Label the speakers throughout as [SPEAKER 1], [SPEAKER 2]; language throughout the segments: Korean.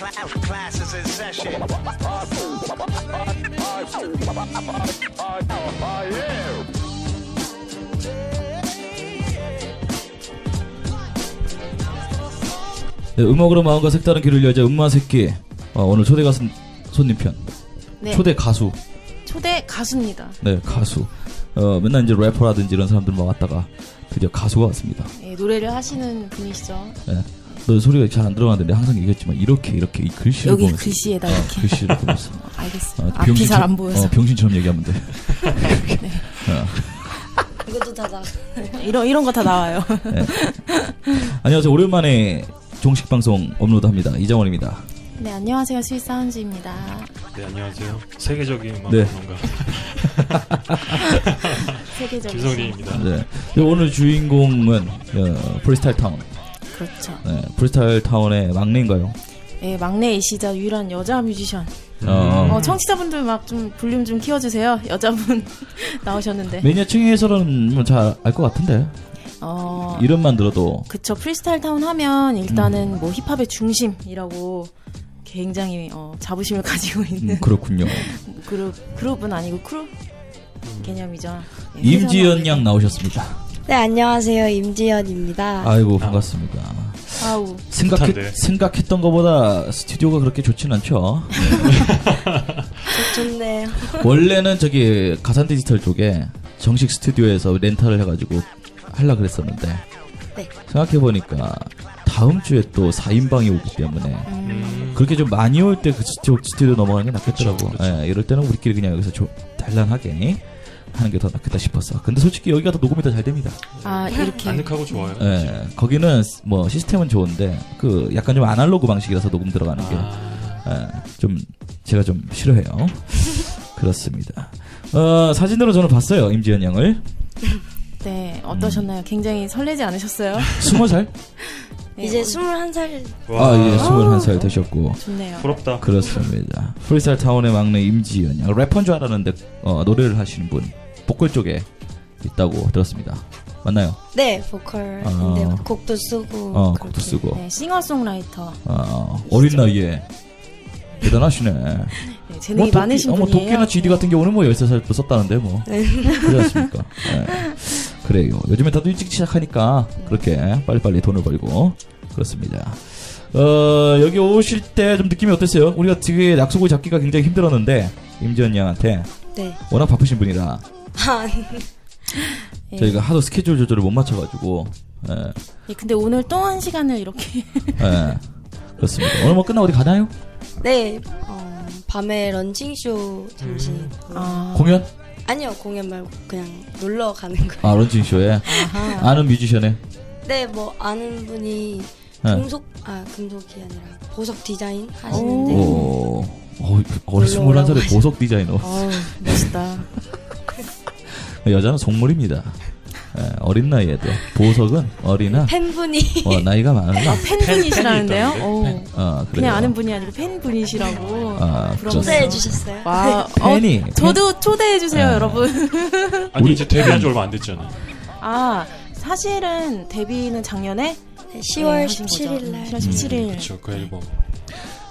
[SPEAKER 1] Classes in session.
[SPEAKER 2] 네, 음악으로 마음과 색다른 길을 여자 음마새끼 어, 오늘 초대 가수 손님 편
[SPEAKER 3] 네.
[SPEAKER 2] 초대 가수
[SPEAKER 3] 초대 가수입니다.
[SPEAKER 2] 네 가수 어, 맨날 이제 래퍼라든지 이런 사람들만 왔다가 드디어 가수가 왔습니다 네.
[SPEAKER 3] 예, 노래를 하시는 분이시죠.
[SPEAKER 2] 너 소리가 잘 안 들어가는데 내가 항상 얘기했지만 이렇게 이렇게 이 글씨를
[SPEAKER 3] 여기
[SPEAKER 2] 보면서
[SPEAKER 3] 글씨에다
[SPEAKER 2] 어,
[SPEAKER 3] 이렇게.
[SPEAKER 2] 글씨를 보면서
[SPEAKER 3] 알겠어요.
[SPEAKER 2] 어,
[SPEAKER 3] 앞이 잘 안
[SPEAKER 2] 병신처럼-
[SPEAKER 3] 보여서. 네.
[SPEAKER 2] 어, 병신처럼 얘기하면 돼 어,
[SPEAKER 3] 이것도 다 나. 네, 이런 이런 거 다 나와요.
[SPEAKER 2] 네. 안녕하세요 오랜만에 종식 방송 업로드합니다 이장원입니다
[SPEAKER 3] 네 안녕하세요 스윗 사운즈입니다.
[SPEAKER 4] 네 안녕하세요. 세계적인 음악
[SPEAKER 2] 네.
[SPEAKER 4] 평론가
[SPEAKER 3] 세계적인
[SPEAKER 4] 김성리입니다.
[SPEAKER 2] 네. 그리고 오늘 주인공은 어, 프리스타일 타운
[SPEAKER 3] 그렇죠.
[SPEAKER 2] 네, 프리스타일 타운의 막내인가요?
[SPEAKER 3] 예 막내이시자 유일한 여자 뮤지션.
[SPEAKER 2] 어,
[SPEAKER 3] 어 청취자분들 막 좀 볼륨 좀 키워주세요. 여자분 나오셨는데.
[SPEAKER 2] 매니아층에서는 뭐 잘 알 것 같은데
[SPEAKER 3] 어
[SPEAKER 2] 이름만 들어도
[SPEAKER 3] 그쵸 프리스타일 타운 하면 일단은
[SPEAKER 2] 음.
[SPEAKER 3] 뭐 힙합의 중심이라고 굉장히 어, 자부심을 가지고
[SPEAKER 2] 음,
[SPEAKER 3] 있는
[SPEAKER 2] 그렇군요.
[SPEAKER 3] 그룹 그룹은 아니고 크루
[SPEAKER 2] 음.
[SPEAKER 3] 개념이죠. 예,
[SPEAKER 2] 임지연
[SPEAKER 3] 회사는-
[SPEAKER 2] 양 나오셨습니다.
[SPEAKER 5] 네, 안녕하세요. 임지연입니다.
[SPEAKER 2] 아이고 반갑습니다.
[SPEAKER 3] 아우
[SPEAKER 2] 생각했,
[SPEAKER 4] 숱한데.
[SPEAKER 2] 생각했던 것보다 스튜디오가 그렇게 좋진 않죠.
[SPEAKER 5] 네. 좋네요.
[SPEAKER 2] 원래는 저기 가산 디지털 쪽에 정식 스튜디오에서 렌탈을 해가지고 하려 그랬었는데
[SPEAKER 5] 네.
[SPEAKER 2] 생각해 보니까 다음 주에 또 4인방이 오기 때문에
[SPEAKER 5] 음.
[SPEAKER 2] 그렇게 좀 많이 올 때 그 스튜디오 넘어가는 게 낫겠더라고.
[SPEAKER 4] 그쵸, 그쵸.
[SPEAKER 2] 예, 이럴 때는 우리끼리 그냥 여기서 좀 단란하게 하는 게 더 낫겠다 싶었어. 근데 솔직히 여기가 더 녹음이 더 잘 됩니다.
[SPEAKER 3] 아 이렇게
[SPEAKER 4] 아늑하고 좋아요.
[SPEAKER 2] 예, 거기는 뭐 시스템은 좋은데 그 약간 좀 아날로그 방식이라서 녹음 들어가는
[SPEAKER 4] 아,
[SPEAKER 2] 게 좀 제가 좀 싫어해요. 그렇습니다. 어, 사진으로 저는 봤어요 임지연 양을
[SPEAKER 3] 네 어떠셨나요? 굉장히 설레지 않으셨어요?
[SPEAKER 2] 음. 스무 살,
[SPEAKER 3] 네,
[SPEAKER 5] 이제
[SPEAKER 3] 어,
[SPEAKER 5] 21살
[SPEAKER 4] 와,
[SPEAKER 2] 아예 스물한 살 되셨고
[SPEAKER 5] 아,
[SPEAKER 3] 좋네요.
[SPEAKER 4] 부럽다.
[SPEAKER 2] 그렇습니다. 프리스타일 타운의 막내 임지연 양 래퍼인 줄 알았는데 어, 노래를 하시는 분 보컬 쪽에 있다고 들었습니다. 맞나요?
[SPEAKER 5] 네, 보컬인데
[SPEAKER 2] 아.
[SPEAKER 5] 곡도 쓰고
[SPEAKER 2] 어,
[SPEAKER 5] 그렇게.
[SPEAKER 2] 곡도 쓰고
[SPEAKER 3] 네 싱어송라이터
[SPEAKER 2] 어, 어린 나이에 대단하시네. 뭐
[SPEAKER 3] 네, 재능이
[SPEAKER 2] 도끼-
[SPEAKER 3] 많으신
[SPEAKER 2] 어머,
[SPEAKER 3] 분이에요. 네.
[SPEAKER 2] 도끼나 GD 같은 경우는 뭐 13살부터 썼다는데 뭐. 그렇지 않습니까? 예. 그래요. 요즘에 다들 일찍 시작하니까 그렇게 빨리빨리 돈을 벌고 그렇습니다. 어, 여기 오실 때 좀 느낌이 어땠어요? 우리가 되게 약속을 잡기가 굉장히 힘들었는데 임지연 양한테
[SPEAKER 5] 네.
[SPEAKER 2] 워낙 바쁘신 분이라
[SPEAKER 5] 아,
[SPEAKER 3] 네.
[SPEAKER 2] 저희가 하도 스케줄 조절을 못 맞춰가지고 예.
[SPEAKER 3] 예, 근데 오늘 또 한 시간을 이렇게
[SPEAKER 2] 예. 그렇습니다. 오늘 뭐 끝나 어디 가나요?
[SPEAKER 5] 네. 어, 밤에 런칭쇼 잠시.
[SPEAKER 3] 아,
[SPEAKER 2] 공연?
[SPEAKER 5] 아니요, 공연 말고 그냥 놀러 가는 거예요.
[SPEAKER 2] 아 런칭 쇼에
[SPEAKER 3] 아하.
[SPEAKER 2] 아는 뮤지션의
[SPEAKER 5] 네, 뭐 아는 분이
[SPEAKER 2] 예.
[SPEAKER 5] 금속 아, 금속이 아니라 보석 디자인 하시는데
[SPEAKER 2] 오, 어, 어린
[SPEAKER 5] 놀러
[SPEAKER 2] 21살의
[SPEAKER 5] 오라고
[SPEAKER 2] 보석 디자이너.
[SPEAKER 3] 어우 멋있다.
[SPEAKER 2] 여자는 속물입니다. 예, 어린 나이에도. 보석은 어리나,
[SPEAKER 5] 팬분이 아,
[SPEAKER 2] 어, 나이가 많으나.
[SPEAKER 3] 아, 팬분이시라는데요?
[SPEAKER 4] 팬이
[SPEAKER 3] 어,
[SPEAKER 2] 어, 그래요.
[SPEAKER 3] 그냥 아는 분이 아니고 팬분이시라고.
[SPEAKER 2] 아,
[SPEAKER 3] 부럽네요.
[SPEAKER 5] 초대해 주셨어요.
[SPEAKER 3] 와,
[SPEAKER 2] 팬이.
[SPEAKER 3] 어, 저도 초대해 주세요,
[SPEAKER 2] 네.
[SPEAKER 3] 여러분.
[SPEAKER 4] 아니
[SPEAKER 2] 우리- 음.
[SPEAKER 4] 이제 데뷔한 지 얼마 안 됐잖아.
[SPEAKER 3] 아, 사실은 데뷔는 작년에
[SPEAKER 5] 네, 10월
[SPEAKER 3] 하신 거죠.
[SPEAKER 5] 17일 날.
[SPEAKER 3] 10월
[SPEAKER 2] 음,
[SPEAKER 3] 17일.
[SPEAKER 4] 그렇죠. 그 앨범.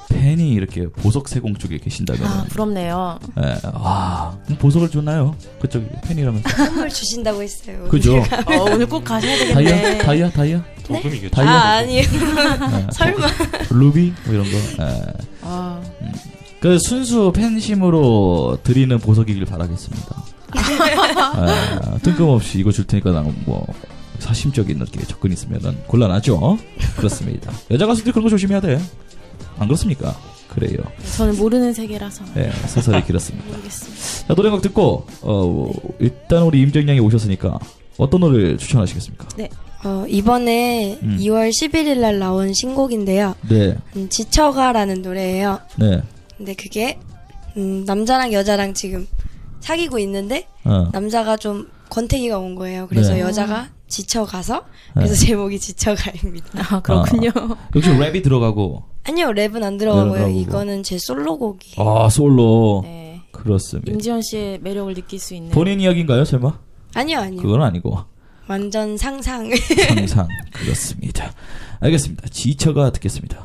[SPEAKER 2] 팬이 이렇게 보석 세공 쪽에 계신다면.
[SPEAKER 3] 아, 부럽네요.
[SPEAKER 2] 예, 와, 그럼 보석을 줬나요? 그쪽 팬이라면서.
[SPEAKER 5] 선물 주신다고 했어요.
[SPEAKER 2] 그죠?
[SPEAKER 3] 어, 오늘 꼭 가셔야
[SPEAKER 2] 다이아?
[SPEAKER 3] 되겠네.
[SPEAKER 2] 다이아? 다이아?
[SPEAKER 4] 도금이겠죠.
[SPEAKER 2] 다이아?
[SPEAKER 5] 아, 아니요.
[SPEAKER 2] 예,
[SPEAKER 5] 설마.
[SPEAKER 2] 루비? 뭐 이런 거. 예.
[SPEAKER 3] 아,
[SPEAKER 2] 그 순수 팬심으로 드리는 보석이길 바라겠습니다. 아, 뜬금없이 이거 줄 테니까 나는 뭐 사심적인 이렇게 접근이 있으면 곤란하죠. 그렇습니다. 여자 가수들이 그런 거 조심해야 돼. 안 그렇습니까? 그래요.
[SPEAKER 3] 저는 모르는 세계라서
[SPEAKER 2] 예, 사설이 길었습니다.
[SPEAKER 3] 모르겠습니다.
[SPEAKER 2] 자, 노래곡 듣고 어, 일단 우리 임정양이 오셨으니까 어떤 노래를 추천하시겠습니까?
[SPEAKER 5] 어, 이번에
[SPEAKER 2] 음.
[SPEAKER 5] 2월 11일 날 나온 신곡인데요.
[SPEAKER 2] 네,
[SPEAKER 5] 음, 지쳐가라는 노래예요.
[SPEAKER 2] 네.
[SPEAKER 5] 근데 그게 음, 남자랑 여자랑 지금 사귀고 있는데
[SPEAKER 2] 어.
[SPEAKER 5] 남자가 좀 권태기가 온 거예요. 그래서
[SPEAKER 2] 네.
[SPEAKER 5] 여자가 지쳐가서 그래서 제목이 지쳐가입니다.
[SPEAKER 3] 아, 그렇군요.
[SPEAKER 2] 어. 역시 랩이 들어가고
[SPEAKER 5] 아니요 랩은 안 들어가고요.
[SPEAKER 2] 들어가고.
[SPEAKER 5] 이거는 제 솔로곡이.
[SPEAKER 2] 아 솔로
[SPEAKER 3] 네.
[SPEAKER 2] 그렇습니다.
[SPEAKER 3] 임지현 씨의 매력을 느낄 수 있는.
[SPEAKER 2] 본인 이야기인가요, 설마?
[SPEAKER 5] 아니요 아니요.
[SPEAKER 2] 그건 아니고
[SPEAKER 5] 완전 상상.
[SPEAKER 2] 항상 그렇습니다. 알겠습니다. 지처가 듣겠습니다.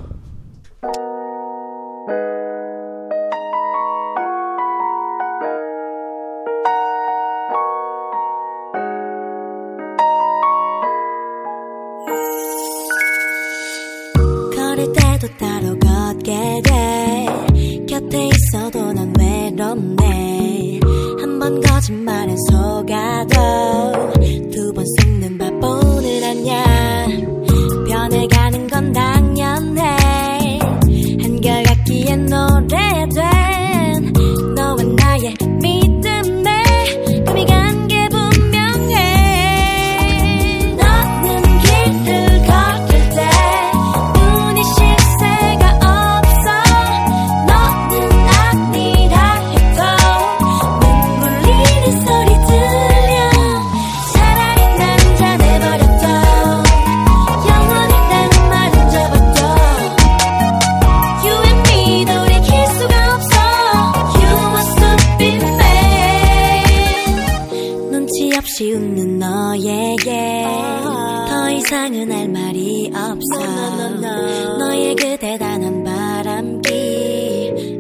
[SPEAKER 1] 걸을 때도 따로 걷게 돼 곁에 있어도 난 외롭네 한 번 거짓말엔 속아도 두 번 속는 바보는 아냐 변해가는 건 당연해 한결같기엔 노래된 너와 나의 믿음에 금이 간 게 분명해 너는 길을 걷을 때 눈이 실세가 없어 너는 아니라 해도 눈물 흘리는 소리 들려 차라리 난 잘해버렸죠 영원히 난 말은 접었죠 You and me 돌이킬 수가 없어 You must be made 눈치 없이 웃는 너에게 더 이상은 할 말이 없어 너의 그 대단한 바람기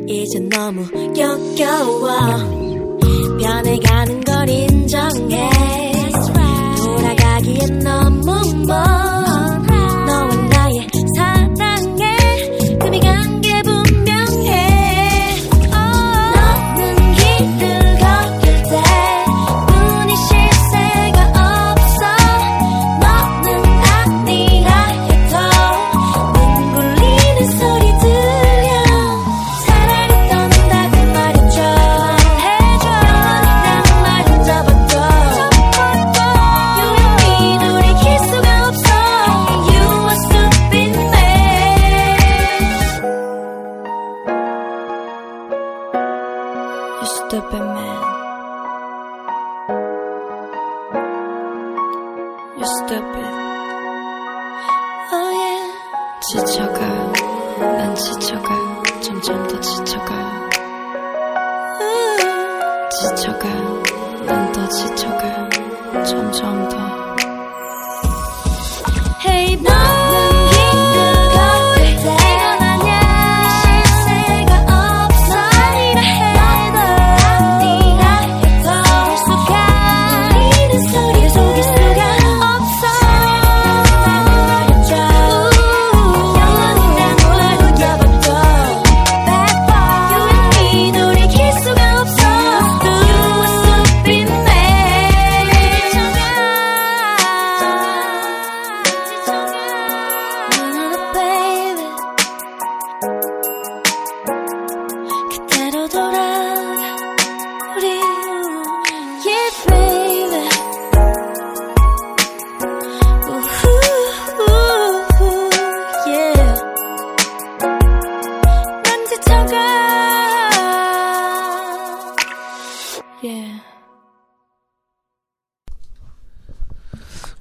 [SPEAKER 1] 이젠 너무 역겨워 변해가는 걸 인정해 돌아가기엔 너무 먼 Uh-huh. 너와 나의 사랑에 금이 간 게 분명해 Uh-huh. 너는 길을 걷을 때 눈이 실세가 없어 너는 아니라 해도 눈 굴리는 소리 들려 차라리 떠난다고 말했죠 해줘 난 말은 접었죠 You and me 돌이킬 수가 없어 You must have been made
[SPEAKER 5] Superman. You stupid. Oh yeah. 지쳐가, 난 지쳐가, 점점 더 지쳐가. 아, 지쳐가, 난 더 지쳐가, 점점 더.
[SPEAKER 1] Hey, 너는 길을 걷을 때 실세가 없어 아니라 해도 아니라 해도 들리는 소리 속일 수가 없어 사랑했죠 영원히 난 말을 잡았죠 유행이 돌이킬 수가 없어 You must be made 지쳐가 지쳐가 baby 그대로 돌아가 우리 Yeah baby 우후 Yeah 난 지쳐가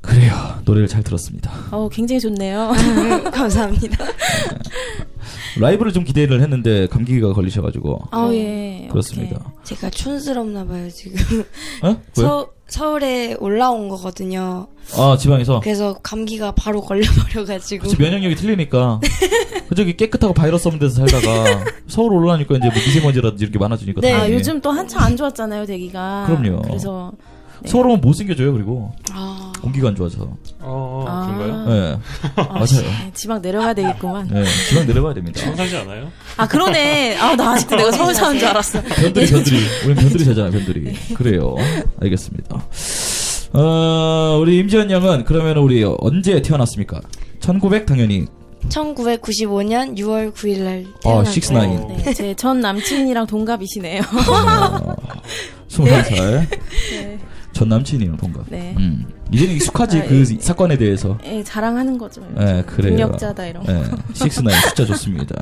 [SPEAKER 2] 그래요. 아, 노래를 잘 들었습니다.
[SPEAKER 3] 어, 굉장히 좋네요. 음,
[SPEAKER 5] 감사합니다.
[SPEAKER 2] 라이브를 좀 기대를 했는데 감기가 걸리셔가지고
[SPEAKER 3] 아, 예.
[SPEAKER 2] 어, 그렇습니다.
[SPEAKER 5] 네. 제가 촌스럽나 봐요, 지금.
[SPEAKER 2] 어? 왜요?
[SPEAKER 5] 서, 서울에 올라온 거거든요.
[SPEAKER 2] 아 지방에서
[SPEAKER 5] 그래서 감기가 바로 걸려버려가지고.
[SPEAKER 2] 그치, 면역력이 틀리니까 그 저기 깨끗하고 바이러스 없는 데서 살다가 서울 올라오니까 이제 뭐 미세먼지라든지 이렇게 많아지니까
[SPEAKER 5] 네,
[SPEAKER 3] 오케이. 아,
[SPEAKER 2] 당연히.
[SPEAKER 3] 요즘 또 한창 안 좋았잖아요, 대기가.
[SPEAKER 2] 그럼요.
[SPEAKER 3] 그래서 네.
[SPEAKER 2] 서울 오면 못 생겨져요. 그리고
[SPEAKER 5] 아,
[SPEAKER 2] 공기가 안 좋아서
[SPEAKER 4] 어,
[SPEAKER 3] 아.
[SPEAKER 4] 그런가요?
[SPEAKER 2] 예
[SPEAKER 3] 아,
[SPEAKER 2] 맞아요.
[SPEAKER 3] 씨, 지방 내려가야 되겠구만.
[SPEAKER 2] 예, 지방 내려가야 됩니다.
[SPEAKER 4] 천사지 않아요?
[SPEAKER 3] 아, 그러네. 아, 나 아직도 내가 서울 사는 줄 알았어.
[SPEAKER 2] 변두리 변두리 우린 변두리 자잖아요 변두리
[SPEAKER 3] 네.
[SPEAKER 2] 그래요 알겠습니다 어, 우리 임지연 양은 그러면 우리 언제 태어났습니까? 1900 당연히
[SPEAKER 5] 1995년 6월 9일날
[SPEAKER 2] 아
[SPEAKER 5] 태어났고.
[SPEAKER 2] 69
[SPEAKER 3] 네, 제 전 남친이랑 동갑이시네요.
[SPEAKER 2] 어, 21살 전 남친이랑 동갑
[SPEAKER 3] 네.
[SPEAKER 2] 음, 이제는 익숙하지
[SPEAKER 3] 아,
[SPEAKER 2] 그
[SPEAKER 3] 예.
[SPEAKER 2] 사건에 대해서
[SPEAKER 3] 예, 자랑하는 거죠.
[SPEAKER 2] 예, 그래요.
[SPEAKER 3] 능력자다 이런 거.
[SPEAKER 2] 네, 69 숫자 좋습니다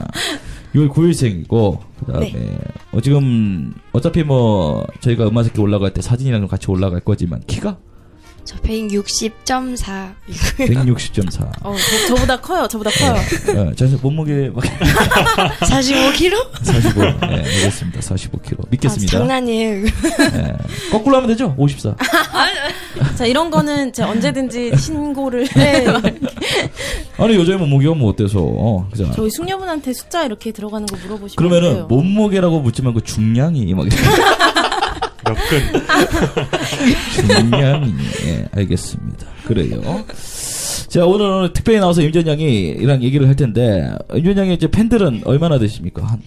[SPEAKER 2] 6월 9일생이고 그다음에
[SPEAKER 3] 네.
[SPEAKER 2] 어, 지금 어차피 뭐 저희가 음악 새끼 올라갈 때 사진이랑 좀 같이 올라갈 거지만 키가
[SPEAKER 5] 저 160.4.
[SPEAKER 2] 160.4.
[SPEAKER 3] 어, 저, 보다 커요. 저보다 커요.
[SPEAKER 2] 어, 저 몸무게 막 아.
[SPEAKER 5] 45kg?
[SPEAKER 2] 45. 예, 알겠습니다. 45kg. 믿겠습니다.
[SPEAKER 5] 아, 장난이에요.
[SPEAKER 2] 예. 거꾸로 하면 되죠? 54.
[SPEAKER 3] 자, 이런 거는 제가 언제든지
[SPEAKER 2] 네.
[SPEAKER 3] 신고를
[SPEAKER 5] 네.
[SPEAKER 2] 아니 여자의 몸무게가 뭐 어때서? 어, 그잖아.
[SPEAKER 3] 저희 숙녀분한테 숫자 이렇게 들어가는 거 물어보시면 안 돼요.
[SPEAKER 2] 그러면은 뭐 몸무게라고 묻지 말고 중량이 막 이렇게.
[SPEAKER 4] 몇 근?
[SPEAKER 2] 중량이 예, 알겠습니다. 그래요. 자 오늘 특별히 나와서 임전양이랑 얘기를 할 텐데 임전양의 이제 팬들은 얼마나 되십니까? 한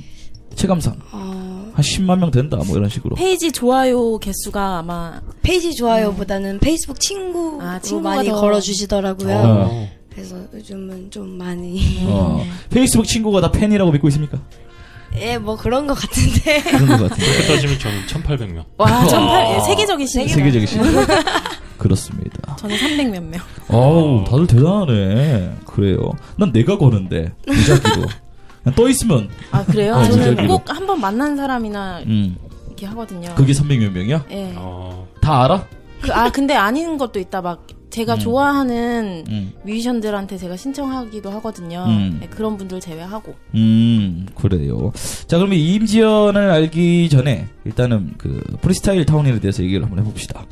[SPEAKER 2] 체감상
[SPEAKER 5] 어,
[SPEAKER 2] 한 10만 명 된다 뭐 이런 식으로.
[SPEAKER 3] 페이지 좋아요 개수가 아마 음.
[SPEAKER 5] 페이지 좋아요보다는 페이스북 친구
[SPEAKER 3] 아,
[SPEAKER 5] 로
[SPEAKER 3] 친구가
[SPEAKER 5] 많이
[SPEAKER 3] 더-
[SPEAKER 5] 걸어주시더라고요.
[SPEAKER 2] 어.
[SPEAKER 5] 그래서 요즘은 좀 많이.
[SPEAKER 2] 어, 페이스북 친구가 다 팬이라고 믿고 있습니까?
[SPEAKER 5] 예, 뭐 그런 것 같은데.
[SPEAKER 2] 그런 것 같은데.
[SPEAKER 4] 그렇게 따지면 저는 1,800명.
[SPEAKER 3] 와, 전팔 예, 세계적이신
[SPEAKER 2] 아. 세계적이시죠. 그렇습니다.
[SPEAKER 3] 저는 300 몇 명.
[SPEAKER 2] 어우, 다들 대단하네. 그래요. 난 내가 거는데, 무작위로. 그냥 떠 있으면,
[SPEAKER 3] 아, 그래요?
[SPEAKER 2] 어,
[SPEAKER 3] 저는
[SPEAKER 2] 무작위로.
[SPEAKER 3] 꼭 한 번 만난 사람이나
[SPEAKER 2] 음,
[SPEAKER 3] 이렇게 하거든요.
[SPEAKER 2] 그게 300몇 명이야?
[SPEAKER 3] 아. 예.
[SPEAKER 4] 어,
[SPEAKER 2] 다 알아?
[SPEAKER 3] 그, 아, 근데 아닌 것도 있다. 막 제가
[SPEAKER 2] 음.
[SPEAKER 3] 좋아하는
[SPEAKER 2] 음,
[SPEAKER 3] 뮤지션들한테 제가 신청하기도 하거든요.
[SPEAKER 2] 음.
[SPEAKER 3] 예, 그런 분들 제외하고.
[SPEAKER 2] 음, 그래요. 자, 그러면 임지연을 알기 전에, 일단은 그, 프리스타일 타운에 대해서 얘기를 한번 해봅시다.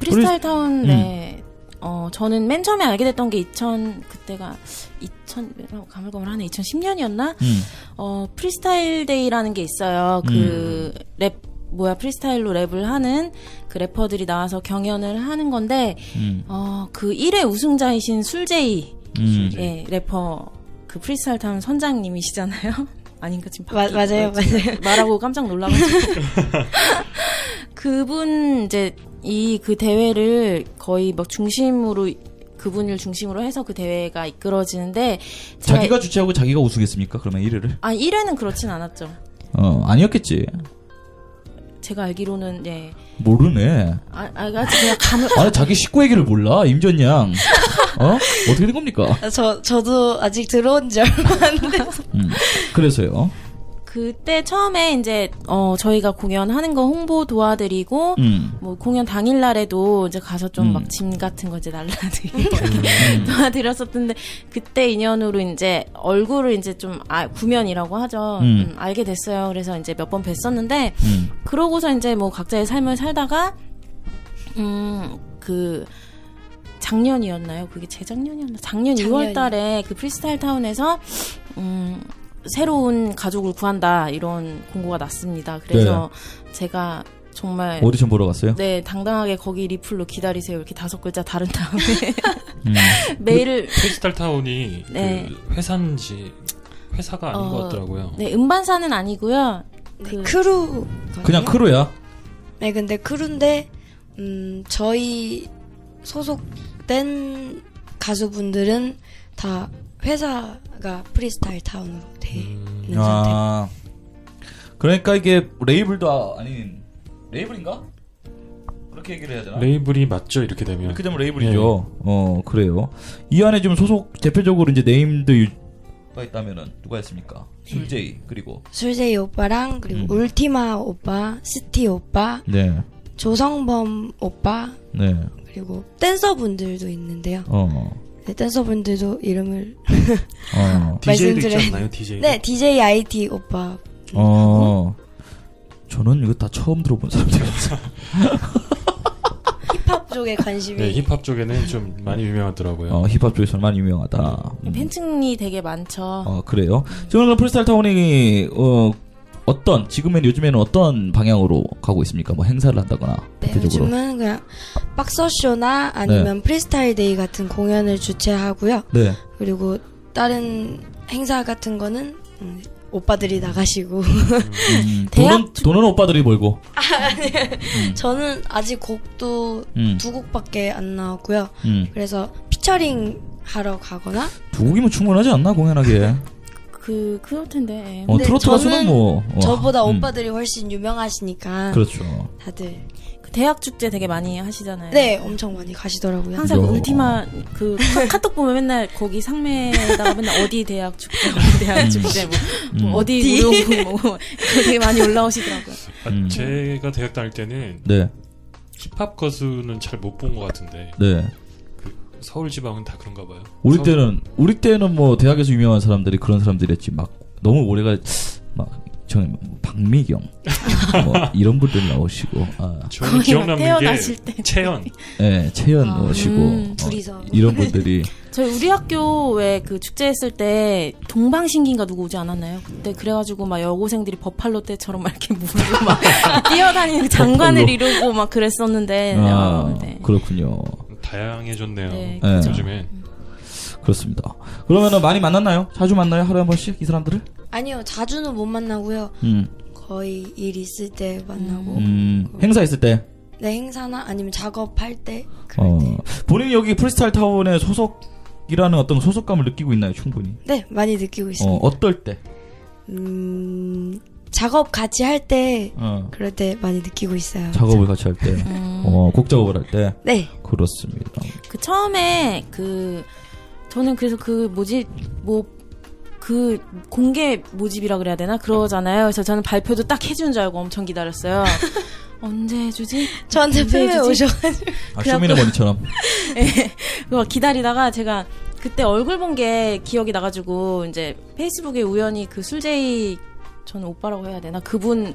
[SPEAKER 3] 프리스타일 타운,
[SPEAKER 2] 음.
[SPEAKER 3] 네. 어, 저는 맨 처음에 알게 됐던 게 2000, 그때가 2000, 가물가물 하네. 2010년이었나?
[SPEAKER 2] 음,
[SPEAKER 3] 어, 프리스타일 데이라는 게 있어요. 그,
[SPEAKER 2] 음.
[SPEAKER 3] 랩, 뭐야, 프리스타일로 랩을 하는 그 래퍼들이 나와서 경연을 하는 건데,
[SPEAKER 2] 음,
[SPEAKER 3] 어, 그 1회 우승자이신 술제이,
[SPEAKER 2] 음.
[SPEAKER 5] 네.
[SPEAKER 3] 예, 래퍼, 그 프리스타일 타운 선장님이시잖아요. 아닌가, 지금
[SPEAKER 5] 마-
[SPEAKER 3] 바뀌-
[SPEAKER 5] 맞아요, 맞아요.
[SPEAKER 3] 말하고 깜짝 놀라가지고 그분 이제 이 그 대회를 거의 막 중심으로 그분을 중심으로 해서 그 대회가 이끌어지는데 제가
[SPEAKER 2] 자기가 주최하고 자기가 우승했습니까? 그러면 1회를?
[SPEAKER 3] 아 1회는 그렇진 않았죠.
[SPEAKER 2] 어, 아니었겠지.
[SPEAKER 3] 제가 알기로는 예.
[SPEAKER 2] 모르네.
[SPEAKER 3] 아, 아, 아직 그냥 감을
[SPEAKER 2] 아니, 자기 식구 얘기를 몰라, 임전양. 어? 어떻게 된 겁니까?
[SPEAKER 5] 저, 저도 아직 들어온 지 얼마 안 돼서.
[SPEAKER 2] 음, 그래서요.
[SPEAKER 3] 그때 처음에 이제 어 저희가 공연하는 거 홍보 도와드리고
[SPEAKER 2] 음.
[SPEAKER 3] 뭐 공연 당일날에도 이제 가서 좀
[SPEAKER 2] 음.
[SPEAKER 3] 막 짐 같은 거 이제 날라드리고 이렇게 도와드렸었는데 그때 인연으로 이제 얼굴을 이제 좀 아, 구면이라고 하죠.
[SPEAKER 2] 음.
[SPEAKER 3] 음, 알게 됐어요. 그래서 이제 몇 번 뵀었는데
[SPEAKER 2] 음.
[SPEAKER 3] 그러고서 이제 뭐 각자의 삶을 살다가 음, 음그 작년이었나요? 그게 재작년이었나? 작년
[SPEAKER 5] 작년이요.
[SPEAKER 3] 2월달에 그 프리스타일 타운에서 음 새로운 가족을 구한다 이런 공고가 났습니다. 그래서 제가 정말
[SPEAKER 2] 네. 오디션 보러 갔어요?
[SPEAKER 3] 네, 당당하게 거기 리플로 기다리세요. 이렇게 다섯 글자 다른 다음에
[SPEAKER 2] 음.
[SPEAKER 3] 메일을
[SPEAKER 4] 크리스탈 그 타운이
[SPEAKER 3] 네.
[SPEAKER 4] 그 회사인지 회사가 아닌
[SPEAKER 3] 어,
[SPEAKER 4] 것 같더라고요.
[SPEAKER 3] 네, 음반사는 아니고요. 그-
[SPEAKER 5] 네, 크루.
[SPEAKER 2] 그냥 크루야.
[SPEAKER 5] 네, 근데 크루인데, 음, 저희 소속된 가수분들은 다 회사가 프리스타일 타운으로 돼
[SPEAKER 4] 음,
[SPEAKER 5] 있는 상태.
[SPEAKER 2] 아. 그러니까 이게 레이블도 아- 아닌 레이블인가? 그렇게 얘기를 해야 되나?
[SPEAKER 4] 레이블이 맞죠 이렇게 되면.
[SPEAKER 2] 이렇게 되면 레이블이죠. 어, 그래요. 이 안에 지금 소속 대표적으로 이제 네임드 유가 있다면은 누가 있습니까? 술제이 그리고
[SPEAKER 5] 네. 술제이 오빠랑, 그리고
[SPEAKER 2] 음.
[SPEAKER 5] 울티마 오빠, 스티 오빠,
[SPEAKER 2] 네.
[SPEAKER 5] 조성범 오빠,
[SPEAKER 2] 네.
[SPEAKER 5] 그리고 댄서분들도 있는데요.
[SPEAKER 2] 어.
[SPEAKER 5] 네, 댄서분들도 이름을.
[SPEAKER 2] 어.
[SPEAKER 4] DJ도 있지
[SPEAKER 5] 말씀드려야-
[SPEAKER 4] 않나요 DJ?
[SPEAKER 5] 네, DJ IT 오빠.
[SPEAKER 2] 어.
[SPEAKER 5] 네.
[SPEAKER 2] 저는 이거 다 처음 들어본 사람들이라서.
[SPEAKER 5] 힙합 쪽에 관심이.
[SPEAKER 4] 네 힙합 쪽에는 좀 많이 유명하더라고요.
[SPEAKER 2] 어, 힙합 쪽에서 많이 유명하다.
[SPEAKER 5] 네.
[SPEAKER 2] 음.
[SPEAKER 3] 팬층이 되게 많죠.
[SPEAKER 2] 아 그래요? 지금 그럼 프리스타일 타운이 어, 어떤 지금은 요즘에는 어떤 방향으로 가고 있습니까? 뭐 행사를 한다거나
[SPEAKER 5] 네,
[SPEAKER 2] 대표적으로.
[SPEAKER 5] 요즘은 그냥 박서쇼나 아니면 프리스타일 데이 같은 공연을 주최하고요.
[SPEAKER 2] 네.
[SPEAKER 5] 그리고 다른 행사 같은 거는 음, 오빠들이 나가시고 아,
[SPEAKER 2] 음,
[SPEAKER 3] 대학
[SPEAKER 2] 돈은 돈은 오빠들이 벌고.
[SPEAKER 5] 저는 아직 곡도
[SPEAKER 2] 음,
[SPEAKER 5] 두 곡밖에 안 나왔고요.
[SPEAKER 2] 음.
[SPEAKER 5] 그래서 피처링 하러 가거나 네.
[SPEAKER 2] 두 곡이면 충분하지 않나 공연하기에.
[SPEAKER 3] 그 그럴 텐데.
[SPEAKER 2] 어,
[SPEAKER 5] 근데
[SPEAKER 2] 트로트 가수는
[SPEAKER 5] 저는
[SPEAKER 2] 뭐 어,
[SPEAKER 5] 저보다
[SPEAKER 2] 음,
[SPEAKER 5] 오빠들이 훨씬 유명하시니까
[SPEAKER 2] 그렇죠.
[SPEAKER 5] 다들
[SPEAKER 3] 그 대학 축제 되게 많이 하시잖아요.
[SPEAKER 5] 네 엄청 많이 가시더라고요.
[SPEAKER 3] 항상
[SPEAKER 2] 요.
[SPEAKER 3] 그 울티마 그 카- 카톡 보면 맨날 거기 상매에다가 맨날 어디 대학 축제, 어디 대학
[SPEAKER 2] 음.
[SPEAKER 3] 축제 뭐,
[SPEAKER 2] 음.
[SPEAKER 3] 뭐 어디 우용 뭐 그거 되게 많이 올라오시더라고요.
[SPEAKER 4] 아,
[SPEAKER 2] 음.
[SPEAKER 4] 제가 대학 다닐 때는
[SPEAKER 2] 네,
[SPEAKER 4] 힙합 가수는 잘 못 본 것 같은데 그
[SPEAKER 2] 네.
[SPEAKER 4] 서울 지방은 다 그런가 봐요.
[SPEAKER 2] 우리
[SPEAKER 4] 서울-
[SPEAKER 2] 때는 우리 때는 뭐 대학에서 유명한 사람들이 그런 사람들이었지 막 너무 오래가 막 저는 뭐 박미경 뭐 이런 분들 나오시고 아,
[SPEAKER 4] 저는 기억나는
[SPEAKER 3] 태어나실
[SPEAKER 4] 게
[SPEAKER 3] 때
[SPEAKER 4] 채연
[SPEAKER 2] 예, 채연
[SPEAKER 3] 아,
[SPEAKER 2] 오시고
[SPEAKER 5] 음,
[SPEAKER 2] 어,
[SPEAKER 5] 둘이서
[SPEAKER 2] 이런 분들이
[SPEAKER 3] 저희 우리 학교 왜 그 축제 했을 때 동방신기인가 누구 오지 않았나요? 그때 그래가지고 막 여고생들이 버팔로 때처럼 막 이렇게 물고 막 뛰어다니는 장관을
[SPEAKER 2] 버팔로.
[SPEAKER 3] 이루고 막 그랬었는데
[SPEAKER 2] 아,
[SPEAKER 3] 어, 네.
[SPEAKER 2] 그렇군요.
[SPEAKER 4] 다양해졌네요.
[SPEAKER 3] 네,
[SPEAKER 2] 네. 그죠.
[SPEAKER 4] 요즘엔
[SPEAKER 2] 그렇습니다. 그러면은 많이 만났나요? 자주 만나요? 하루에 한 번씩 이 사람들을?
[SPEAKER 5] 아니요 자주는 못 만나고요.
[SPEAKER 2] 음,
[SPEAKER 5] 거의 일 있을 때 만나고
[SPEAKER 2] 음, 행사 있을 때.
[SPEAKER 5] 내 행사나 아니면 작업할 때 그럴
[SPEAKER 2] 어,
[SPEAKER 5] 때.
[SPEAKER 2] 본인 이 여기 프리스타일 타운의 소속이라는 어떤 소속감을 느끼고 있나요? 충분히.
[SPEAKER 5] 네 많이 느끼고
[SPEAKER 2] 어,
[SPEAKER 5] 있습니다.
[SPEAKER 2] 어떨 때?
[SPEAKER 5] 음 작업 같이 할 때
[SPEAKER 2] 어,
[SPEAKER 5] 그럴 때 많이 느끼고 있어요. 음.
[SPEAKER 2] 작업을 같이 할 때. 어, 곡 작업을 할 때.
[SPEAKER 5] 네
[SPEAKER 2] 그렇습니다.
[SPEAKER 3] 그 처음에 그 저는 그래서 그 뭐지 뭐 그 공개 모집이라 그래야 되나 그러잖아요. 그래서 저는 발표도 딱 해주는 줄 알고 엄청 기다렸어요. 언제 해주지?
[SPEAKER 5] 저한테
[SPEAKER 3] 언제
[SPEAKER 5] 팬에
[SPEAKER 3] 해주지?
[SPEAKER 5] 오셔
[SPEAKER 2] 아,
[SPEAKER 3] 그래갖고- 네.
[SPEAKER 2] 쇼미더머니처럼.
[SPEAKER 3] 그거 기다리다가 제가 그때 얼굴 본 게 기억이 나가지고 이제 페이스북에 우연히 그 술제이 저는 오빠라고 해야 되나 그분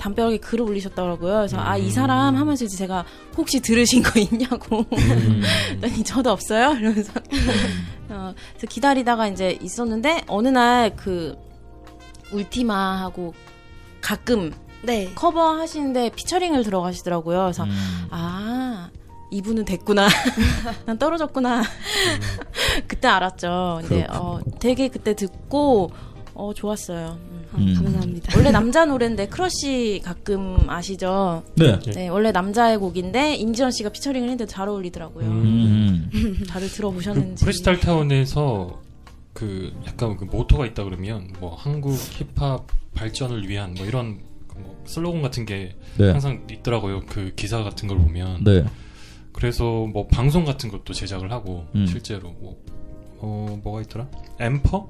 [SPEAKER 3] 담벼락에 글을 올리셨더라고요. 그래서 아 이 사람 하면서 이제 제가 혹시 들으신 거 있냐고 그랬더니 저도 없어요. 이러면서 어, 그래서 기다리다가 이제 있었는데 어느 날 그 울티마하고 가끔
[SPEAKER 5] 네
[SPEAKER 3] 커버 하시는데 피처링을 들어가시더라고요. 그래서
[SPEAKER 2] 음.
[SPEAKER 3] 아 이분은 됐구나 난 떨어졌구나 그때 알았죠 근데 어, 되게 그때 듣고 어 좋았어요 음.
[SPEAKER 5] 아,
[SPEAKER 2] 음.
[SPEAKER 5] 감사합니다.
[SPEAKER 3] 원래 남자 노래인데 크러쉬 가끔 아시죠
[SPEAKER 2] 네.
[SPEAKER 3] 네 원래 남자의 곡인데 임지연 씨가 피처링을 했는데 잘 어울리더라고요
[SPEAKER 2] 음.
[SPEAKER 3] 다들
[SPEAKER 4] 그
[SPEAKER 3] 들어보셨는지
[SPEAKER 4] 프리스타일 타운에서 그 약간 그 모토가 있다 그러면 뭐 한국 힙합 발전을 위한 뭐 이런 그뭐 슬로건 같은 게
[SPEAKER 2] 네.
[SPEAKER 4] 항상 있더라고요. 그 기사 같은 걸 보면
[SPEAKER 2] 네.
[SPEAKER 4] 그래서 뭐 방송 같은 것도 제작을 하고
[SPEAKER 2] 음.
[SPEAKER 4] 실제로 뭐 어, 뭐가 있더라? 엠퍼?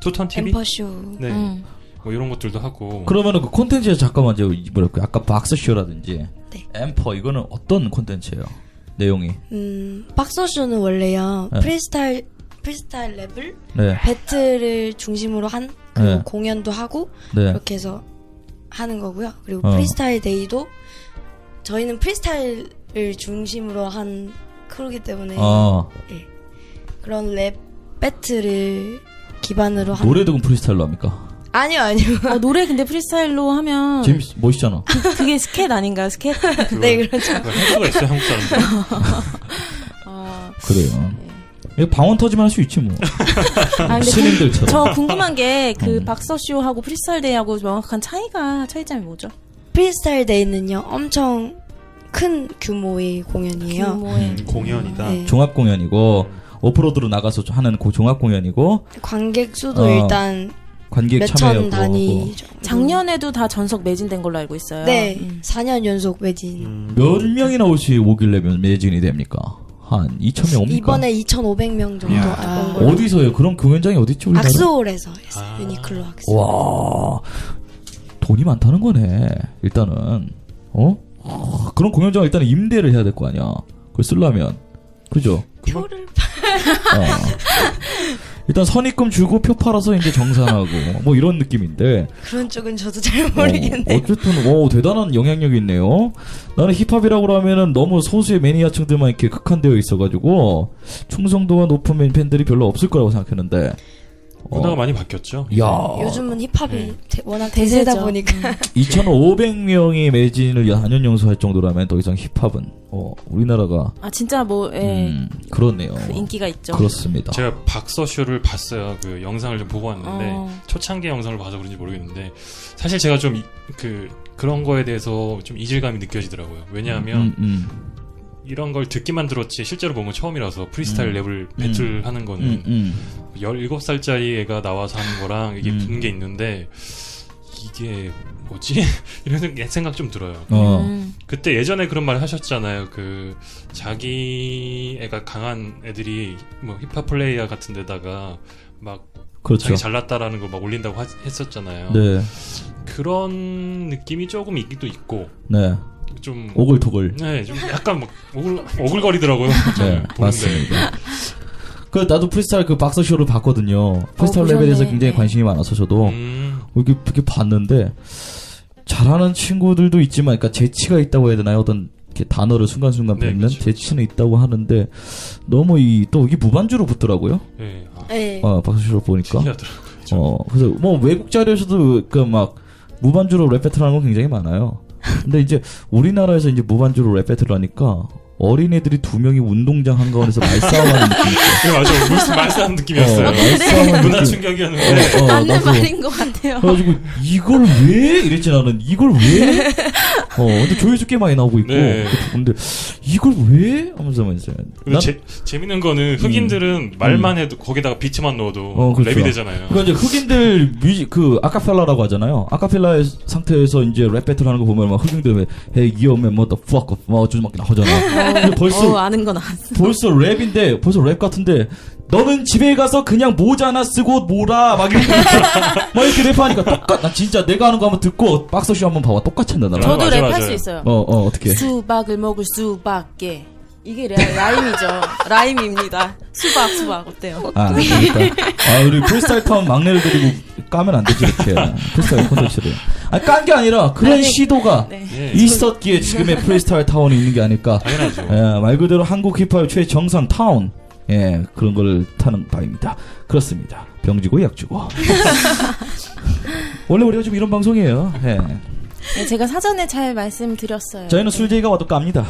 [SPEAKER 4] 투턴 TV?
[SPEAKER 5] 엠퍼쇼
[SPEAKER 4] 네.
[SPEAKER 3] 음.
[SPEAKER 4] 뭐 이런 것들도 하고
[SPEAKER 2] 그러면은 그 콘텐츠에서 잠깐만 제가 뭐랄까 아까 박스쇼라든지
[SPEAKER 5] 네.
[SPEAKER 2] 엠퍼 이거는 어떤 콘텐츠예요? 내용이.
[SPEAKER 5] 음 박서쇼는 원래요
[SPEAKER 2] 네.
[SPEAKER 5] 프리스타일 프리스타일 랩을
[SPEAKER 2] 네.
[SPEAKER 5] 배틀을 중심으로 한 그리고
[SPEAKER 2] 네.
[SPEAKER 5] 공연도 하고
[SPEAKER 2] 네.
[SPEAKER 5] 그렇게 해서 하는 거고요. 그리고
[SPEAKER 2] 어.
[SPEAKER 5] 프리스타일 데이도 저희는 프리스타일을 중심으로 한 크루기 때문에 예.
[SPEAKER 2] 아,
[SPEAKER 5] 그런 랩 배틀을 기반으로 한
[SPEAKER 2] 노래도 그럼 프리스타일로 합니까?
[SPEAKER 5] 아니요 아니요
[SPEAKER 3] 어, 노래 근데 프리스타일로 하면
[SPEAKER 2] 재밌 멋있잖아.
[SPEAKER 3] 그게 스캣 아닌가요 스캣
[SPEAKER 4] 그거-
[SPEAKER 5] 네 그렇죠.
[SPEAKER 4] 그거 할 수가 있어요 한국 사람들.
[SPEAKER 3] 어,
[SPEAKER 2] 그래요.
[SPEAKER 3] 네.
[SPEAKER 2] 이거 방언 터지만 할 수 있지 뭐.
[SPEAKER 3] 아, 근데
[SPEAKER 2] 스님들처럼.
[SPEAKER 3] 저 궁금한 게 그
[SPEAKER 2] 음.
[SPEAKER 3] 박서쇼하고 프리스타일 데이하고 명확한 차이가 차이점이 뭐죠?
[SPEAKER 5] 프리스타일 데이는요 엄청 큰 규모의 공연이에요.
[SPEAKER 3] 규모의
[SPEAKER 4] 음, 공연이다.
[SPEAKER 5] 네.
[SPEAKER 2] 종합 공연이고 오프로드로 나가서 하는 그 종합 공연이고
[SPEAKER 5] 그 관객 수도
[SPEAKER 2] 어,
[SPEAKER 5] 일단
[SPEAKER 2] 관객
[SPEAKER 5] 몇 천
[SPEAKER 2] 참여였고
[SPEAKER 5] 단위 정도.
[SPEAKER 3] 작년에도 다 전석 매진된 걸로 알고 있어요.
[SPEAKER 5] 네
[SPEAKER 3] 음.
[SPEAKER 5] 4년 연속 매진
[SPEAKER 4] 음,
[SPEAKER 2] 몇 명이나 오시 오길래 몇 매진이 됩니까? 한 2천 명 옵니까?
[SPEAKER 5] 이번에 2,500명 정도
[SPEAKER 4] 야.
[SPEAKER 5] 온 걸로
[SPEAKER 2] 어디서요? 그런 공연장이 어디죠? 우리나라?
[SPEAKER 5] 악스홀에서 했어요.
[SPEAKER 4] 아.
[SPEAKER 5] 유니클로 악스.
[SPEAKER 2] 와 돈이 많다는 거네 일단은 어 아, 그런 공연장 일단은 임대를 해야 될 거 아니야 그걸 쓰려면 그죠
[SPEAKER 5] 표를
[SPEAKER 2] 어. 일단 선입금 주고 표 팔아서 이제 정산하고 뭐 이런 느낌인데
[SPEAKER 5] 그런 쪽은 저도 잘
[SPEAKER 2] 어,
[SPEAKER 5] 모르겠네요.
[SPEAKER 2] 어쨌든 오 대단한 영향력이 있네요. 나는 힙합이라고 하면은 너무 소수의 매니아층들만 이렇게 극한되어 있어가지고 충성도가 높은 팬들이 별로 없을 거라고 생각했는데 어,
[SPEAKER 4] 문화가 많이 바뀌었죠.
[SPEAKER 2] 야
[SPEAKER 5] 요즘은 힙합이
[SPEAKER 4] 네.
[SPEAKER 5] 대- 워낙 대세다
[SPEAKER 3] 대세죠.
[SPEAKER 5] 보니까
[SPEAKER 2] 2,500명이 매진을 단연 영수할 정도라면 더 이상 힙합은 어, 우리나라가
[SPEAKER 3] 아 진짜 뭐 예,
[SPEAKER 2] 음, 그렇네요.
[SPEAKER 3] 그 인기가 있죠.
[SPEAKER 2] 그렇습니다.
[SPEAKER 4] 제가 박서쇼를 봤어요. 그 영상을 좀 보고 왔는데
[SPEAKER 3] 어.
[SPEAKER 4] 초창기 영상을 봐서 그런지 모르겠는데 사실 제가 좀 그 그런 거에 대해서 좀 이질감이 느껴지더라고요. 왜냐하면
[SPEAKER 2] 음, 음.
[SPEAKER 4] 이런 걸 듣기만 들었지 실제로 본 건 처음이라서 프리스타일 랩을 배틀하는 거는
[SPEAKER 2] 음, 음.
[SPEAKER 4] 17살짜리 애가 나와서 하는 거랑 이게
[SPEAKER 2] 음.
[SPEAKER 4] 붙는 게 있는데 이게 뭐지? 이런 생- 생각 좀 들어요.
[SPEAKER 2] 어.
[SPEAKER 3] 음.
[SPEAKER 4] 그때 예전에 그런 말 하셨잖아요. 그 자기 애가 강한 애들이 뭐 힙합 플레이어 같은 데다가 막
[SPEAKER 2] 그렇죠.
[SPEAKER 4] 자기 잘났다라는 거 막 올린다고 하- 했었잖아요.
[SPEAKER 2] 네.
[SPEAKER 4] 그런 느낌이 조금 있기도 있고
[SPEAKER 2] 네.
[SPEAKER 4] 좀
[SPEAKER 2] 오글토글.
[SPEAKER 4] 네, 좀 약간 막 오글 오글거리더라고요.
[SPEAKER 2] 네,
[SPEAKER 4] 보는데.
[SPEAKER 2] 맞습니다. 그 나도 프리스타일 그 박서쇼를 봤거든요. 프리스타일 랩에
[SPEAKER 3] 어, 보셨네.
[SPEAKER 2] 대해서 굉장히
[SPEAKER 3] 네.
[SPEAKER 2] 관심이 많아서 저도
[SPEAKER 4] 음,
[SPEAKER 2] 이렇게, 이렇게 봤는데 잘하는 친구들도 있지만, 그러니까 재치가 있다고 해야 되나요? 어떤 이렇게 단어를 순간순간
[SPEAKER 4] 네,
[SPEAKER 2] 뱉는
[SPEAKER 4] 그렇죠.
[SPEAKER 2] 재치는 있다고 하는데 너무 이 또 이게 무반주로 붙더라고요.
[SPEAKER 4] 네, 아,
[SPEAKER 3] 예.
[SPEAKER 5] 네.
[SPEAKER 2] 어, 박서쇼를 보니까.
[SPEAKER 4] 신기하더라고요. 좀.
[SPEAKER 2] 어, 그래서 뭐 외국 자료에서도 그 막 무반주로 랩 배틀하는 건 굉장히 많아요. 근데 이제 우리나라에서 이제 무반주로 랩 배틀을 하니까 어린애들이 두 명이 운동장 한가운데서 말싸움하는 느낌.
[SPEAKER 4] 네, 맞아요. 무슨 말싸움 느낌이었어요.
[SPEAKER 2] 어, 말싸움하는
[SPEAKER 4] 문화
[SPEAKER 2] 느낌.
[SPEAKER 4] 충격이었는데
[SPEAKER 2] 어,
[SPEAKER 3] 맞는
[SPEAKER 2] 나도
[SPEAKER 3] 말인 것 같아요.
[SPEAKER 2] 그래가지고 이걸 왜 이랬지 나는 이걸 왜? 어, 근데 조회수 꽤 많이 나오고 있고.
[SPEAKER 4] 네.
[SPEAKER 2] 근데 이걸 왜? 하면서 막 있어요.
[SPEAKER 4] 근데
[SPEAKER 2] 난- 음.
[SPEAKER 4] 재, 재밌는 거는 흑인들은 말만 해도 거기다가 비트만 넣어도
[SPEAKER 2] 어, 그렇죠.
[SPEAKER 4] 랩이 되잖아요.
[SPEAKER 2] 그러니까 이제 흑인들 뮤직 그 아카펠라라고 하잖아요. 아카펠라의 상태에서 이제 랩 배틀 하는 거 보면 막 흑인들 막 헤이 이어맨 뭐더 fuck up 막 어쩌고 막 나오잖아. 근데 벌써
[SPEAKER 3] 어, 아는 거 나왔어.
[SPEAKER 2] 벌써 랩인데 벌써 랩 같은데 너는 집에 가서 그냥 모자 하나 쓰고 놀아 막 이렇게 막 이렇게 랩하니까 똑같. 나 진짜 내가 하는 거 한번 듣고 박서쇼 한번 봐봐. 똑같이 한다 나.
[SPEAKER 4] 저-
[SPEAKER 3] 저도
[SPEAKER 4] 맞아요,
[SPEAKER 3] 랩 할
[SPEAKER 4] 맞아요.
[SPEAKER 3] 수 있어요.
[SPEAKER 2] 어어 어떻게?
[SPEAKER 3] 수박을 먹을 수밖에. 이게 라, 라임이죠. 라임입니다. 수박, 수박. 어때요?
[SPEAKER 2] 아, 그러니까. 아, 우리 프리스타일 타운 막내를 데리고 까면 안 되지, 이렇게. 프리스타일 콘텐츠를. 아, 깐 게 아니라, 그런
[SPEAKER 3] 아니,
[SPEAKER 2] 시도가
[SPEAKER 3] 네.
[SPEAKER 4] 예,
[SPEAKER 2] 있었기에 지금의 프리스타일 타운이 있는 게 아닐까.
[SPEAKER 4] 당연하죠.
[SPEAKER 2] 예, 말 그대로 한국 힙합 최정상 타운. 예, 그런 걸 타는 바입니다. 그렇습니다. 병지고 약주고. 원래 우리가 좀 이런 방송이에요. 예.
[SPEAKER 3] 네, 제가 사전에 잘 말씀드렸어요.
[SPEAKER 2] 저희는 술제이가 와도 깝니다.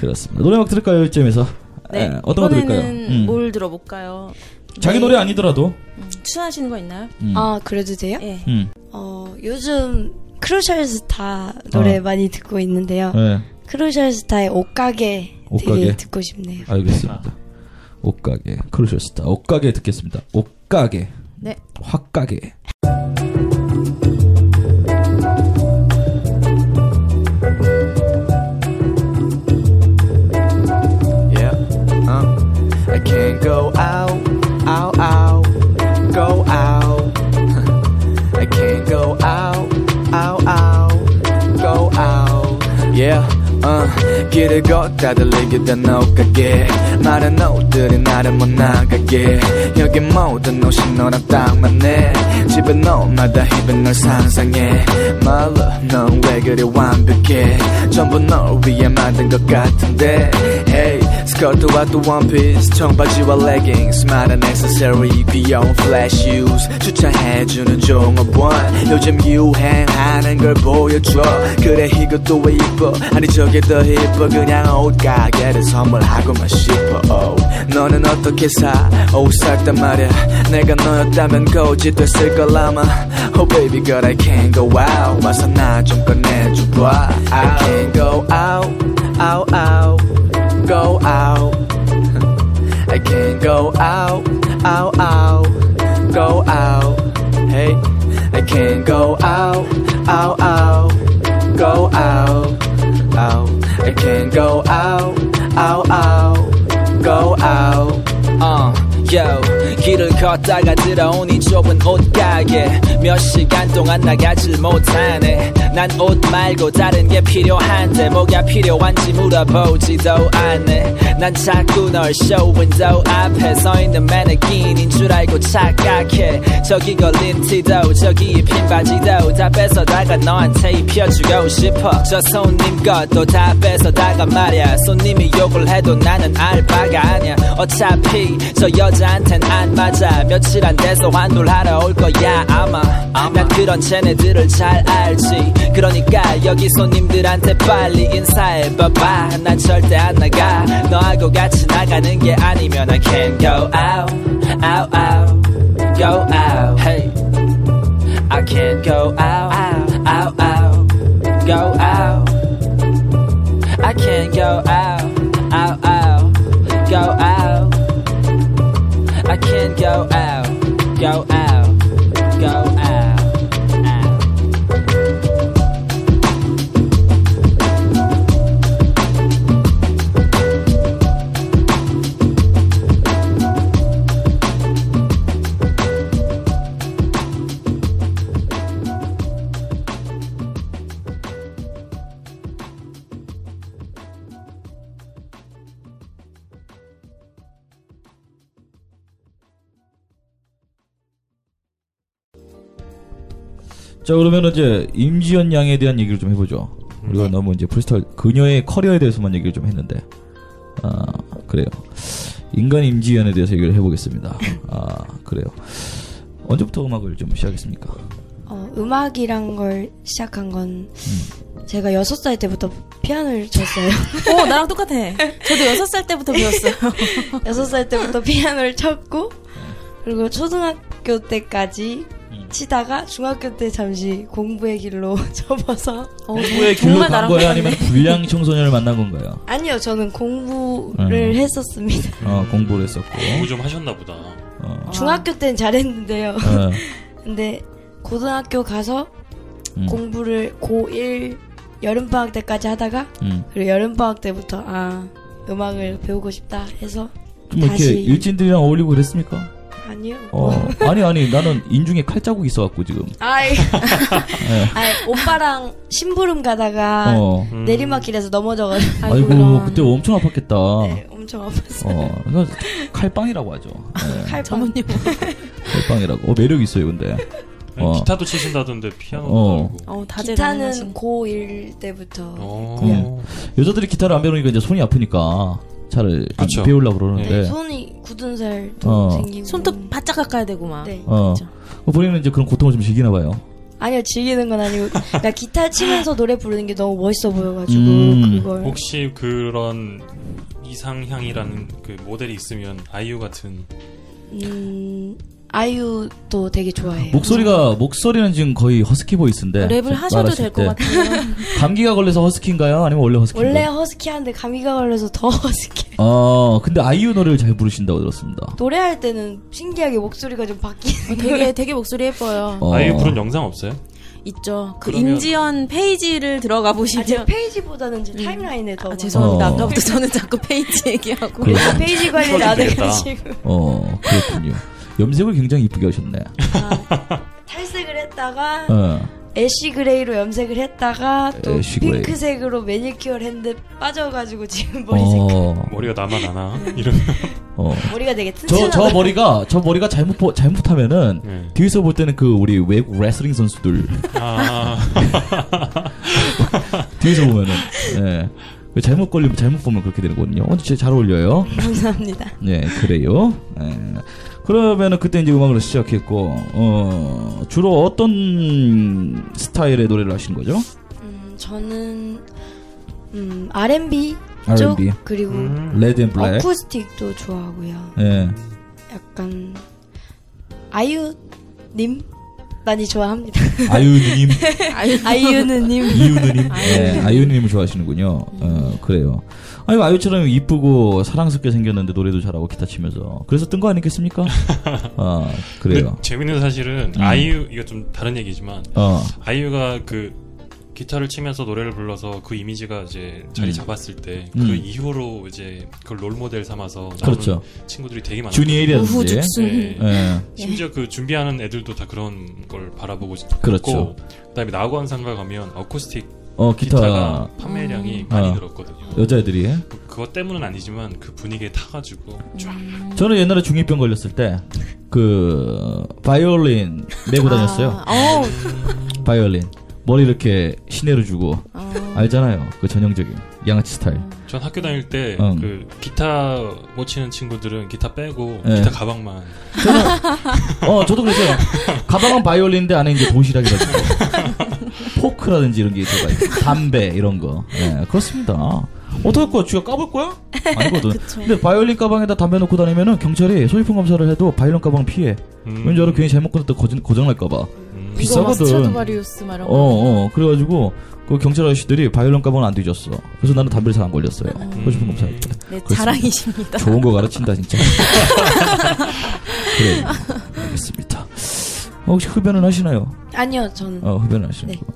[SPEAKER 2] 그렇습니다. 노래 막 들을까요, 이쯤에서?
[SPEAKER 3] 네,
[SPEAKER 2] 예, 어떤 거 들을까요?
[SPEAKER 3] 이번에는
[SPEAKER 2] 음.
[SPEAKER 3] 뭘 들어볼까요?
[SPEAKER 2] 자기
[SPEAKER 3] 네,
[SPEAKER 2] 노래 아니더라도.
[SPEAKER 3] 음, 추천하시는 거 있나요?
[SPEAKER 2] 음.
[SPEAKER 5] 아, 그래도 돼요?
[SPEAKER 3] 예.
[SPEAKER 2] 음.
[SPEAKER 5] 어, 요즘 크루셜스타 노래
[SPEAKER 2] 어.
[SPEAKER 5] 많이 듣고 있는데요.
[SPEAKER 2] 예.
[SPEAKER 5] 크루셜스타의 옷가게,
[SPEAKER 2] 옷가게.
[SPEAKER 5] 되게 듣고 싶네요.
[SPEAKER 2] 알겠습니다. 옷가게 그러셨습니다. 옷가게 듣겠습니다. 옷가게.
[SPEAKER 3] 네.
[SPEAKER 2] 확가게.
[SPEAKER 6] Yeah. Uh. I can't go out, out, out, go out. I can't go out, out, out, go out. Yeah. Uh, 길을 걷다들 내게다 나오게 많은 옷들이 나를 못 나가게 여기 모든 옷이 너랑 딱 맞네 집에 너마다 입은 널 상상해 My love 넌왜 그리 완벽해 전부 널 위해 만든 것 같은데 Hey 스커트와 또 원피스 청바지와 레깅스 많은 액세서리 귀여운 플래시 shoes 추천해주는 종업원 요즘 유행하는 걸 보여줘 그래 이것도 왜 이뻐 아니 저게 더 이뻐 그냥 옷가게를 선물하고만 싶어 oh. 너는 어떻게 사옷살단 말야 내가 너였다면 거지 됐을 걸 아마 Oh baby girl I can't go out 와서 나 좀 꺼내줘봐 I can't go out out out go out I can't go out, out, out, go out. Hey, I can't go out, out, out, go out, out. I can't go out, out, out, go out.
[SPEAKER 7] 어, yo, 길을 걷다가 들어오니 좁은 옷가게 몇 시간 동안 나가질 못하네 난 옷 말고 다른 게 필요한데 뭐가 필요한지 물어보지도 않네 난 자꾸 널 쇼윈도우 앞에 서 있는 매니킨인 줄 알고 착각해 저기 걸린 티도 저기 입힌 바지도 다 뺏어다가 너한테 입혀주고 싶어 저 손님 것도 다 뺏어다가 말야 손님이 욕을 해도 나는 알바가 아니야 어차피 저 여자한텐 안 맞아 며칠 안 돼서 환불하러 올 거야 아마 난 그런 쟤네들을 잘 알지 그러니까 여기 손님들한테 빨리 인사해 봐봐 난 절대 안 나가 너하고 같이 나가는 게 아니면 I can't go out out out go out hey I can't go out out out out go out I can't go out go out, go out, go out, out.
[SPEAKER 2] 자 그러면 이제 임지연 양에 대한 얘기를 좀 해보죠. 우리가
[SPEAKER 4] 네.
[SPEAKER 2] 너무 이제 프리스타일 그녀의 커리어에 대해서만 얘기를 좀 했는데 아 그래요. 인간 임지연에 대해서 얘기를 해보겠습니다. 아 그래요. 언제부터 음악을 좀 시작했습니까?
[SPEAKER 5] 어, 음악이란 걸 시작한 건
[SPEAKER 2] 음.
[SPEAKER 5] 제가 6살 때부터 피아노를 쳤어요.
[SPEAKER 3] 오, 나랑 똑같아. 저도 여섯 살 때부터 배웠어요.
[SPEAKER 5] 6살 때부터 피아노를 쳤고 그리고 초등학교 때까지
[SPEAKER 2] 음.
[SPEAKER 5] 치다가 중학교 때 잠시 공부의 길로 접어서
[SPEAKER 3] 어,
[SPEAKER 2] 공부의 길로
[SPEAKER 3] 정말
[SPEAKER 2] 간
[SPEAKER 3] 나랑
[SPEAKER 2] 거예요?
[SPEAKER 3] 똑같네.
[SPEAKER 2] 아니면 불량 청소년을 만난 건가요?
[SPEAKER 5] 아니요 저는 공부를
[SPEAKER 2] 음.
[SPEAKER 5] 했었습니다.
[SPEAKER 2] 어 공부를 했었고
[SPEAKER 4] 공부 좀 하셨나 보다.
[SPEAKER 2] 어,
[SPEAKER 5] 중학교 때는 잘했는데요.
[SPEAKER 2] 어,
[SPEAKER 5] 근데 고등학교 가서
[SPEAKER 2] 음,
[SPEAKER 5] 공부를 고1 여름방학 때까지 하다가
[SPEAKER 2] 음.
[SPEAKER 5] 그리고 여름방학 때부터 아 음악을 배우고 싶다 해서
[SPEAKER 2] 좀뭐 이렇게
[SPEAKER 5] 다시.
[SPEAKER 2] 일진들이랑 어울리고 그랬습니까?
[SPEAKER 5] 아니요.
[SPEAKER 2] 어 아니 아니 나는 인중에 칼자국이 있어갖고 지금
[SPEAKER 5] 아이,
[SPEAKER 2] 예.
[SPEAKER 5] 아이 오빠랑 심부름 가다가
[SPEAKER 2] 어
[SPEAKER 4] 음.
[SPEAKER 5] 내리막길에서 넘어져가지고
[SPEAKER 2] 아이고
[SPEAKER 3] 그럼.
[SPEAKER 2] 그때 엄청 아팠겠다.
[SPEAKER 5] 네, 엄청 아팠어요.
[SPEAKER 2] 어, 그래서 칼빵이라고 하죠. 네,
[SPEAKER 5] 칼빵.
[SPEAKER 3] 전무님.
[SPEAKER 2] 칼빵이라고. 어, 매력 있어요, 근데.
[SPEAKER 4] 아니,
[SPEAKER 2] 어.
[SPEAKER 4] 기타도 치신다던데 피아노도
[SPEAKER 2] 어.
[SPEAKER 4] 알고.
[SPEAKER 3] 어, 다재
[SPEAKER 5] 기타는 고1 때부터
[SPEAKER 4] 어.
[SPEAKER 2] 음. 여자들이 기타를 안 배우니까 이제 손이 아프니까 차를 안
[SPEAKER 4] 그쵸.
[SPEAKER 2] 배우려고
[SPEAKER 5] 네,
[SPEAKER 2] 그러는데.
[SPEAKER 4] 예.
[SPEAKER 2] 되게-
[SPEAKER 5] 손이 굳은 살도
[SPEAKER 2] 어.
[SPEAKER 5] 생기고
[SPEAKER 3] 손톱 바짝 깎아야 되고 막.
[SPEAKER 5] 네.
[SPEAKER 2] 어.
[SPEAKER 3] 그렇죠.
[SPEAKER 2] 어, 본인은 이제 그런 고통을 좀 즐기나 봐요.
[SPEAKER 5] 아니요 즐기는 건 아니고 나 기타 치면서 노래 부르는 게 너무 멋있어 보여가지고
[SPEAKER 2] 음.
[SPEAKER 5] 그걸
[SPEAKER 4] 혹시 그런 이상향이라는 그 모델이 있으면 아이유 같은
[SPEAKER 5] 음, 아이유도 되게 좋아해요. 음.
[SPEAKER 2] 목소리가, 목소리는 지금 거의 허스키 보이스인데.
[SPEAKER 3] 네. 랩을 하셔도
[SPEAKER 2] 말하실
[SPEAKER 3] 될 것
[SPEAKER 2] 때
[SPEAKER 3] 같아요.
[SPEAKER 2] 감기가 걸려서 허스키인가요? 아니면 원래 허스키인가요?
[SPEAKER 5] 원래 허스키한데 감기가 걸려서 더 허스키.
[SPEAKER 2] 어, 근데 아이유 노래를 잘 부르신다고 들었습니다.
[SPEAKER 5] 노래할 때는 신기하게 목소리가 좀 바뀌는.
[SPEAKER 3] 어, 되게 되게 목소리 예뻐요.
[SPEAKER 2] 어,
[SPEAKER 4] 아이유 부른 영상 없어요?
[SPEAKER 3] 있죠. 그
[SPEAKER 4] 그러면-
[SPEAKER 3] 임지연 페이지를 들어가 보시면.
[SPEAKER 5] 아, 제 페이지보다는 제 타임라인에 더.
[SPEAKER 3] 아,
[SPEAKER 5] 많아요.
[SPEAKER 3] 죄송합니다.
[SPEAKER 2] 어. 그렇죠.
[SPEAKER 3] 아까부터 저는 자꾸 페이지 얘기하고.
[SPEAKER 2] 그래요?
[SPEAKER 5] 페이지 아, 관리를 안
[SPEAKER 4] 되겠다.
[SPEAKER 5] 해가지고
[SPEAKER 2] 어, 그렇군요. 염색을 굉장히 이쁘게 하셨네.
[SPEAKER 5] 탈색을 했다가
[SPEAKER 2] 어.
[SPEAKER 5] 애쉬 그레이로 염색을 했다가 또
[SPEAKER 2] 애쉬 그레이.
[SPEAKER 5] 핑크색으로 매니큐어를 했는데 빠져가지고 지금 머리 색깔
[SPEAKER 2] 어,
[SPEAKER 4] 머리가 나만 아나?
[SPEAKER 5] 네.
[SPEAKER 4] 이러면
[SPEAKER 2] 어.
[SPEAKER 5] 머리가 되게 튼튼하다.
[SPEAKER 2] 저, 저 머리가, 저 머리가 잘못, 보- 잘못하면은,
[SPEAKER 4] 네.
[SPEAKER 2] 뒤에서 볼 때는 그 우리 외국 레슬링 선수들
[SPEAKER 4] 아,
[SPEAKER 2] 뒤에서 보면은 예. 그 잘못 걸리면 잘못 보면 그렇게 되거든요. 어, 진짜 잘 어울려요.
[SPEAKER 5] 감사합니다.
[SPEAKER 2] 네, 그래요. 예. 그러면은 그때 이제 음악을 시작했고 어, 주로 어떤 스타일의 노래를 하시는 거죠?
[SPEAKER 5] 음, 저는 음, R&B 쪽
[SPEAKER 2] R&B,
[SPEAKER 5] 그리고
[SPEAKER 4] 음.
[SPEAKER 2] 레드 앤 블랙.
[SPEAKER 5] 어쿠스틱도 좋아하고요.
[SPEAKER 2] 예.
[SPEAKER 5] 약간 아이유님 많이 좋아합니다.
[SPEAKER 2] 아유님,
[SPEAKER 5] 아이유는님
[SPEAKER 2] 이유누님, 예, 아유님을 좋아하시는군요. 어, 그래요. 아니 아유처럼 이쁘고 사랑스럽게 생겼는데 노래도 잘하고 기타 치면서 그래서 뜬 거 아니겠습니까? 아
[SPEAKER 4] 근데
[SPEAKER 2] 그래요.
[SPEAKER 4] 재밌는 사실은
[SPEAKER 2] 음.
[SPEAKER 4] 아이유 이거 좀 다른 얘기지만
[SPEAKER 2] 어,
[SPEAKER 4] 아이유가 그 기타를 치면서 노래를 불러서 그 이미지가 이제 자리
[SPEAKER 2] 음.
[SPEAKER 4] 잡았을 때 그
[SPEAKER 2] 음.
[SPEAKER 4] 이후로 이제 그걸 롤 모델 삼아서 나오는
[SPEAKER 2] 그렇죠.
[SPEAKER 4] 친구들이 되게 많아요. 네.
[SPEAKER 3] 우후
[SPEAKER 2] 주니엘이라든지.
[SPEAKER 3] 죽순.
[SPEAKER 2] 예.
[SPEAKER 4] 심지어 그 준비하는 애들도 다 그런 걸 바라보고
[SPEAKER 2] 그렇죠.
[SPEAKER 4] 있고 그다음에 나우관상가 가면 어쿠스틱
[SPEAKER 2] 어
[SPEAKER 4] 기타가
[SPEAKER 2] 기타
[SPEAKER 4] 판매량이
[SPEAKER 2] 아.
[SPEAKER 4] 많이
[SPEAKER 2] 아.
[SPEAKER 4] 늘었거든요.
[SPEAKER 2] 여자애들이 해?
[SPEAKER 4] 그것 때문은 아니지만 그 분위기에 타가지고 쫙
[SPEAKER 3] 음.
[SPEAKER 2] 저는 옛날에 중이병 걸렸을 때 그 바이올린 메고 다녔어요.
[SPEAKER 3] 아, 어우,
[SPEAKER 2] 바이올린 머리 이렇게 시내로 주고
[SPEAKER 3] 어.
[SPEAKER 2] 알잖아요. 그 전형적인 양아치 스타일.
[SPEAKER 4] 전 학교 다닐 때 그
[SPEAKER 2] 응.
[SPEAKER 4] 기타 못 치는 친구들은 기타 빼고
[SPEAKER 2] 네.
[SPEAKER 4] 기타 가방만
[SPEAKER 2] 어 저도 그랬어요. 가방은 바이올린인데 안에 이제 도시락이라든지 포크라든지 이런 게 들어가 있고 담배 이런 거. 예, 그렇습니다. 어떡할 거야? 쥐가 까볼 거야? 아니거든.
[SPEAKER 3] 그쵸.
[SPEAKER 2] 근데 바이올린 가방에다 담배 넣고 다니면은 경찰이 소지품 검사를 해도 바이올린 가방 피해.
[SPEAKER 4] 음.
[SPEAKER 2] 왠지 알아? 괜히 잘못 끊었다 고정, 고장날까봐.
[SPEAKER 4] 음.
[SPEAKER 2] 비싸.
[SPEAKER 3] 이거 막
[SPEAKER 2] 비싸거든.
[SPEAKER 3] 스트라디바리우스 막 이런 거.
[SPEAKER 2] 어, 어. 그래가지고, 그 경찰 아저씨들이 바이올린 가방은 안 뒤졌어. 그래서 나는 담배를 잘 안 걸렸어요. 소지품 검사할 때.
[SPEAKER 3] 네,
[SPEAKER 2] 그렇습니다.
[SPEAKER 3] 자랑이십니다.
[SPEAKER 2] 좋은 거 가르친다, 진짜. 그래요. 알겠습니다. 어, 혹시 흡연을 하시나요?
[SPEAKER 5] 아니요, 저는
[SPEAKER 2] 어, 흡연을 하시는
[SPEAKER 5] 네.
[SPEAKER 2] 거.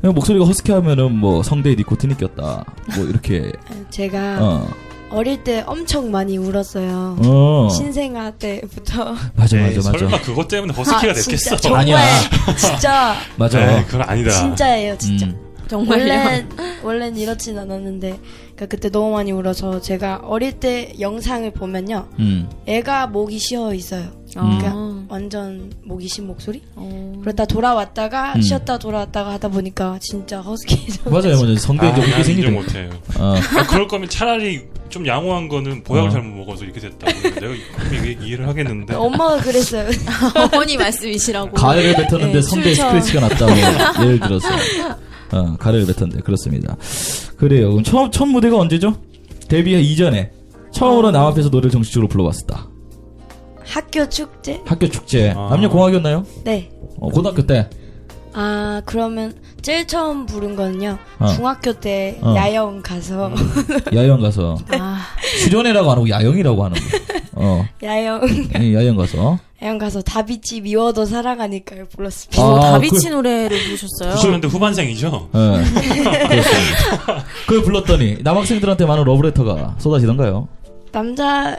[SPEAKER 2] 그냥 목소리가 허스키하면은 뭐 성대에 니코틴이 꼈다. 뭐 이렇게.
[SPEAKER 5] 제가
[SPEAKER 2] 어,
[SPEAKER 5] 어. 릴때 엄청 많이 울었어요.
[SPEAKER 2] 어.
[SPEAKER 5] 신생아 때부터
[SPEAKER 2] 맞아,
[SPEAKER 4] 에이,
[SPEAKER 2] 맞아, 맞아.
[SPEAKER 4] 네, 설마 그것 때문에 허스키가
[SPEAKER 5] 아,
[SPEAKER 4] 됐겠어?
[SPEAKER 5] 진짜, 정말
[SPEAKER 2] 아니야.
[SPEAKER 5] 진짜
[SPEAKER 2] 맞아.
[SPEAKER 4] 에이, 그건 아니다.
[SPEAKER 5] 진짜예요, 진짜.
[SPEAKER 2] 음.
[SPEAKER 3] 정말요?
[SPEAKER 5] 원래 원래는 이렇진 않았는데 그러니까 그때 너무 많이 울어서 제가 어릴 때 영상을 보면요
[SPEAKER 2] 음.
[SPEAKER 5] 애가 목이 쉬어 있어요 그러니까
[SPEAKER 3] 아.
[SPEAKER 5] 완전 목이 쉰 목소리
[SPEAKER 3] 어.
[SPEAKER 5] 그러다 돌아왔다가
[SPEAKER 2] 음.
[SPEAKER 5] 쉬었다 돌아왔다가 하다 보니까 진짜 허스키해져
[SPEAKER 2] 맞아요, 맞아요. 성대
[SPEAKER 4] 아,
[SPEAKER 2] 이제
[SPEAKER 4] 난
[SPEAKER 2] 그게
[SPEAKER 4] 인정
[SPEAKER 2] 생기더라고.
[SPEAKER 4] 못해요.
[SPEAKER 2] 어.
[SPEAKER 4] 아, 그럴 거면 차라리 좀 양호한 거는 보약을
[SPEAKER 2] 어.
[SPEAKER 4] 잘못 먹어서 이렇게 됐다고. 내가 이- 그럼 이게 이해를 하겠는데.
[SPEAKER 5] 엄마가 그랬어요
[SPEAKER 3] 어머니 말씀이시라고.
[SPEAKER 2] 가래를 뱉었는데
[SPEAKER 5] 네,
[SPEAKER 3] 예,
[SPEAKER 2] 성대에
[SPEAKER 3] 출처.
[SPEAKER 2] 스크래치가 났다고. 예를 들어서. 어, 가래를 뱉었는데. 그렇습니다. 그래요. 그럼 처음, 첫 무대가 언제죠? 데뷔 이전에.
[SPEAKER 5] 아.
[SPEAKER 2] 처음으로 남 앞에서 노래를 정식적으로 불러봤었다.
[SPEAKER 5] 학교 축제
[SPEAKER 2] 학교 축제.
[SPEAKER 4] 아.
[SPEAKER 2] 남녀공학이었나요?
[SPEAKER 5] 네
[SPEAKER 2] 어, 고등학교 때.
[SPEAKER 5] 아 그러면 제일 처음 부른 거는요
[SPEAKER 2] 어.
[SPEAKER 5] 중학교 때
[SPEAKER 2] 어.
[SPEAKER 5] 야영 가서
[SPEAKER 2] 야영 가서.
[SPEAKER 3] 음. 아,
[SPEAKER 2] 수련회라고 안 하고 야영이라고 하는 거. 어.
[SPEAKER 5] 야영
[SPEAKER 2] 예, 야영 가서.
[SPEAKER 5] 야영 가서 다비치 미워도 사랑하니까요 불렀습니다
[SPEAKER 3] 뭐
[SPEAKER 2] 아,
[SPEAKER 3] 다비치 노래를 부르셨어요?
[SPEAKER 4] 90년대 후반생이죠?
[SPEAKER 2] 예. 그렇습니다. 그걸 불렀더니 남학생들한테 많은 러브레터가 쏟아지던가요?
[SPEAKER 5] 남자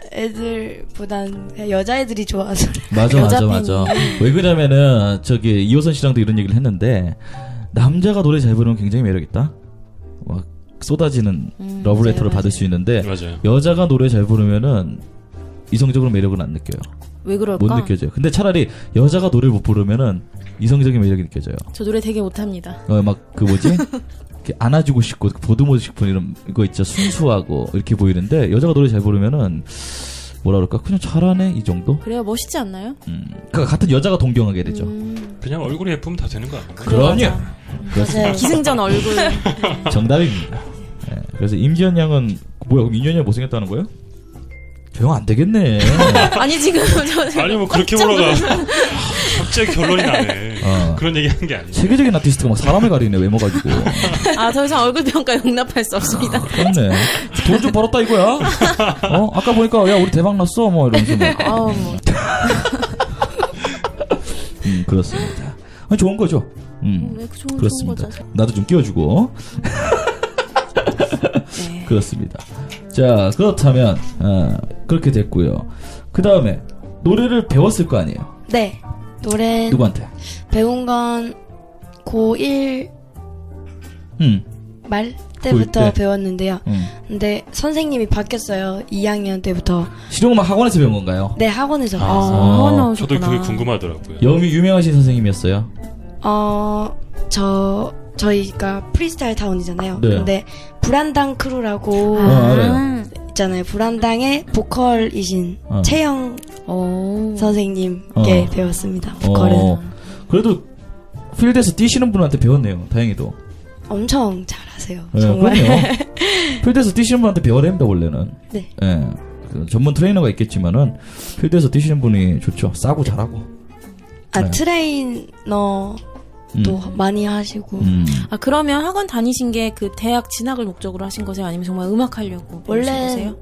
[SPEAKER 5] 애들보단 여자 애들이 좋아서
[SPEAKER 2] 맞아 맞아
[SPEAKER 3] 여자
[SPEAKER 2] 맞아. 왜 그러냐면은 저기 이호선 씨랑도 이런 얘기를 했는데 남자가 노래 잘 부르면 굉장히 매력 있다. 막 쏟아지는
[SPEAKER 3] 음,
[SPEAKER 2] 러브레터를
[SPEAKER 3] 맞아요,
[SPEAKER 2] 받을 수 있는데
[SPEAKER 4] 맞아요.
[SPEAKER 2] 여자가 노래 잘 부르면은 이성적으로 매력은 안 느껴요.
[SPEAKER 3] 왜 그럴까?
[SPEAKER 2] 못 느껴져요. 근데 차라리 여자가 노래를 못 부르면은 이성적인 매력이 느껴져요.
[SPEAKER 3] 저 노래 되게 못합니다.
[SPEAKER 2] 어, 막 그 뭐지? 이렇게 안아주고 싶고 보듬어 싶은 이런 거 있죠. 순수하고 이렇게 보이는데 여자가 노래 잘 부르면은 뭐라 그럴까? 그냥 잘하네 이 정도.
[SPEAKER 3] 그래요? 멋있지 않나요?
[SPEAKER 2] 음. 그러니까 같은 여자가 동경하게 되죠.
[SPEAKER 3] 음,
[SPEAKER 4] 그냥 얼굴이 예쁘면 다 되는 거 아닌가요?
[SPEAKER 2] 그럼요.
[SPEAKER 3] 맞아.
[SPEAKER 5] 맞아요.
[SPEAKER 3] 네, 기승전 얼굴.
[SPEAKER 2] 정답입니다. 예, 그래서 임지연 양은 뭐야? 그럼 인연이 못생겼다는 거예요? 조용 안 되겠네.
[SPEAKER 3] 아니 지금 저
[SPEAKER 4] 아니 뭐 그렇게 올라가 갑자기 결론이 나네
[SPEAKER 2] 어.
[SPEAKER 4] 그런 얘기 한 게 아니죠
[SPEAKER 2] 세계적인 아티스트가 막 사람을 가리네 외모 가지고.
[SPEAKER 3] 아, 더 이상 얼굴 평가 용납할 수 없습니다.
[SPEAKER 2] 그렇네. 돈 좀 벌었다 이거야. 어? 아까 보니까 야 우리 대박 났어 뭐 이러면서 막
[SPEAKER 3] 아우 뭐.
[SPEAKER 2] 음, 그렇습니다. 아니, 좋은 거죠. 음,
[SPEAKER 3] 왜 좋은 좋은
[SPEAKER 2] 그렇습니다.
[SPEAKER 3] 거죠?
[SPEAKER 2] 나도 좀 끼워주고.
[SPEAKER 3] 네.
[SPEAKER 2] 그렇습니다. 자, 그렇다면, 어, 그렇게 됐고요. 그 다음에, 노래를 배웠을 거 아니에요?
[SPEAKER 5] 네 노래
[SPEAKER 2] 누구한테?
[SPEAKER 5] 배운 건 고1
[SPEAKER 2] 음,
[SPEAKER 5] 말 때부터
[SPEAKER 2] 때?
[SPEAKER 5] 배웠는데요.
[SPEAKER 2] 음.
[SPEAKER 5] 근데 선생님이 바뀌었어요. 2학년 때부터.
[SPEAKER 2] 실용음악 학원에서 배운 건가요?
[SPEAKER 5] 네, 학원에서
[SPEAKER 3] 아,
[SPEAKER 5] 배웠어요.
[SPEAKER 3] 어, 나오셨구나.
[SPEAKER 4] 저도 그게 궁금하더라고요
[SPEAKER 2] 영미 유명하신 선생님이었어요.
[SPEAKER 5] 어, 저, 저희가 프리스타일 타운이잖아요.
[SPEAKER 2] 네.
[SPEAKER 5] 근데 불안당 크루라고
[SPEAKER 2] 어, 알아요.
[SPEAKER 5] 있잖아요. 불안당의 보컬이신
[SPEAKER 2] 어.
[SPEAKER 5] 채영
[SPEAKER 3] 오.
[SPEAKER 5] 선생님께
[SPEAKER 3] 네,
[SPEAKER 2] 어.
[SPEAKER 5] 배웠습니다. 보컬은
[SPEAKER 2] 어, 그래도, 필드에서 뛰시는 분한테 배웠네요. 다행히도.
[SPEAKER 5] 엄청 잘하세요.
[SPEAKER 2] 예,
[SPEAKER 5] 정말.
[SPEAKER 2] 그럼요. 필드에서 뛰시는 분한테 배워야 됩니다, 원래는.
[SPEAKER 5] 네.
[SPEAKER 2] 예. 그 전문 트레이너가 있겠지만은, 필드에서 뛰시는 분이 좋죠. 싸고 잘하고.
[SPEAKER 5] 아,
[SPEAKER 2] 네.
[SPEAKER 5] 트레이너도
[SPEAKER 2] 음.
[SPEAKER 5] 많이 하시고.
[SPEAKER 2] 음.
[SPEAKER 3] 아 그러면 학원 다니신 게 그 대학 진학을 목적으로 하신 거세요? 아니면 정말 음악 하려고 배우신
[SPEAKER 5] 원래
[SPEAKER 3] 거세요?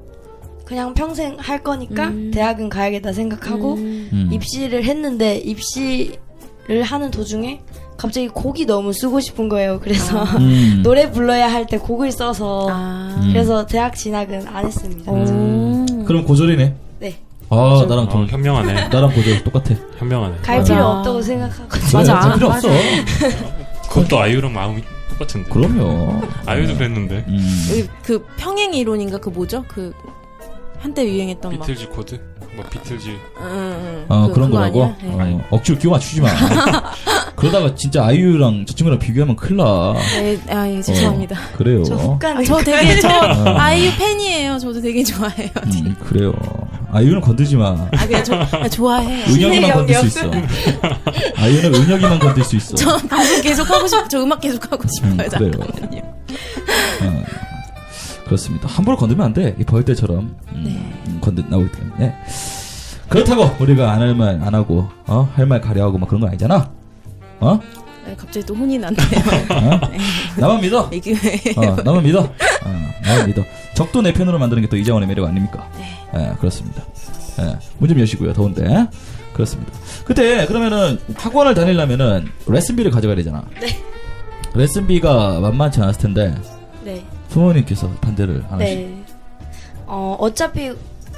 [SPEAKER 5] 그냥 평생 할 거니까
[SPEAKER 3] 음.
[SPEAKER 5] 대학은 가야겠다 생각하고
[SPEAKER 3] 음.
[SPEAKER 2] 음.
[SPEAKER 5] 입시를 했는데 입시를 하는 도중에 갑자기 곡이 너무 쓰고 싶은 거예요. 그래서
[SPEAKER 2] 음.
[SPEAKER 5] 노래 불러야 할 때 곡을 써서
[SPEAKER 3] 아.
[SPEAKER 2] 음.
[SPEAKER 5] 그래서 대학 진학은 안 했습니다.
[SPEAKER 3] 오.
[SPEAKER 2] 그럼 고졸이네.
[SPEAKER 5] 네.
[SPEAKER 2] 아, 나랑
[SPEAKER 4] 어,
[SPEAKER 2] 동,
[SPEAKER 4] 현명하네
[SPEAKER 2] 나랑 고졸 똑같아.
[SPEAKER 4] 현명하네
[SPEAKER 5] 갈
[SPEAKER 3] 맞아.
[SPEAKER 5] 필요 없다고 생각하고
[SPEAKER 3] 맞아.
[SPEAKER 2] 그래, 필요 없어.
[SPEAKER 3] 맞아.
[SPEAKER 4] 그것도 아이유랑 마음이 똑같은데
[SPEAKER 2] 그럼요.
[SPEAKER 4] 아이유도 그랬는데
[SPEAKER 2] 음.
[SPEAKER 3] 그- 그 평행 이론인가 그 뭐죠? 그 한때 유행했던 막.
[SPEAKER 4] 비틀즈 코드? 뭐 비틀즈
[SPEAKER 3] 응, 응, 응.
[SPEAKER 2] 어,
[SPEAKER 3] 그-
[SPEAKER 2] 그, 런
[SPEAKER 3] 그거
[SPEAKER 2] 거라고?
[SPEAKER 3] 아니야? 네.
[SPEAKER 2] 어, 억지로 끼워 맞추지 마. 그러다가 진짜 아이유랑 저 친구랑 비교하면 큰일 나.
[SPEAKER 3] 네,
[SPEAKER 2] 어,
[SPEAKER 3] 아예 아예 죄송합니다.
[SPEAKER 2] 그래요.
[SPEAKER 5] 저
[SPEAKER 3] 아,
[SPEAKER 5] 혹간
[SPEAKER 3] 저 되게 저 아이유 팬이에요. 저도 되게 좋아해요.
[SPEAKER 2] 어. 음, 그래요. 아이유는 건들지 마.
[SPEAKER 3] 아 그냥 저 아, 좋아해요.
[SPEAKER 2] 은혁이만 건들 수 있어. 아이유는 은혁이만 건들 수 있어.
[SPEAKER 3] 저 방송 계속 하고 싶, 저 음악 계속 하고 싶어요.
[SPEAKER 2] 음, 그래요.
[SPEAKER 3] 잠깐만요.
[SPEAKER 2] 어, 그렇습니다. 함부로 건들면 안 돼. 이 벌떼처럼 음,
[SPEAKER 3] 네.
[SPEAKER 2] 음, 건들 나오기 때문에 그렇다고 우리가 안 할 말 안 하고 어? 할 말 가려하고 막 그런 거 아니잖아. 어?
[SPEAKER 3] 아, 갑자기 또 혼이 난대요. 네,
[SPEAKER 2] 어? 나만 믿어.
[SPEAKER 3] 이게 왜?
[SPEAKER 2] 어, 나만 믿어. 어, 나만 믿어. 적도 내 편으로 만드는 게 또 이장원의 매력 아닙니까? 네. 그렇습니다. 예, 문좀 여시고요. 예, 더운데. 그렇습니다. 그때 그러면은 학원을 다니려면은 레슨비를 가져가야 되잖아.
[SPEAKER 3] 네.
[SPEAKER 2] 레슨비가 만만치 않았을 텐데
[SPEAKER 3] 네.
[SPEAKER 2] 부모님께서 반대를 안 하시.
[SPEAKER 5] 네. 어, 어차피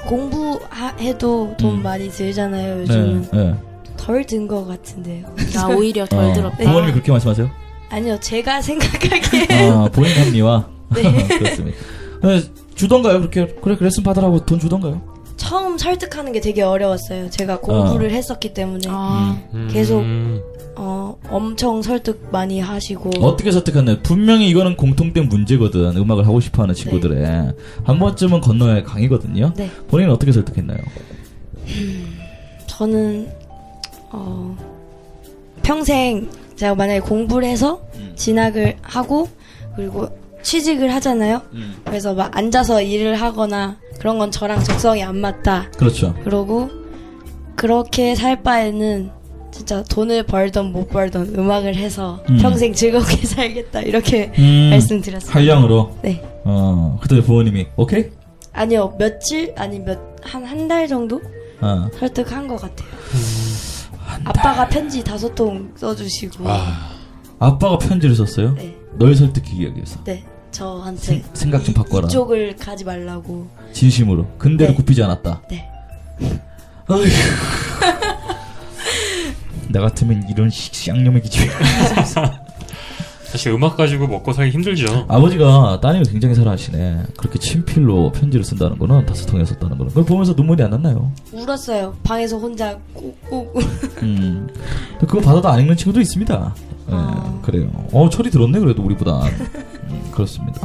[SPEAKER 5] 공부해도 돈
[SPEAKER 2] 음. 네,
[SPEAKER 5] 많이 들잖아요, 요즘은. 덜 든 것 같은데요.
[SPEAKER 3] 나 오히려 덜
[SPEAKER 2] 어,
[SPEAKER 3] 들었다.
[SPEAKER 2] 부모님이 그렇게 말씀하세요?
[SPEAKER 5] 아니요, 제가 생각하기에.
[SPEAKER 2] 아, 본인 합리화.
[SPEAKER 5] 네.
[SPEAKER 2] 그렇습니다. 근데 주던가요? 그렇게 그래 레슨 받으라고 돈 주던가요?
[SPEAKER 5] 처음 설득하는 게 되게 어려웠어요. 제가 공부를 했었기 때문에.
[SPEAKER 3] 아,
[SPEAKER 5] 계속.
[SPEAKER 4] 음,
[SPEAKER 5] 어, 엄청 설득 많이 하시고.
[SPEAKER 2] 어떻게 설득했나요? 분명히 이거는 공통된 문제거든. 음악을 하고 싶어하는 친구들의 한 번쯤은 건너야 할 강이거든요.
[SPEAKER 5] 네.
[SPEAKER 2] 본인은 어떻게 설득했나요?
[SPEAKER 5] 저는, 어, 평생 제가 만약에 공부를 해서
[SPEAKER 2] 음.
[SPEAKER 5] 진학을 하고, 그리고 취직을 하잖아요.
[SPEAKER 2] 음.
[SPEAKER 5] 그래서 막 앉아서 일을 하거나 그런 건 저랑 적성이 안 맞다.
[SPEAKER 2] 그렇죠.
[SPEAKER 5] 그러고 그렇게 살 바에는 진짜 돈을 벌던 못 벌던 음악을 해서
[SPEAKER 2] 음.
[SPEAKER 5] 평생 즐겁게 살겠다 이렇게
[SPEAKER 2] 음,
[SPEAKER 5] 말씀드렸어요.
[SPEAKER 2] 한량으로.
[SPEAKER 5] 네.
[SPEAKER 2] 어 그때 부모님이 오케이.
[SPEAKER 5] 아니요 며칠 아니 몇 한 한 달 정도
[SPEAKER 2] 어. 음,
[SPEAKER 5] 설득한 것 같아요. 아빠가 편지 다섯 통 써주시고
[SPEAKER 4] 아,
[SPEAKER 2] 아빠가 편지를 썼어요.
[SPEAKER 5] 네.
[SPEAKER 2] 널 설득하기 위해서.
[SPEAKER 5] 네 저한테
[SPEAKER 2] 생각 좀 바꿔라.
[SPEAKER 5] 이쪽을 가지 말라고
[SPEAKER 2] 진심으로. 근데도
[SPEAKER 5] 네.
[SPEAKER 2] 굽히지 않았다.
[SPEAKER 5] 네.
[SPEAKER 2] 어휴. 나 같으면 이런 식- 쌍념의 기집애.
[SPEAKER 4] 사실 음악 가지고 먹고 살기 힘들죠.
[SPEAKER 2] 아버지가 따님을 굉장히 사랑하시네. 그렇게 친필로 편지를 쓴다는 거는 다섯 통이나 썼다는 거는 그걸 보면서 눈물이 안 났나요?
[SPEAKER 5] 울었어요. 방에서 혼자 꾹꾹 울-
[SPEAKER 2] 음. 근데 그거 받아도 안 읽는 친구도 있습니다. 예,
[SPEAKER 5] 아.
[SPEAKER 2] 그래요. 어, 철이 들었네, 그래도 우리보다. 음, 그렇습니다.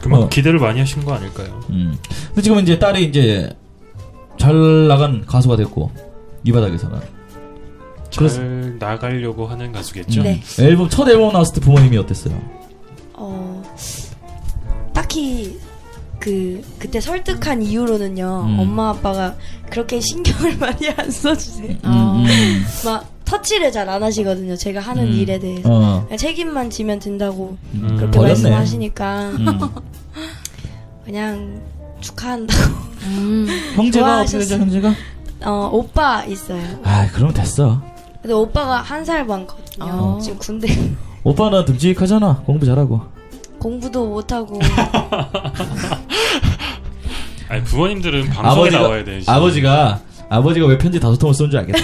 [SPEAKER 4] 그만큼
[SPEAKER 2] 어.
[SPEAKER 4] 기대를 많이 하신 거 아닐까요?
[SPEAKER 2] 음. 근데 지금 이제 딸이 이제 잘 나간 가수가 됐고, 이 바닥에서는.
[SPEAKER 4] 잘
[SPEAKER 2] 그래서-
[SPEAKER 4] 나가려고 하는 가수겠죠.
[SPEAKER 2] 음.
[SPEAKER 5] 네.
[SPEAKER 2] 앨범, 첫 앨범 나왔을 때 부모님이 어땠어요?
[SPEAKER 5] 어, 딱히 그 그때 설득한 이유로는요.
[SPEAKER 2] 음.
[SPEAKER 5] 엄마 아빠가 그렇게 신경을 많이 안 써주세요.
[SPEAKER 3] 아.
[SPEAKER 5] 막 터치를 잘 안 하시거든요. 제가 하는
[SPEAKER 2] 음.
[SPEAKER 5] 일에 대해서
[SPEAKER 2] 어.
[SPEAKER 5] 그냥 책임만 지면 된다고
[SPEAKER 2] 음,
[SPEAKER 5] 그렇게
[SPEAKER 2] 버렸네.
[SPEAKER 5] 말씀하시니까
[SPEAKER 2] 음.
[SPEAKER 5] 그냥 축하한다고.
[SPEAKER 3] 음.
[SPEAKER 2] 형제가 어떻게 되죠,
[SPEAKER 5] 좋아하셨어.
[SPEAKER 2] 형제가?
[SPEAKER 5] 어 오빠 있어요.
[SPEAKER 2] 아, 그럼 됐어.
[SPEAKER 5] 근데 오빠가 한 살 많거든요.
[SPEAKER 3] 어.
[SPEAKER 5] 지금 군대
[SPEAKER 2] 오빠는 듬직하잖아. 공부 잘하고.
[SPEAKER 5] 공부도 못하고
[SPEAKER 4] 아니 부모님들은 방송에
[SPEAKER 2] 아버지가
[SPEAKER 4] 나와야 되지.
[SPEAKER 2] 아버지가 아버지가 왜 편지 다섯 통을 쏜 줄 알겠다.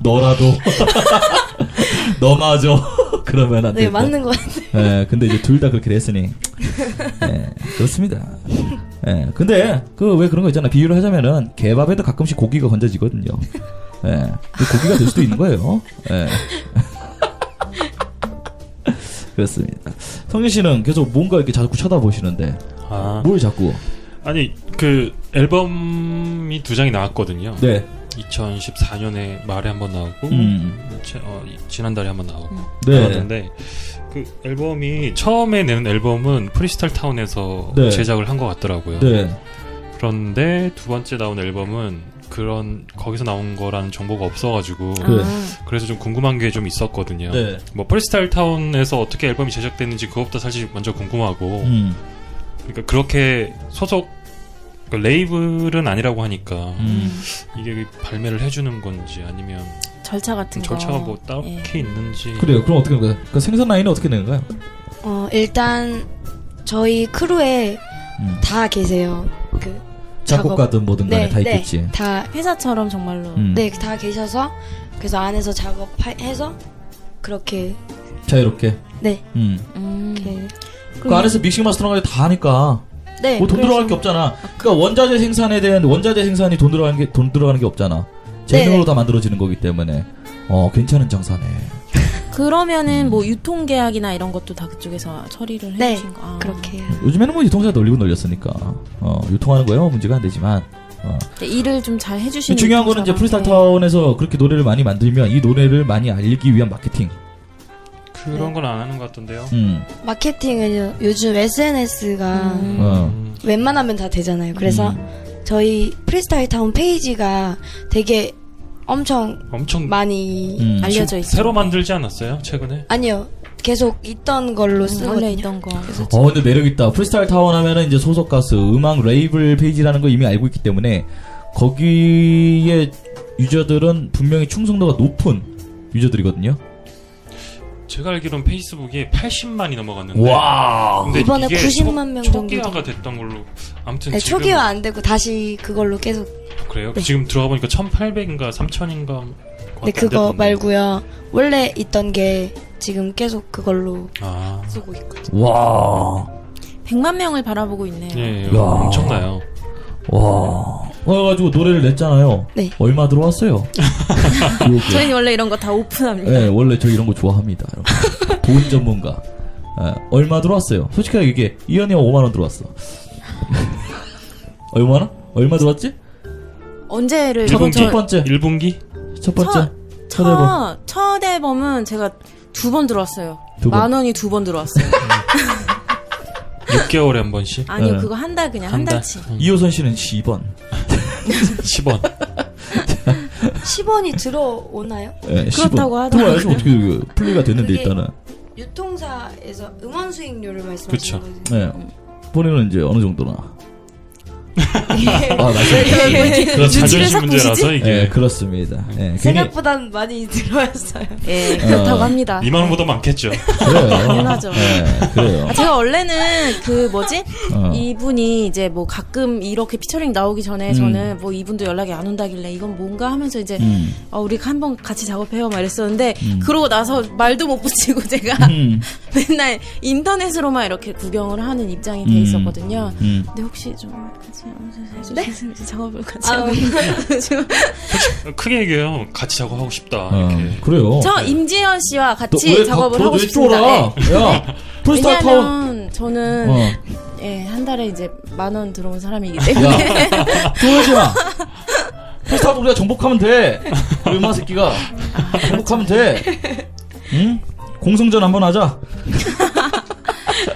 [SPEAKER 2] 너라도 너마저 그러면 안
[SPEAKER 5] 네
[SPEAKER 2] 돼.
[SPEAKER 5] 맞는 거 같아요.
[SPEAKER 2] 예, 근데 이제 둘 다 그렇게 됐으니 예, 그렇습니다. 예, 근데 그 왜 그런 거 있잖아. 비유를 하자면은 개밥에도 가끔씩 고기가 건져지거든요. 예, 그 고기가 될 수도 있는 거예요. 예. 그렇습니다. 성진 씨는 계속 뭔가 이렇게 자꾸 쳐다보시는데
[SPEAKER 4] 아,
[SPEAKER 2] 뭘 자꾸?
[SPEAKER 4] 아니 그 앨범이 두 장이 나왔거든요.
[SPEAKER 2] 네,
[SPEAKER 4] 2014년에 말에 한 번 나오고
[SPEAKER 2] 음,
[SPEAKER 4] 지- 어, 이- 지난달에 한 번 나오고
[SPEAKER 2] 네,
[SPEAKER 4] 나왔는데 그 앨범이 처음에 내는 앨범은 프리스타일 타운에서
[SPEAKER 2] 네.
[SPEAKER 4] 제작을 한 것 같더라고요.
[SPEAKER 2] 네.
[SPEAKER 4] 그런데 두 번째 나온 앨범은 그런 거기서 나온 거라는 정보가 없어가지고
[SPEAKER 2] 그- 그래.
[SPEAKER 3] 아.
[SPEAKER 4] 그래서 좀 궁금한 게 좀 있었거든요.
[SPEAKER 2] 네.
[SPEAKER 4] 뭐 프리스타일 타운에서 어떻게 앨범이 제작됐는지 그것부터 사실 먼저 궁금하고
[SPEAKER 2] 음.
[SPEAKER 4] 그러니까 그렇게 소속 그 레이블은 아니라고 하니까
[SPEAKER 2] 음.
[SPEAKER 4] 이게 발매를 해주는 건지 아니면
[SPEAKER 3] 절차 같은 거.
[SPEAKER 4] 절차가 뭐 딱히
[SPEAKER 3] 예.
[SPEAKER 4] 있는지
[SPEAKER 2] 그래요. 그럼 어떻게 되는 거예요? 그 생산 라인은 어떻게 되는 거예요?
[SPEAKER 5] 어 일단 저희 크루에
[SPEAKER 2] 음.
[SPEAKER 5] 다 계세요. 그
[SPEAKER 2] 작곡가든 뭐든 간에 다 있겠지.
[SPEAKER 5] 네, 다,
[SPEAKER 3] 회사처럼 정말로.
[SPEAKER 2] 음.
[SPEAKER 5] 네, 다 계셔서 그래서 안에서 작업해서 그렇게
[SPEAKER 2] 자유롭게.
[SPEAKER 5] 네,
[SPEAKER 2] 음.
[SPEAKER 3] 음.
[SPEAKER 5] 이렇게
[SPEAKER 2] 그 안에서 믹싱 마스터링까지 다 하니까
[SPEAKER 5] 네.
[SPEAKER 2] 뭐 돈 들어갈 게 없잖아. 그러니까 원자재 생산에 대한 원자재 생산이 돈 들어가는 게 돈 들어가는 게 없잖아. 재능으로
[SPEAKER 5] 네.
[SPEAKER 2] 다 만들어지는 거기 때문에 어 괜찮은 장사네.
[SPEAKER 3] 그러면은
[SPEAKER 2] 음.
[SPEAKER 3] 뭐 유통 계약이나 이런 것도 다 그쪽에서 처리를
[SPEAKER 5] 네,
[SPEAKER 3] 해주신 거. 아.
[SPEAKER 5] 그렇게
[SPEAKER 2] 요즘에는 뭐 유통사 놀리고 놀렸으니까 어 유통하는 거야 문제가 안 되지만 어
[SPEAKER 3] 근데 일을 좀 잘 해주시는.
[SPEAKER 2] 중요한 거는 이제 프리스타일 타운에서 그렇게 노래를 많이 만들면 이 노래를 많이 알리기 위한 마케팅.
[SPEAKER 4] 그런 건 안 하는 것 같던데요.
[SPEAKER 2] 음.
[SPEAKER 5] 마케팅은 요즘 SNS가
[SPEAKER 3] 음.
[SPEAKER 2] 어.
[SPEAKER 4] 음,
[SPEAKER 5] 웬만하면 다 되잖아요. 그래서
[SPEAKER 2] 음.
[SPEAKER 5] 저희 프리스타일 타운 페이지가 되게 엄청
[SPEAKER 4] 엄청
[SPEAKER 5] 많이
[SPEAKER 2] 음.
[SPEAKER 3] 알려져 있어.
[SPEAKER 4] 새로 만들지 않았어요 최근에?
[SPEAKER 5] 아니요 계속 있던 걸로
[SPEAKER 3] 음, 원래
[SPEAKER 5] 쓰거든요.
[SPEAKER 3] 있던 거.
[SPEAKER 4] 그렇죠.
[SPEAKER 2] 어, 근데 매력있다. 프리스타일 타운 하면은 이제 소속 가수, 음악 레이블 페이지라는 거 이미 알고 있기 때문에 거기에 유저들은 분명히 충성도가 높은 유저들이거든요.
[SPEAKER 4] 제가 알기로는 페이스북이 80만이 넘어갔는데
[SPEAKER 2] 와.
[SPEAKER 4] 근데
[SPEAKER 5] 이번에
[SPEAKER 4] 이게
[SPEAKER 5] 90만 명
[SPEAKER 4] 초-
[SPEAKER 5] 정도
[SPEAKER 4] 초기화가 됐던 걸로 아무튼
[SPEAKER 5] 네,
[SPEAKER 4] 지금
[SPEAKER 5] 초기화 안 되고 다시 그걸로 계속.
[SPEAKER 4] 그래요?
[SPEAKER 5] 네.
[SPEAKER 4] 지금 들어가 보니까 1,800인가 3,000인가
[SPEAKER 2] 어,
[SPEAKER 5] 근데 그거 말고요. 원래 있던 게 지금 계속 그걸로
[SPEAKER 4] 아,
[SPEAKER 5] 쓰고 있거든요.
[SPEAKER 2] 와.
[SPEAKER 3] 100만 명을 바라보고 있네요.
[SPEAKER 4] 예, 예
[SPEAKER 2] 야.
[SPEAKER 4] 엄청나요.
[SPEAKER 2] 와. 그래가지고 노래를 냈잖아요.
[SPEAKER 5] 네.
[SPEAKER 2] 얼마 들어왔어요? 요거.
[SPEAKER 3] 저희는 원래 이런 거 다 오픈합니다.
[SPEAKER 2] 예, 원래 저 이런 거 좋아합니다. 여러분. 돈 전문가. 예, 얼마 들어왔어요? 솔직하게 얘기해. 이현이가 5만원 들어왔어. 얼마나? 얼마 들어왔지?
[SPEAKER 3] 언제를
[SPEAKER 2] 첫,
[SPEAKER 4] 일본
[SPEAKER 3] 저-
[SPEAKER 2] 첫
[SPEAKER 3] 저-
[SPEAKER 2] 번째.
[SPEAKER 4] 1분기?
[SPEAKER 2] 첫 번째. 첫 앨범.
[SPEAKER 3] 첫, 첫 앨범은 제가 두 번 들어왔어요.
[SPEAKER 2] 두 번.
[SPEAKER 3] 만 원이 두 번 들어왔어요.
[SPEAKER 4] 6개월에 한 번씩?
[SPEAKER 3] 아니요,
[SPEAKER 2] 네.
[SPEAKER 3] 그거 한 달 그냥
[SPEAKER 4] 한
[SPEAKER 3] 한
[SPEAKER 4] 달?
[SPEAKER 3] 달치.
[SPEAKER 2] 이호선 씨는 10원.
[SPEAKER 4] 10원.
[SPEAKER 5] 10원이 들어오나요?
[SPEAKER 2] 예, 10원.
[SPEAKER 3] 그렇다고 하더라고요.
[SPEAKER 2] 들어와야지 어떻게 그 플레이가 됐는데
[SPEAKER 5] 그게-
[SPEAKER 2] 일단은.
[SPEAKER 5] 유통사에서 응원 수익료를
[SPEAKER 4] 그쵸.
[SPEAKER 5] 말씀하시는 거죠.
[SPEAKER 2] 네. 본인은 이제 어느 정도나. 아, 맞아요.
[SPEAKER 4] 그래서 자존심 문제라서 이게
[SPEAKER 2] 예, 그렇습니다. 예, 굉장히
[SPEAKER 5] 생각보단 많이 들어왔어요.
[SPEAKER 3] 예, 그렇다고 합니다.
[SPEAKER 4] 2만 원보다 많겠죠.
[SPEAKER 2] 그래요.
[SPEAKER 3] 당연하죠.
[SPEAKER 2] 예, 그래요.
[SPEAKER 3] 아, 제가 원래는 그 뭐지
[SPEAKER 2] 어.
[SPEAKER 3] 이분이 이제 뭐 가끔 이렇게 피처링 나오기 전에
[SPEAKER 2] 음.
[SPEAKER 3] 저는 뭐 이분도 연락이 안 온다길래 이건 뭔가 하면서
[SPEAKER 5] 네.
[SPEAKER 3] 이제
[SPEAKER 2] 음.
[SPEAKER 3] 아, 우리 한번 같이 작업해요 막 이랬었는데 그러고 나서 말도 못 붙이고 제가
[SPEAKER 2] 음.
[SPEAKER 3] 맨날 인터넷으로만 이렇게 구경을 하는 입장이 돼
[SPEAKER 2] 음.
[SPEAKER 3] 있었거든요.
[SPEAKER 2] 음.
[SPEAKER 3] 근데 혹시 좀 같이 해주시겠어요? 작업을 같이 하고 지금
[SPEAKER 4] 크게 얘기해요. 같이 작업하고 싶다.
[SPEAKER 2] 어,
[SPEAKER 4] 이렇게.
[SPEAKER 2] 그래요.
[SPEAKER 3] 저 임지현 씨와
[SPEAKER 2] 너왜
[SPEAKER 3] 같이
[SPEAKER 2] 다-
[SPEAKER 3] 작업을
[SPEAKER 2] 더
[SPEAKER 3] 하고
[SPEAKER 2] 내
[SPEAKER 3] 싶습니다.
[SPEAKER 2] 쫄아?
[SPEAKER 3] 예.
[SPEAKER 2] 야, 풀스타 타운.
[SPEAKER 3] 왜냐하면 저는
[SPEAKER 2] 어.
[SPEAKER 3] 예, 한 달에 이제 만 원 들어온 사람이기 때문에
[SPEAKER 2] 야, 쫄지 마. 풀스타도 우리가 정복하면 돼. 얼마 새끼가. 정복하면 돼. 응? 공성전 한번 하자.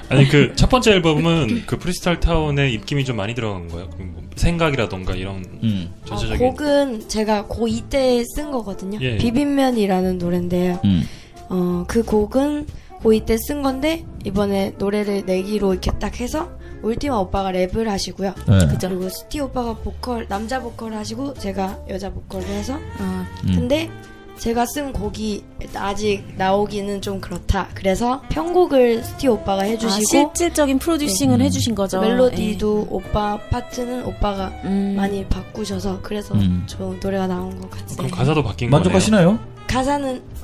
[SPEAKER 4] 아니 그 첫 번째 앨범은 그 프리스탈 타운에 입김이 좀 많이 들어간 거예요. 그뭐 생각이라던가 이런
[SPEAKER 2] 음.
[SPEAKER 3] 아,
[SPEAKER 4] 전체적인
[SPEAKER 5] 곡은 제가 고2 때 쓴 거거든요.
[SPEAKER 4] 예.
[SPEAKER 5] 비빔면이라는 노래인데요.
[SPEAKER 2] 음.
[SPEAKER 5] 어, 그 곡은 고2 때 쓴 건데 이번에 노래를 내기로 이렇게 딱 해서 울티마 오빠가 랩을 하시고요.
[SPEAKER 2] 네.
[SPEAKER 5] 그리고 스티 오빠가 보컬 남자 보컬을 하시고 제가 여자 보컬을 해서
[SPEAKER 3] 아,
[SPEAKER 2] 음.
[SPEAKER 5] 근데 제가 쓴 곡이 일단 아직 나오기는 좀 그렇다. 그래서 편곡을 스티 오빠가
[SPEAKER 3] 아,
[SPEAKER 5] 해주시고 네.
[SPEAKER 3] 실질적인 프로듀싱을
[SPEAKER 2] 음.
[SPEAKER 3] 해주신 거죠.
[SPEAKER 5] 멜로디도 오빠 파트는 오빠가
[SPEAKER 3] 예. 음.
[SPEAKER 5] 많이 바꾸셔서 그래서
[SPEAKER 2] 음.
[SPEAKER 5] 좋은 노래가 나온 것
[SPEAKER 3] 어,
[SPEAKER 5] 같아요.
[SPEAKER 4] 그럼 가사도 바뀐 거네요.
[SPEAKER 2] 만족하시나요?
[SPEAKER 5] 가사는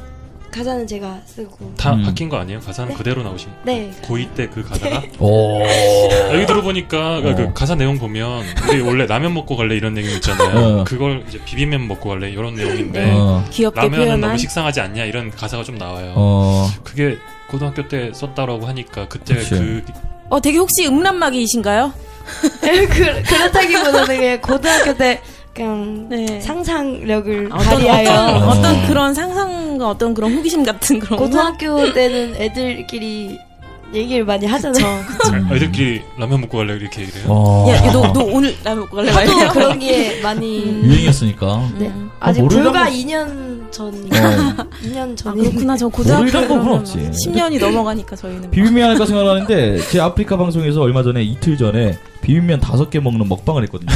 [SPEAKER 5] 가사는 제가 쓰고
[SPEAKER 4] 다
[SPEAKER 2] 음.
[SPEAKER 4] 바뀐 거 아니에요? 가사는
[SPEAKER 5] 네.
[SPEAKER 4] 그대로 나오신 거.
[SPEAKER 5] 네
[SPEAKER 4] 고2 때 그 가사가 아,
[SPEAKER 2] 오.
[SPEAKER 4] 여기 들어보니까 그- 그
[SPEAKER 2] 어.
[SPEAKER 4] 가사 내용 보면 우리 원래 라면 먹고 갈래 이런 내용 있잖아요.
[SPEAKER 2] 어.
[SPEAKER 4] 그걸 이제 비빔면 먹고 갈래 이런 내용인데
[SPEAKER 2] 어.
[SPEAKER 3] 귀엽게
[SPEAKER 4] 라면은 너무
[SPEAKER 3] 표현한
[SPEAKER 4] 식상하지 않냐 이런 가사가 좀 나와요.
[SPEAKER 2] 어.
[SPEAKER 4] 그게 고등학교 때 썼다라고 하니까 그때
[SPEAKER 2] 그치.
[SPEAKER 4] 그
[SPEAKER 3] 어 되게 혹시 음란마귀이신가요?
[SPEAKER 5] 그, 그렇다기보다 되게 고등학교 때 그냥
[SPEAKER 3] 네.
[SPEAKER 5] 상상력을
[SPEAKER 3] 어떤 어떤,
[SPEAKER 5] 발휘하여 네.
[SPEAKER 3] 어떤 그런 상상과 어떤 그런 호기심 같은 그런
[SPEAKER 5] 고등학교 때는 애들끼리 얘기를 많이 하잖아요.
[SPEAKER 3] 음.
[SPEAKER 4] 애들끼리 라면 먹고 갈래 이렇게 얘기를 해요.
[SPEAKER 2] 음.
[SPEAKER 4] 아,
[SPEAKER 2] 어.
[SPEAKER 3] 야너너 오늘 라면 먹고 갈래? 막
[SPEAKER 5] 또
[SPEAKER 3] 이래요.
[SPEAKER 5] 그런 게 많이
[SPEAKER 2] 유행이었으니까.
[SPEAKER 5] 음.
[SPEAKER 2] 어,
[SPEAKER 5] 네.
[SPEAKER 3] 음.
[SPEAKER 5] 아직
[SPEAKER 2] 모르는
[SPEAKER 5] 불과
[SPEAKER 2] 건-
[SPEAKER 5] 2년 전
[SPEAKER 2] 어.
[SPEAKER 5] 2년
[SPEAKER 3] 아
[SPEAKER 5] 전이
[SPEAKER 3] 그렇구나. 저 고등학교
[SPEAKER 2] 모르는 법은
[SPEAKER 3] 그러면
[SPEAKER 2] 없지.
[SPEAKER 3] 10년이 넘어가니까 저희는
[SPEAKER 2] 비빔면 할까 생각하는데 제 아프리카 방송에서 얼마 전에 이틀 전에 비빔면 다섯 개 먹는 먹방을 했거든요.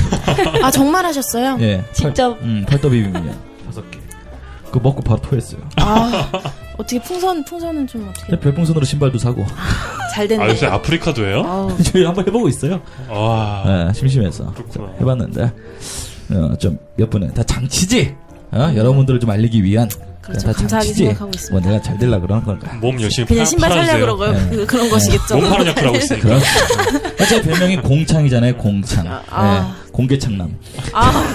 [SPEAKER 3] 아 정말 하셨어요?
[SPEAKER 2] 예.
[SPEAKER 5] 직접
[SPEAKER 2] 음, 팔도 비빔면 다섯 개. 그거 먹고 바로 토했어요.
[SPEAKER 3] 아 어떻게 풍선 풍선은 좀 어떻게
[SPEAKER 2] 근데 별풍선으로 신발도 사고.
[SPEAKER 3] 잘
[SPEAKER 4] 아
[SPEAKER 3] 됐네.
[SPEAKER 4] 요새 아프리카도 해요? 아.
[SPEAKER 3] 아우.
[SPEAKER 2] 저희 한번 해보고 있어요.
[SPEAKER 4] 와
[SPEAKER 2] 예, 심심해서
[SPEAKER 4] 그렇구나.
[SPEAKER 2] 해봤는데 어, 좀몇 분은 다 장치지. 어? 여러분들을 좀 알리기 위한
[SPEAKER 3] 그렇죠.
[SPEAKER 2] 다
[SPEAKER 3] 감사하게
[SPEAKER 2] 장치지.
[SPEAKER 3] 생각하고
[SPEAKER 2] 뭐
[SPEAKER 3] 있습니다.
[SPEAKER 2] 내가 잘 되려 그러는 건가.
[SPEAKER 4] 몸 열심히
[SPEAKER 3] 그냥
[SPEAKER 4] 팔-
[SPEAKER 3] 신발
[SPEAKER 4] 팔아주세요.
[SPEAKER 3] 살려 그런 거 그, 그런 것이겠죠.
[SPEAKER 4] 몸 파는 역할 하고 있으니까.
[SPEAKER 2] 그렇죠. 제 별명이 공창이잖아요. 공창.
[SPEAKER 3] 아, 아.
[SPEAKER 2] 예, 공개창남.
[SPEAKER 3] 아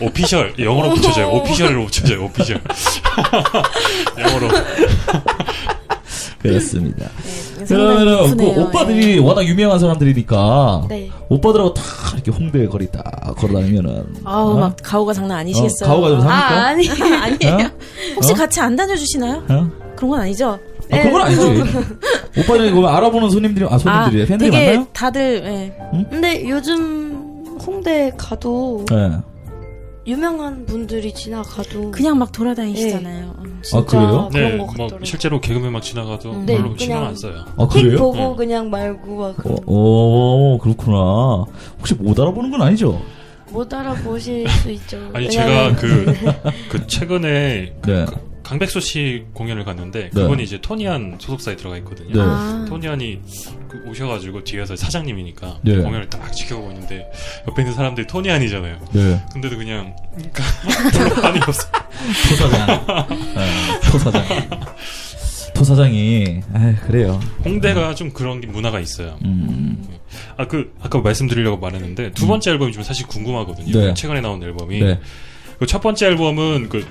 [SPEAKER 4] 오피셜 영어로 붙여줘요. 오피셜로 붙여줘요. 오피셜 영어로
[SPEAKER 2] 그렇습니다.
[SPEAKER 3] 네, 상당히
[SPEAKER 2] 그러면은
[SPEAKER 3] 기쁘네요.
[SPEAKER 2] 그 오빠들이 워낙 유명한 사람들이니까
[SPEAKER 5] 네.
[SPEAKER 2] 오빠들하고 다 이렇게 홍대 거리 다 걸어다니면은
[SPEAKER 3] 예. 아우
[SPEAKER 2] 어?
[SPEAKER 3] 막 가오가 장난 아니시겠어요.
[SPEAKER 2] 어, 가오가 좀
[SPEAKER 5] 아
[SPEAKER 2] 삽니까?
[SPEAKER 5] 아니
[SPEAKER 3] 아니에요. 혹시
[SPEAKER 2] 어?
[SPEAKER 3] 같이 안 다녀주시나요?
[SPEAKER 2] 어?
[SPEAKER 3] 그런 건 아니죠? 네.
[SPEAKER 2] 아, 그건 아니지. 오빠들이 그거 알아보는 손님들이 아 손님들이 팬들이
[SPEAKER 3] 되게
[SPEAKER 2] 많나요?
[SPEAKER 3] 다들 예.
[SPEAKER 5] 근데 요즘 홍대 가도
[SPEAKER 2] 예.
[SPEAKER 5] 유명한 분들이 지나가도 네.
[SPEAKER 3] 그냥 막 돌아다니시잖아요.
[SPEAKER 2] 아, 그래요?
[SPEAKER 5] 런
[SPEAKER 4] 네,
[SPEAKER 5] 것
[SPEAKER 4] 뭐
[SPEAKER 5] 같더라고요.
[SPEAKER 4] 실제로 개그맨 막 지나가도
[SPEAKER 3] 음.
[SPEAKER 4] 별로
[SPEAKER 5] 네,
[SPEAKER 4] 신경
[SPEAKER 5] 그냥-
[SPEAKER 4] 안 써요.
[SPEAKER 2] 아
[SPEAKER 5] 픽
[SPEAKER 2] 그래요?
[SPEAKER 5] 보고
[SPEAKER 4] 응.
[SPEAKER 5] 그냥 말고 막 그런
[SPEAKER 2] 어, 오 그렇구나. 혹시 못 알아보는 건 아니죠?
[SPEAKER 5] 못 알아보실 수 있죠.
[SPEAKER 4] 아니
[SPEAKER 5] 왜냐면
[SPEAKER 4] 제가 그 그 최근에
[SPEAKER 2] 네.
[SPEAKER 4] 강백수 씨 공연을 갔는데
[SPEAKER 2] 네.
[SPEAKER 4] 그분이 이제 토니안 소속사에 들어가 있거든요.
[SPEAKER 2] 네.
[SPEAKER 5] 아,
[SPEAKER 4] 토니안이 그 오셔가지고 뒤에서 사장님이니까
[SPEAKER 2] 네.
[SPEAKER 4] 공연을 딱 지켜보고 있는데 옆에 있는 사람들이 토니안이잖아요.
[SPEAKER 2] 네.
[SPEAKER 4] 근데도 그냥 별로 반이 없어.
[SPEAKER 2] 토사장. 네, 토사장. 토사장이, 아 그래요.
[SPEAKER 4] 홍대가 좀 그런 게 문화가 있어요.
[SPEAKER 2] 음.
[SPEAKER 4] 아 그 아까 말씀드리려고 말했는데 두 번째 앨범이 좀 사실 궁금하거든요.
[SPEAKER 2] 네.
[SPEAKER 4] 최근에 나온 앨범이
[SPEAKER 2] 네.
[SPEAKER 4] 그 첫 번째 앨범은 그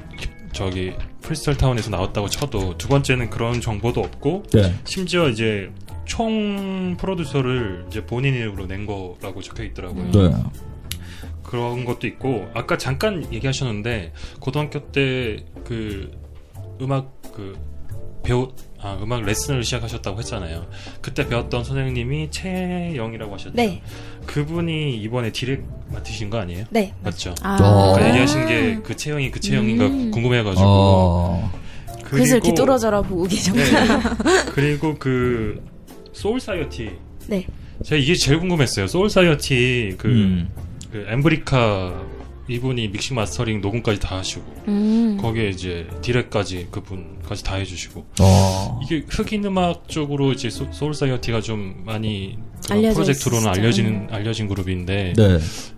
[SPEAKER 4] 저기 프리스탈 타운에서 나왔다고 쳐도 두 번째는 그런 정보도 없고
[SPEAKER 2] 네.
[SPEAKER 4] 심지어 이제 총 프로듀서를 이제 본인 이름으로 낸 거라고 적혀 있더라고요.
[SPEAKER 2] 네.
[SPEAKER 4] 그런 것도 있고 아까 잠깐 얘기하셨는데 고등학교 때 그 음악 그 배우 아 음악 레슨을 시작하셨다고 했잖아요. 그때 배웠던 선생님이 최영이라고 하셨죠.
[SPEAKER 5] 네,
[SPEAKER 4] 그분이 이번에 디렉 맡으신 거 아니에요?
[SPEAKER 5] 네.
[SPEAKER 4] 맞죠.
[SPEAKER 3] 아,
[SPEAKER 2] 어.
[SPEAKER 4] 아까 얘기하신 게 그 채영이 그 채영인가
[SPEAKER 3] 음.
[SPEAKER 4] 궁금해가지고
[SPEAKER 2] 어.
[SPEAKER 3] 그래서 이렇게 뚫어져라 보고
[SPEAKER 4] 네.
[SPEAKER 3] 계셨구나.
[SPEAKER 4] 그리고 그 소울 사이어티
[SPEAKER 5] 네.
[SPEAKER 4] 제가 이게 제일 궁금했어요. 소울 사이어티 그,
[SPEAKER 2] 음.
[SPEAKER 4] 그 엠브리카 이분이 믹싱 마스터링 녹음까지 다 하시고
[SPEAKER 3] 음.
[SPEAKER 4] 거기에 이제 디렉까지 그분까지 다 해주시고
[SPEAKER 2] 어.
[SPEAKER 4] 이게 흑인 음악 쪽으로 이제 소, 울 사이어티가 좀 많이 그런
[SPEAKER 3] 알려져
[SPEAKER 4] 프로젝트로는
[SPEAKER 3] 있었죠.
[SPEAKER 4] 알려진 알려진 그룹인데
[SPEAKER 2] 네.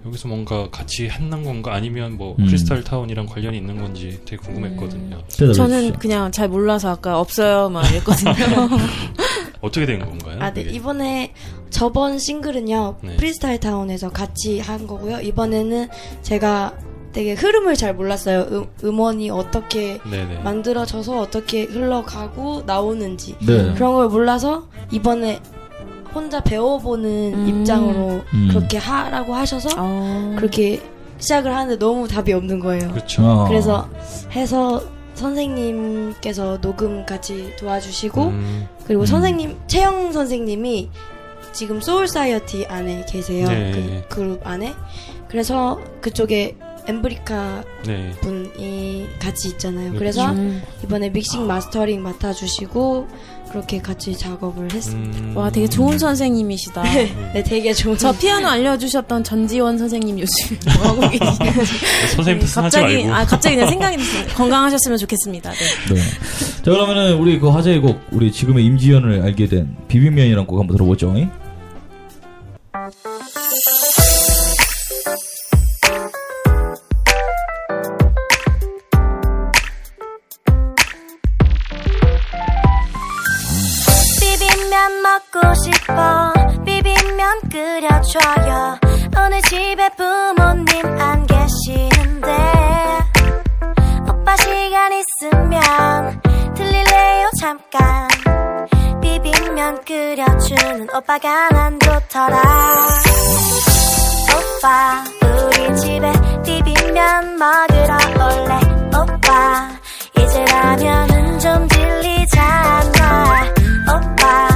[SPEAKER 4] 여기서 뭔가 같이 했는 건가 아니면 뭐
[SPEAKER 2] 음.
[SPEAKER 4] 크리스탈 타운이랑 관련이 있는 건지 되게 궁금했거든요.
[SPEAKER 2] 대답해
[SPEAKER 3] 음. 저는
[SPEAKER 2] 주시죠.
[SPEAKER 3] 그냥 잘 몰라서 아까 없어요 막 이랬거든요.
[SPEAKER 4] 어떻게 된 건가요?
[SPEAKER 5] 아, 네.
[SPEAKER 4] 이게?
[SPEAKER 5] 이번에 저번 싱글은요
[SPEAKER 4] 네.
[SPEAKER 5] 프리스타일 타운에서 같이 한 거고요. 이번에는 제가 되게 흐름을 잘 몰랐어요. 음, 음원이 어떻게
[SPEAKER 4] 네네.
[SPEAKER 5] 만들어져서 어떻게 흘러가고 나오는지
[SPEAKER 2] 네.
[SPEAKER 5] 그런 걸 몰라서 이번에 혼자 배워보는
[SPEAKER 3] 음.
[SPEAKER 5] 입장으로
[SPEAKER 2] 음.
[SPEAKER 5] 그렇게 하라고 하셔서
[SPEAKER 3] 어.
[SPEAKER 5] 그렇게 시작을 하는데 너무 답이 없는 거예요.
[SPEAKER 4] 그렇죠.
[SPEAKER 2] 어.
[SPEAKER 5] 그래서 해서 선생님께서 녹음 같이 도와주시고
[SPEAKER 4] 음,
[SPEAKER 5] 그리고
[SPEAKER 2] 음.
[SPEAKER 5] 선생님 채영 선생님이 지금 소울 사이어티 안에 계세요.
[SPEAKER 4] 네.
[SPEAKER 5] 그 그룹 안에. 그래서 그쪽에 엠브리카
[SPEAKER 4] 네.
[SPEAKER 5] 분이 같이 있잖아요.
[SPEAKER 4] 네,
[SPEAKER 5] 그래서
[SPEAKER 3] 음.
[SPEAKER 5] 이번에 믹싱 마스터링 맡아주시고 그렇게 같이 작업을 했습니다.
[SPEAKER 4] 음.
[SPEAKER 3] 와 되게 좋은 선생님이시다.
[SPEAKER 2] 아.
[SPEAKER 5] 네, 되게 좋은
[SPEAKER 3] 저 피아노 알려주셨던 전지원 선생님 요즘 뭐하고 계시는지
[SPEAKER 4] 선생님 탓하지
[SPEAKER 3] 갑자기
[SPEAKER 4] 말고.
[SPEAKER 3] 아 갑자기 내 생각이 났어요. 건강하셨으면 좋겠습니다. 네.
[SPEAKER 2] 네. 자 그러면은 우리 그 화제의 곡 우리 지금의 임지연을 알게 된 비빔면이란 곡 한번 들어보죠. 잉?
[SPEAKER 1] 비빔면 먹고 싶어 비빔면 끓여줘요 오늘 집에 부모님 안 계시는데 오빠 시간 있으면 들릴래요 잠깐 비빔면 끓여주는 오빠가 난 좋더라 오빠 우리 집에 비빔면 먹으러 올래 오빠 이제 라면은 좀 질리잖아 오빠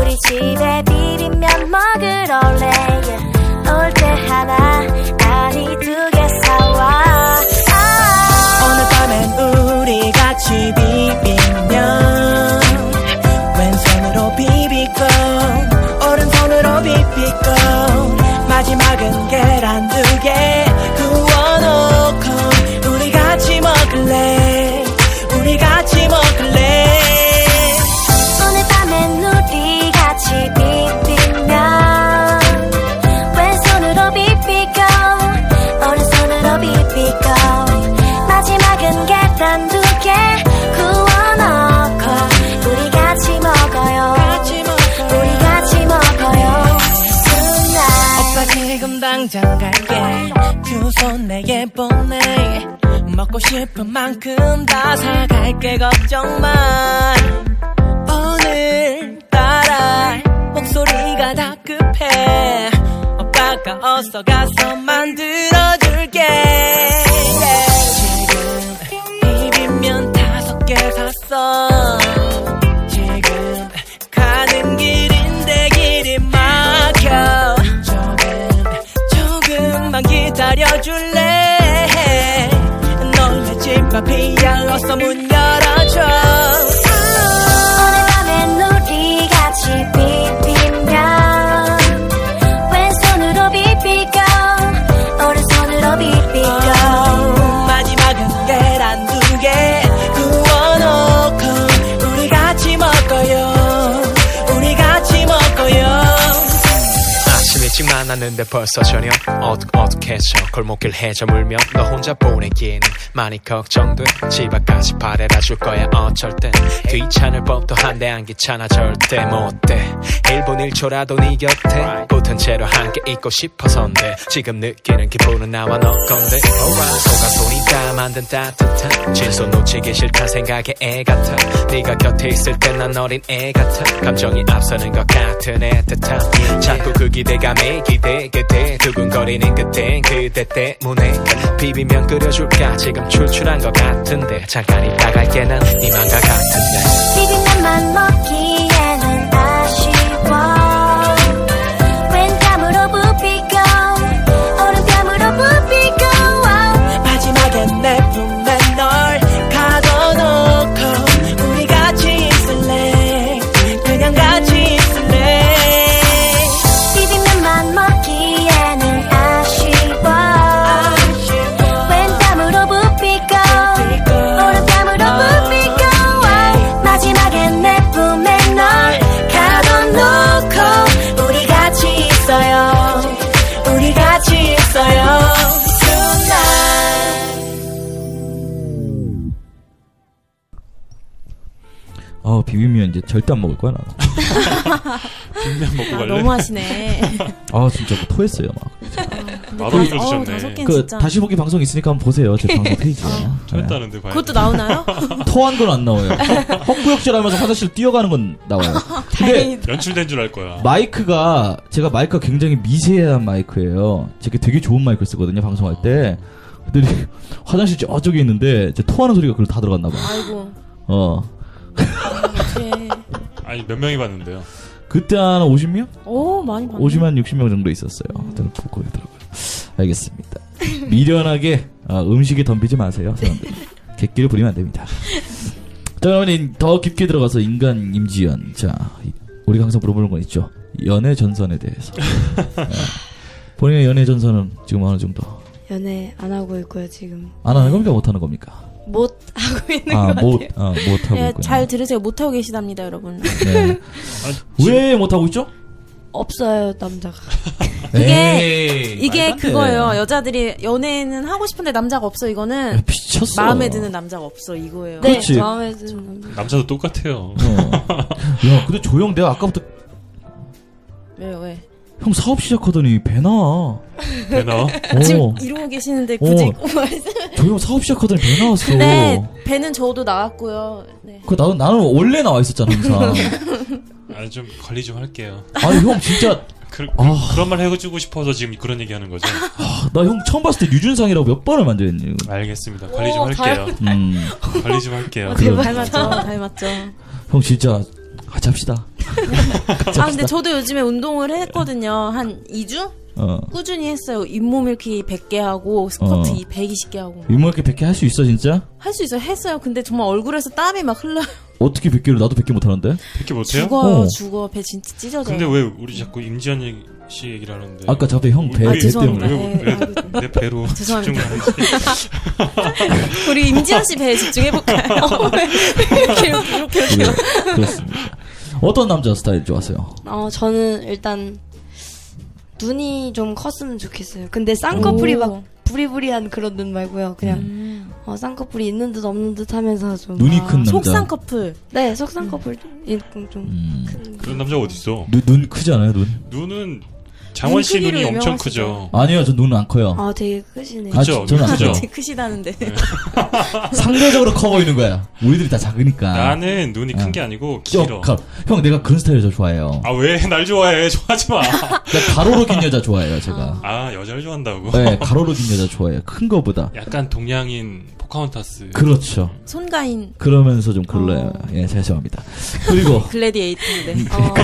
[SPEAKER 1] 우리 집에 비빔면 먹으러 올래 올 때 하나 아니 두 개 사와 아.
[SPEAKER 8] 오늘 밤엔 우리 같이 비빔면 왼손으로 비비고 오른손으로 비비고 마지막은 계란 두 개 구워놓고 우리 같이 먹을래 우리 같이 먹을래
[SPEAKER 1] 오늘 밤엔 우리 같이 비빔면 왼손으로 비비고 오른손으로 비비고 마지막은 계란 두 개 구워넣고 우리 같이 먹어요
[SPEAKER 8] 같이 먹어요.
[SPEAKER 1] 우리 같이 먹어요 Tonight
[SPEAKER 8] 오빠 지금 당장 갈게 두 손 내게 보내 먹고 싶은 만큼 다 사갈게 걱정 마 오늘따라 목소리가 다 급해 오빠가 어서 가서 만들어줄게 지금 비빔면 다섯 개 샀어 지금 가는 길인데 길이 막혀 조금 조금만 기다려줄래 너의 집 앞이야로서 문 열어줘
[SPEAKER 1] 오늘 밤엔 우리 같이 비빔면 왼손으로 비비고 오른손으로
[SPEAKER 8] 어,
[SPEAKER 9] 만났는데 벌써 저녁 어떡 어떡해서 골목길 헤저물며 너 혼자 보내기에는 많이 걱정돼 집 앞까지 바래다 줄 거야 어쩔 땐 귀찮을 법도 한데 안 귀찮아 절대 못돼 1분 1초라도 네 곁에 붙은 채로 함께 있고 싶어서인데 지금 느끼는 기분은 나와 너 건데 alright 소가 손이 다 만든 따뜻한 진손 놓치기 싫다 생각에 애 같아 네가 곁에 있을 땐 난 어린 애 같아 감정이 앞서는 것 같은 애틋함 자꾸 그 기대감에 기대게 돼 두근거리는 끝엔 그대 때문에 비비면 끓여줄까 지금 출출한 것 같은데 잠깐 있다갈게 난 네 맘과 같은데
[SPEAKER 1] 비빔면만 먹기에는 아쉬워 왼뺨으로 부비고 오른뺨으로 부비고
[SPEAKER 8] 마지막에 내 품에 널 가둬놓고 우리 같이 있을래 그냥 같이 있을래
[SPEAKER 1] 비빔면만 먹기에는 아쉬워 왼뺨으로 부비고 오른뺨으로 부비고 마지막에 내 품에 널
[SPEAKER 8] 가둬놓고 우리 같이 있어요 우리 같이 있어요 Tonight
[SPEAKER 2] 어 비빔면 이제 절대 안 먹을 거야 나.
[SPEAKER 4] 빈면 먹고
[SPEAKER 3] 아,
[SPEAKER 4] 갈래?
[SPEAKER 3] 너무 하시네. 네.
[SPEAKER 2] 아 진짜 뭐 토했어요 막.
[SPEAKER 4] 나도
[SPEAKER 3] 다-
[SPEAKER 4] 이겨주셨네.
[SPEAKER 3] 어우, 다섯 개는
[SPEAKER 2] 그
[SPEAKER 3] 진짜.
[SPEAKER 2] 다시 보기 방송 있으니까 한번 보세요 제 방송 페이지에.
[SPEAKER 4] 아,
[SPEAKER 2] 네.
[SPEAKER 4] 토했다는데 봐야
[SPEAKER 3] 그것도 나오나요?
[SPEAKER 2] 토한 건 안 나와요. 헛구역질하면서 화장실 뛰어가는 건 나와요. 아, 근데
[SPEAKER 4] 연출된 줄 알 거야.
[SPEAKER 2] 마이크가 제가 마이크가 굉장히 미세한 마이크예요. 제가 되게 좋은 마이크 를 쓰거든요 방송할 때. 근데 화장실 저쪽에 있는데 이제 토하는 소리가 그걸 다 들어갔나 봐.
[SPEAKER 3] 아이고.
[SPEAKER 2] 어.
[SPEAKER 3] 예.
[SPEAKER 4] 아니 몇 명이 봤는데요.
[SPEAKER 2] 그때 한 50명?
[SPEAKER 3] 오 많이 봤네. 음.
[SPEAKER 2] 50만 60명 정도 있었어요. 저는 보고 있더라고요. 알겠습니다. 미련하게 아, 음식에 덤비지 마세요. 사람들. 객기를 부리면 안 됩니다. 자, 그러면 더 깊게 들어가서 인간 임지연. 자, 이- 우리가 항상 물어보는 건 있죠. 연애 전선에 대해서. 예. 본인의 연애 전선은 지금 어느 정도?
[SPEAKER 5] 연애 안 하고 있고요 지금
[SPEAKER 2] 안 하는 겁니까? 못 하는 겁니까?
[SPEAKER 5] 못 하고 있는
[SPEAKER 2] 아,
[SPEAKER 5] 것
[SPEAKER 2] 못,
[SPEAKER 5] 같아요.
[SPEAKER 2] 아, 못 하고
[SPEAKER 3] 예,
[SPEAKER 2] 있군요.
[SPEAKER 3] 잘 들으세요. 못 하고 계시답니다, 여러분.
[SPEAKER 2] 네. 왜 못 하고 있죠?
[SPEAKER 5] 없어요 남자가.
[SPEAKER 3] 이게-
[SPEAKER 2] 에이,
[SPEAKER 3] 이게
[SPEAKER 2] 말도 안 돼.
[SPEAKER 3] 그거예요. 여자들이 연애는 하고 싶은데 남자가 없어.
[SPEAKER 2] 야,
[SPEAKER 3] 이거는
[SPEAKER 2] 미쳤어.
[SPEAKER 3] 마음에 드는 남자가 없어. 이거예요.
[SPEAKER 5] 네
[SPEAKER 2] 그렇지.
[SPEAKER 5] 마음에 드는 남자.
[SPEAKER 4] 남자도 똑같아요.
[SPEAKER 2] 어. 야, 근데 조용 내가 아까부터
[SPEAKER 3] 왜 왜?
[SPEAKER 2] 형 사업 시작하더니 배나. 어.
[SPEAKER 4] 되나?
[SPEAKER 3] 지금 이러고 계시는데 굳이
[SPEAKER 2] 어.
[SPEAKER 3] 꼭 말씀.
[SPEAKER 2] 조용 사업 시작하더니 배 나왔어.
[SPEAKER 3] 네. 배는 저도 나왔고요. 네.
[SPEAKER 2] 그 나는 나는 원래 나와 있었잖아 항상.
[SPEAKER 4] 아니 좀 관리 좀 할게요.
[SPEAKER 2] 아니 형 진짜
[SPEAKER 4] 그,
[SPEAKER 2] 아.
[SPEAKER 4] 런말 해주고 싶어서 지금 그런 얘기하는 거죠.
[SPEAKER 2] 나 형 처음 봤을 때 유준상이라고 몇 번을 만져했니?
[SPEAKER 4] 알겠습니다. 관리 좀
[SPEAKER 3] 오, 아,
[SPEAKER 4] 할게요.
[SPEAKER 2] 음,
[SPEAKER 4] 관리 좀 할게요.
[SPEAKER 2] 그럼.
[SPEAKER 3] 닮았죠. 닮았죠.
[SPEAKER 2] 형 진짜 같이 합시다. 같이 합시다.
[SPEAKER 3] 아 근데 저도 요즘에 운동을 했거든요. 한 2주
[SPEAKER 2] 어.
[SPEAKER 3] 꾸준히 했어요. 잇몸 일으키기 100개 하고 스쿼트
[SPEAKER 2] 어.
[SPEAKER 3] 120개 하고
[SPEAKER 2] 유머 이렇게 100개 할 수 있어 진짜?
[SPEAKER 3] 할 수 있어요. 했어요. 근데 정말 얼굴에서 땀이 막 흘러. 요
[SPEAKER 2] 어떻게 100개를 나도 100개 못 하는데?
[SPEAKER 4] 이렇게 못해요?
[SPEAKER 3] 죽어요.
[SPEAKER 2] 어.
[SPEAKER 3] 죽어. 배 진짜 찢어져요.
[SPEAKER 4] 근데 왜 우리 자꾸 임지연 얘기- 씨 얘기를 하는데?
[SPEAKER 2] 아까 저앞에 형배
[SPEAKER 3] 아, 죄송합니다.
[SPEAKER 2] 때문에.
[SPEAKER 3] 네,
[SPEAKER 4] 왜-
[SPEAKER 3] 아이고, 좀.
[SPEAKER 4] 내 배로 집중을
[SPEAKER 3] 죄송합니다.
[SPEAKER 4] 하지.
[SPEAKER 3] 우리 임지연 씨 배에 집중해볼까요? 어, 이렇게, 이렇게, 이렇게.
[SPEAKER 2] 네, 그렇습니다. 어떤 남자 스타일 좋아하세요?
[SPEAKER 5] 어 저는 일단 눈이 좀 컸으면 좋겠어요. 근데 쌍꺼풀이 막 부리부리한 그런 눈 말고요. 그냥 어, 쌍꺼풀이 있는 듯 없는 듯 하면서 좀
[SPEAKER 2] 눈이
[SPEAKER 3] 아,
[SPEAKER 2] 큰 남자.
[SPEAKER 3] 음. 속상 커플. 음.
[SPEAKER 5] 네, 속쌍꺼풀 좀 있고 좀
[SPEAKER 2] 음.
[SPEAKER 5] 큰.
[SPEAKER 4] 그런 남자 어디 있어?
[SPEAKER 2] 눈, 눈 크지 않아요 눈?
[SPEAKER 4] 눈은 장원 씨
[SPEAKER 3] 눈 크기로
[SPEAKER 4] 눈이 엄청
[SPEAKER 3] 유명하시죠.
[SPEAKER 4] 크죠.
[SPEAKER 2] 아니요 저 눈은 안 커요.
[SPEAKER 5] 아, 되게 크시네요.
[SPEAKER 2] 아,
[SPEAKER 4] 그죠?
[SPEAKER 2] 저- 저는 안
[SPEAKER 4] 그죠?
[SPEAKER 2] 커요.
[SPEAKER 3] 되게 크시다는데.
[SPEAKER 4] 네.
[SPEAKER 3] 아.
[SPEAKER 2] 상대적으로 커 보이는 거야. 우리들이 다 작으니까.
[SPEAKER 4] 나는 눈이 큰 게 아니고 길어.
[SPEAKER 2] 아. 가- 형 내가 그런 스타일 여자 좋아해요.
[SPEAKER 4] 아 왜 날 좋아해? 좋아하지 마.
[SPEAKER 2] 나 가로로 긴 여자 좋아해요 제가.
[SPEAKER 4] 아 여자를 좋아한다고?
[SPEAKER 2] 네 가로로 긴 여자 좋아해요. 큰 거보다.
[SPEAKER 4] 약간 동양인 포카혼타스.
[SPEAKER 2] 그렇죠.
[SPEAKER 3] 손가인
[SPEAKER 2] 그러면서 좀 글러요. 예 죄송합니다. 그리고
[SPEAKER 3] 어.
[SPEAKER 2] 음.
[SPEAKER 3] 글래디에이터인데. 어.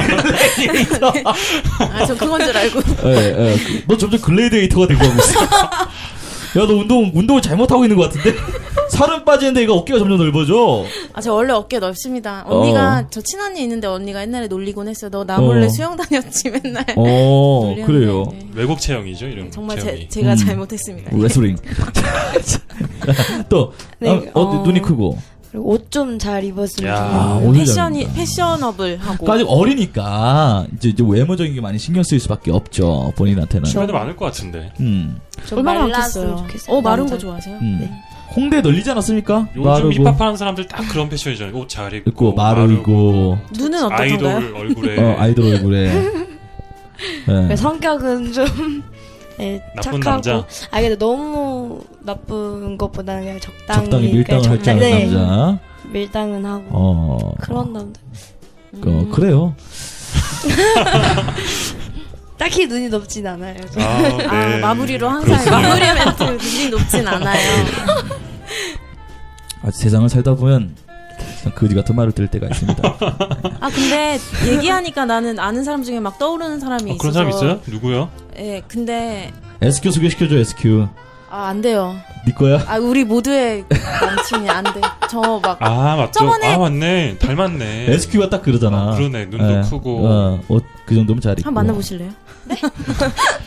[SPEAKER 3] 아, 저 그건 줄 알고.
[SPEAKER 2] 예, 예. 그- 너 점점 글래디에이터가 되고 하고 있어. 야 너 운동 운동을 잘못하고 있는 것 같은데? 살은 빠지는데 얘가 어깨가 점점 넓어져.
[SPEAKER 3] 아, 저 원래 어깨 넓습니다. 언니가,
[SPEAKER 2] 어.
[SPEAKER 3] 저 친언니 있는데 언니가 옛날에 놀리곤 했어요. 너 나
[SPEAKER 2] 어.
[SPEAKER 3] 몰래 수영 다녔지, 맨날.
[SPEAKER 2] 어
[SPEAKER 3] 네. 놀렸는데,
[SPEAKER 2] 그래요.
[SPEAKER 3] 네.
[SPEAKER 4] 외국 체형이죠 이름.
[SPEAKER 3] 정말 뭐 제,
[SPEAKER 4] 체형이.
[SPEAKER 3] 제가
[SPEAKER 2] 음.
[SPEAKER 3] 잘못했습니다. 예.
[SPEAKER 2] 레슬링. 또
[SPEAKER 5] 네,
[SPEAKER 2] 어,
[SPEAKER 5] 어.
[SPEAKER 2] 눈이 크고
[SPEAKER 5] 그리고 옷 좀 잘 입었으면
[SPEAKER 2] 야,
[SPEAKER 5] 좋겠어요.
[SPEAKER 2] 오늘
[SPEAKER 3] 패션이 패셔너블 하고.
[SPEAKER 2] 그러니까 아직 어리니까 이제, 이제 외모적인 게 많이 신경 쓰일 수밖에 없죠 본인한테는.
[SPEAKER 3] 그렇죠.
[SPEAKER 4] 주변에 많을 것 같은데.
[SPEAKER 2] 음,
[SPEAKER 5] 좀
[SPEAKER 3] 얼마나
[SPEAKER 5] 말랐으면
[SPEAKER 3] 많겠어요.
[SPEAKER 5] 좋겠어요,
[SPEAKER 3] 어 마른 거
[SPEAKER 5] 남자.
[SPEAKER 3] 좋아하세요?
[SPEAKER 2] 음. 홍대 널리지 않았습니까?
[SPEAKER 4] 요즘
[SPEAKER 2] 마르고
[SPEAKER 4] 힙합하는 사람들 딱 그런 패션이잖아요. 옷 잘
[SPEAKER 2] 있고
[SPEAKER 4] 입고
[SPEAKER 2] 마르고
[SPEAKER 3] 눈은 어떻던가요?
[SPEAKER 4] 아이돌 얼굴에
[SPEAKER 2] 어, 아이돌 얼굴에. 어, 네.
[SPEAKER 5] 그러니까 성격은 좀 예, 착하고
[SPEAKER 4] 나쁜 남자.
[SPEAKER 5] 아 근데 너무 나쁜 것보다는 그냥 적당히 그냥
[SPEAKER 2] 적당히 밀당을 할 줄
[SPEAKER 5] 적당-
[SPEAKER 2] 아는
[SPEAKER 5] 네,
[SPEAKER 2] 남자.
[SPEAKER 5] 밀당은 하고
[SPEAKER 2] 어,
[SPEAKER 5] 그런 남자 음.
[SPEAKER 3] 음.
[SPEAKER 2] 어, 그래요.
[SPEAKER 5] 딱히 눈이 높진 않아요. 저.
[SPEAKER 4] 아, 네.
[SPEAKER 3] 아, 마무리로 항상
[SPEAKER 4] 그렇군요.
[SPEAKER 3] 마무리 멘트 눈이 높진 않아요.
[SPEAKER 2] 아, 세상을 살다 보면 참 거지 같은 말을 들을 때가 있습니다.
[SPEAKER 3] 아 근데 얘기하니까 나는 아는 사람 중에 막 떠오르는 사람이
[SPEAKER 4] 아,
[SPEAKER 3] 있어서.
[SPEAKER 4] 그런 사람 있어요? 누구요?
[SPEAKER 3] 예, 근데
[SPEAKER 2] SQ 소개시켜줘 SQ.
[SPEAKER 3] 아, 안 돼요.
[SPEAKER 2] 네 거야?
[SPEAKER 3] 아 우리 모두의 남친이 안 돼. 저 막
[SPEAKER 4] 아 맞죠.
[SPEAKER 3] 저번에-
[SPEAKER 4] 아 맞네. 닮았네.
[SPEAKER 2] SQ가 딱 그러잖아.
[SPEAKER 4] 아, 그러네. 눈도
[SPEAKER 2] 예.
[SPEAKER 4] 크고.
[SPEAKER 2] 어, 옷, 그 정도면 잘 입고.
[SPEAKER 3] 한번 만나보실래요?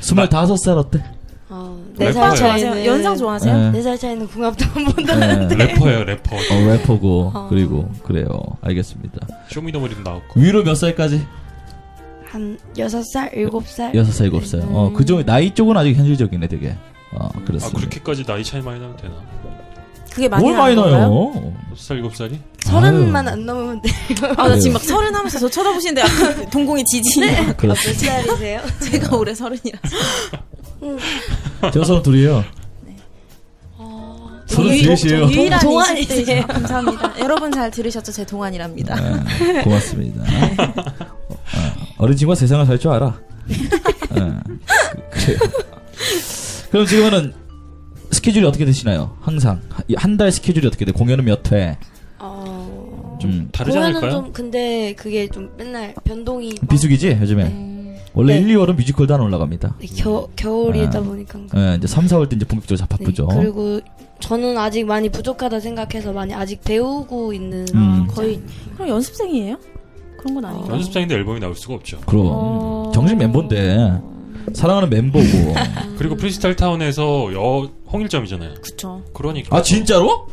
[SPEAKER 2] 25살 어때?
[SPEAKER 5] 어,
[SPEAKER 4] 랩퍼예요.
[SPEAKER 5] 네살 차이는
[SPEAKER 3] 좋아하세요? 연상 좋아하세요?
[SPEAKER 2] 예.
[SPEAKER 5] 네살 차이는 궁합도 안 본다는데
[SPEAKER 4] 네, 래퍼예요 래퍼.
[SPEAKER 2] 네. 어, 래퍼고
[SPEAKER 5] 어.
[SPEAKER 2] 그리고 그래요. 알겠습니다.
[SPEAKER 4] 쇼미더머니도 나왔고.
[SPEAKER 2] 네. 위로 몇 살까지?
[SPEAKER 5] 한 여섯 살 일곱 살
[SPEAKER 2] 네. 여섯 살 일곱 살. 어, 그중 나이 쪽은 아직 현실적이네 되게. 어,
[SPEAKER 4] 아
[SPEAKER 2] 그렇습니다.
[SPEAKER 4] 그렇게까지 나이 차이 많이 나면 되나?
[SPEAKER 3] 그게 네, 많이
[SPEAKER 2] 뭘 많이
[SPEAKER 3] 나는 건가요?
[SPEAKER 2] 나요?
[SPEAKER 4] 6살 7살이?
[SPEAKER 5] 서른만 안 넘으면 돼요.
[SPEAKER 3] 아, 나 지금 막 서른 하면서 저 쳐다보시는데 약간 동공이 지지네. 그렇죠.
[SPEAKER 2] 그렇습니다.
[SPEAKER 5] 몇 살이세요?
[SPEAKER 3] 제가 올해 서른이라서. 음,
[SPEAKER 2] 제가 서른 둘이에요. 네.
[SPEAKER 5] 어,
[SPEAKER 2] 서른
[SPEAKER 3] 유일-
[SPEAKER 2] 셋이에요.
[SPEAKER 3] 유일한
[SPEAKER 5] 동-
[SPEAKER 3] 20대.
[SPEAKER 5] 동안이세요.
[SPEAKER 3] 감사합니다. 여러분 잘 들으셨죠? 제 동안이랍니다.
[SPEAKER 2] 네, 고맙습니다. 어, 어린 친구가 세상을 살 줄 알아. 네, 그- 그래요. 그럼 지금은 스케줄이 어떻게 되시나요? 항상 한 달 스케줄이 어떻게 돼? 공연은 몇 회?
[SPEAKER 5] 어,
[SPEAKER 2] 좀
[SPEAKER 4] 음, 다르지
[SPEAKER 5] 공연은
[SPEAKER 4] 않을까요?
[SPEAKER 5] 좀 근데 그게 좀 맨날 변동이 막-
[SPEAKER 2] 어. 비수기지 요즘에. 원래
[SPEAKER 5] 네.
[SPEAKER 2] 1, 2월은 뮤지컬도 안 올라갑니다.
[SPEAKER 5] 네, 겨, 겨울이다
[SPEAKER 2] 아.
[SPEAKER 5] 보니까 그런가.
[SPEAKER 2] 예, 이제 3, 4월 때 이제 본격적으로
[SPEAKER 5] 네,
[SPEAKER 2] 바쁘죠.
[SPEAKER 5] 그리고 저는 아직 많이 부족하다 생각해서 많이 아직 배우고 있는 아,
[SPEAKER 2] 음.
[SPEAKER 3] 거의 그럼 연습생이에요? 그런 건 아닌가요?
[SPEAKER 4] 연습생인데 앨범이 나올 수가 없죠.
[SPEAKER 2] 그럼
[SPEAKER 5] 어.
[SPEAKER 2] 정신 멤버인데 사랑하는 멤버고.
[SPEAKER 3] 아.
[SPEAKER 4] 그리고 프리스타일 타운에서 여 홍일점이잖아요.
[SPEAKER 3] 그쵸.
[SPEAKER 4] 그러니까
[SPEAKER 2] 아 진짜로?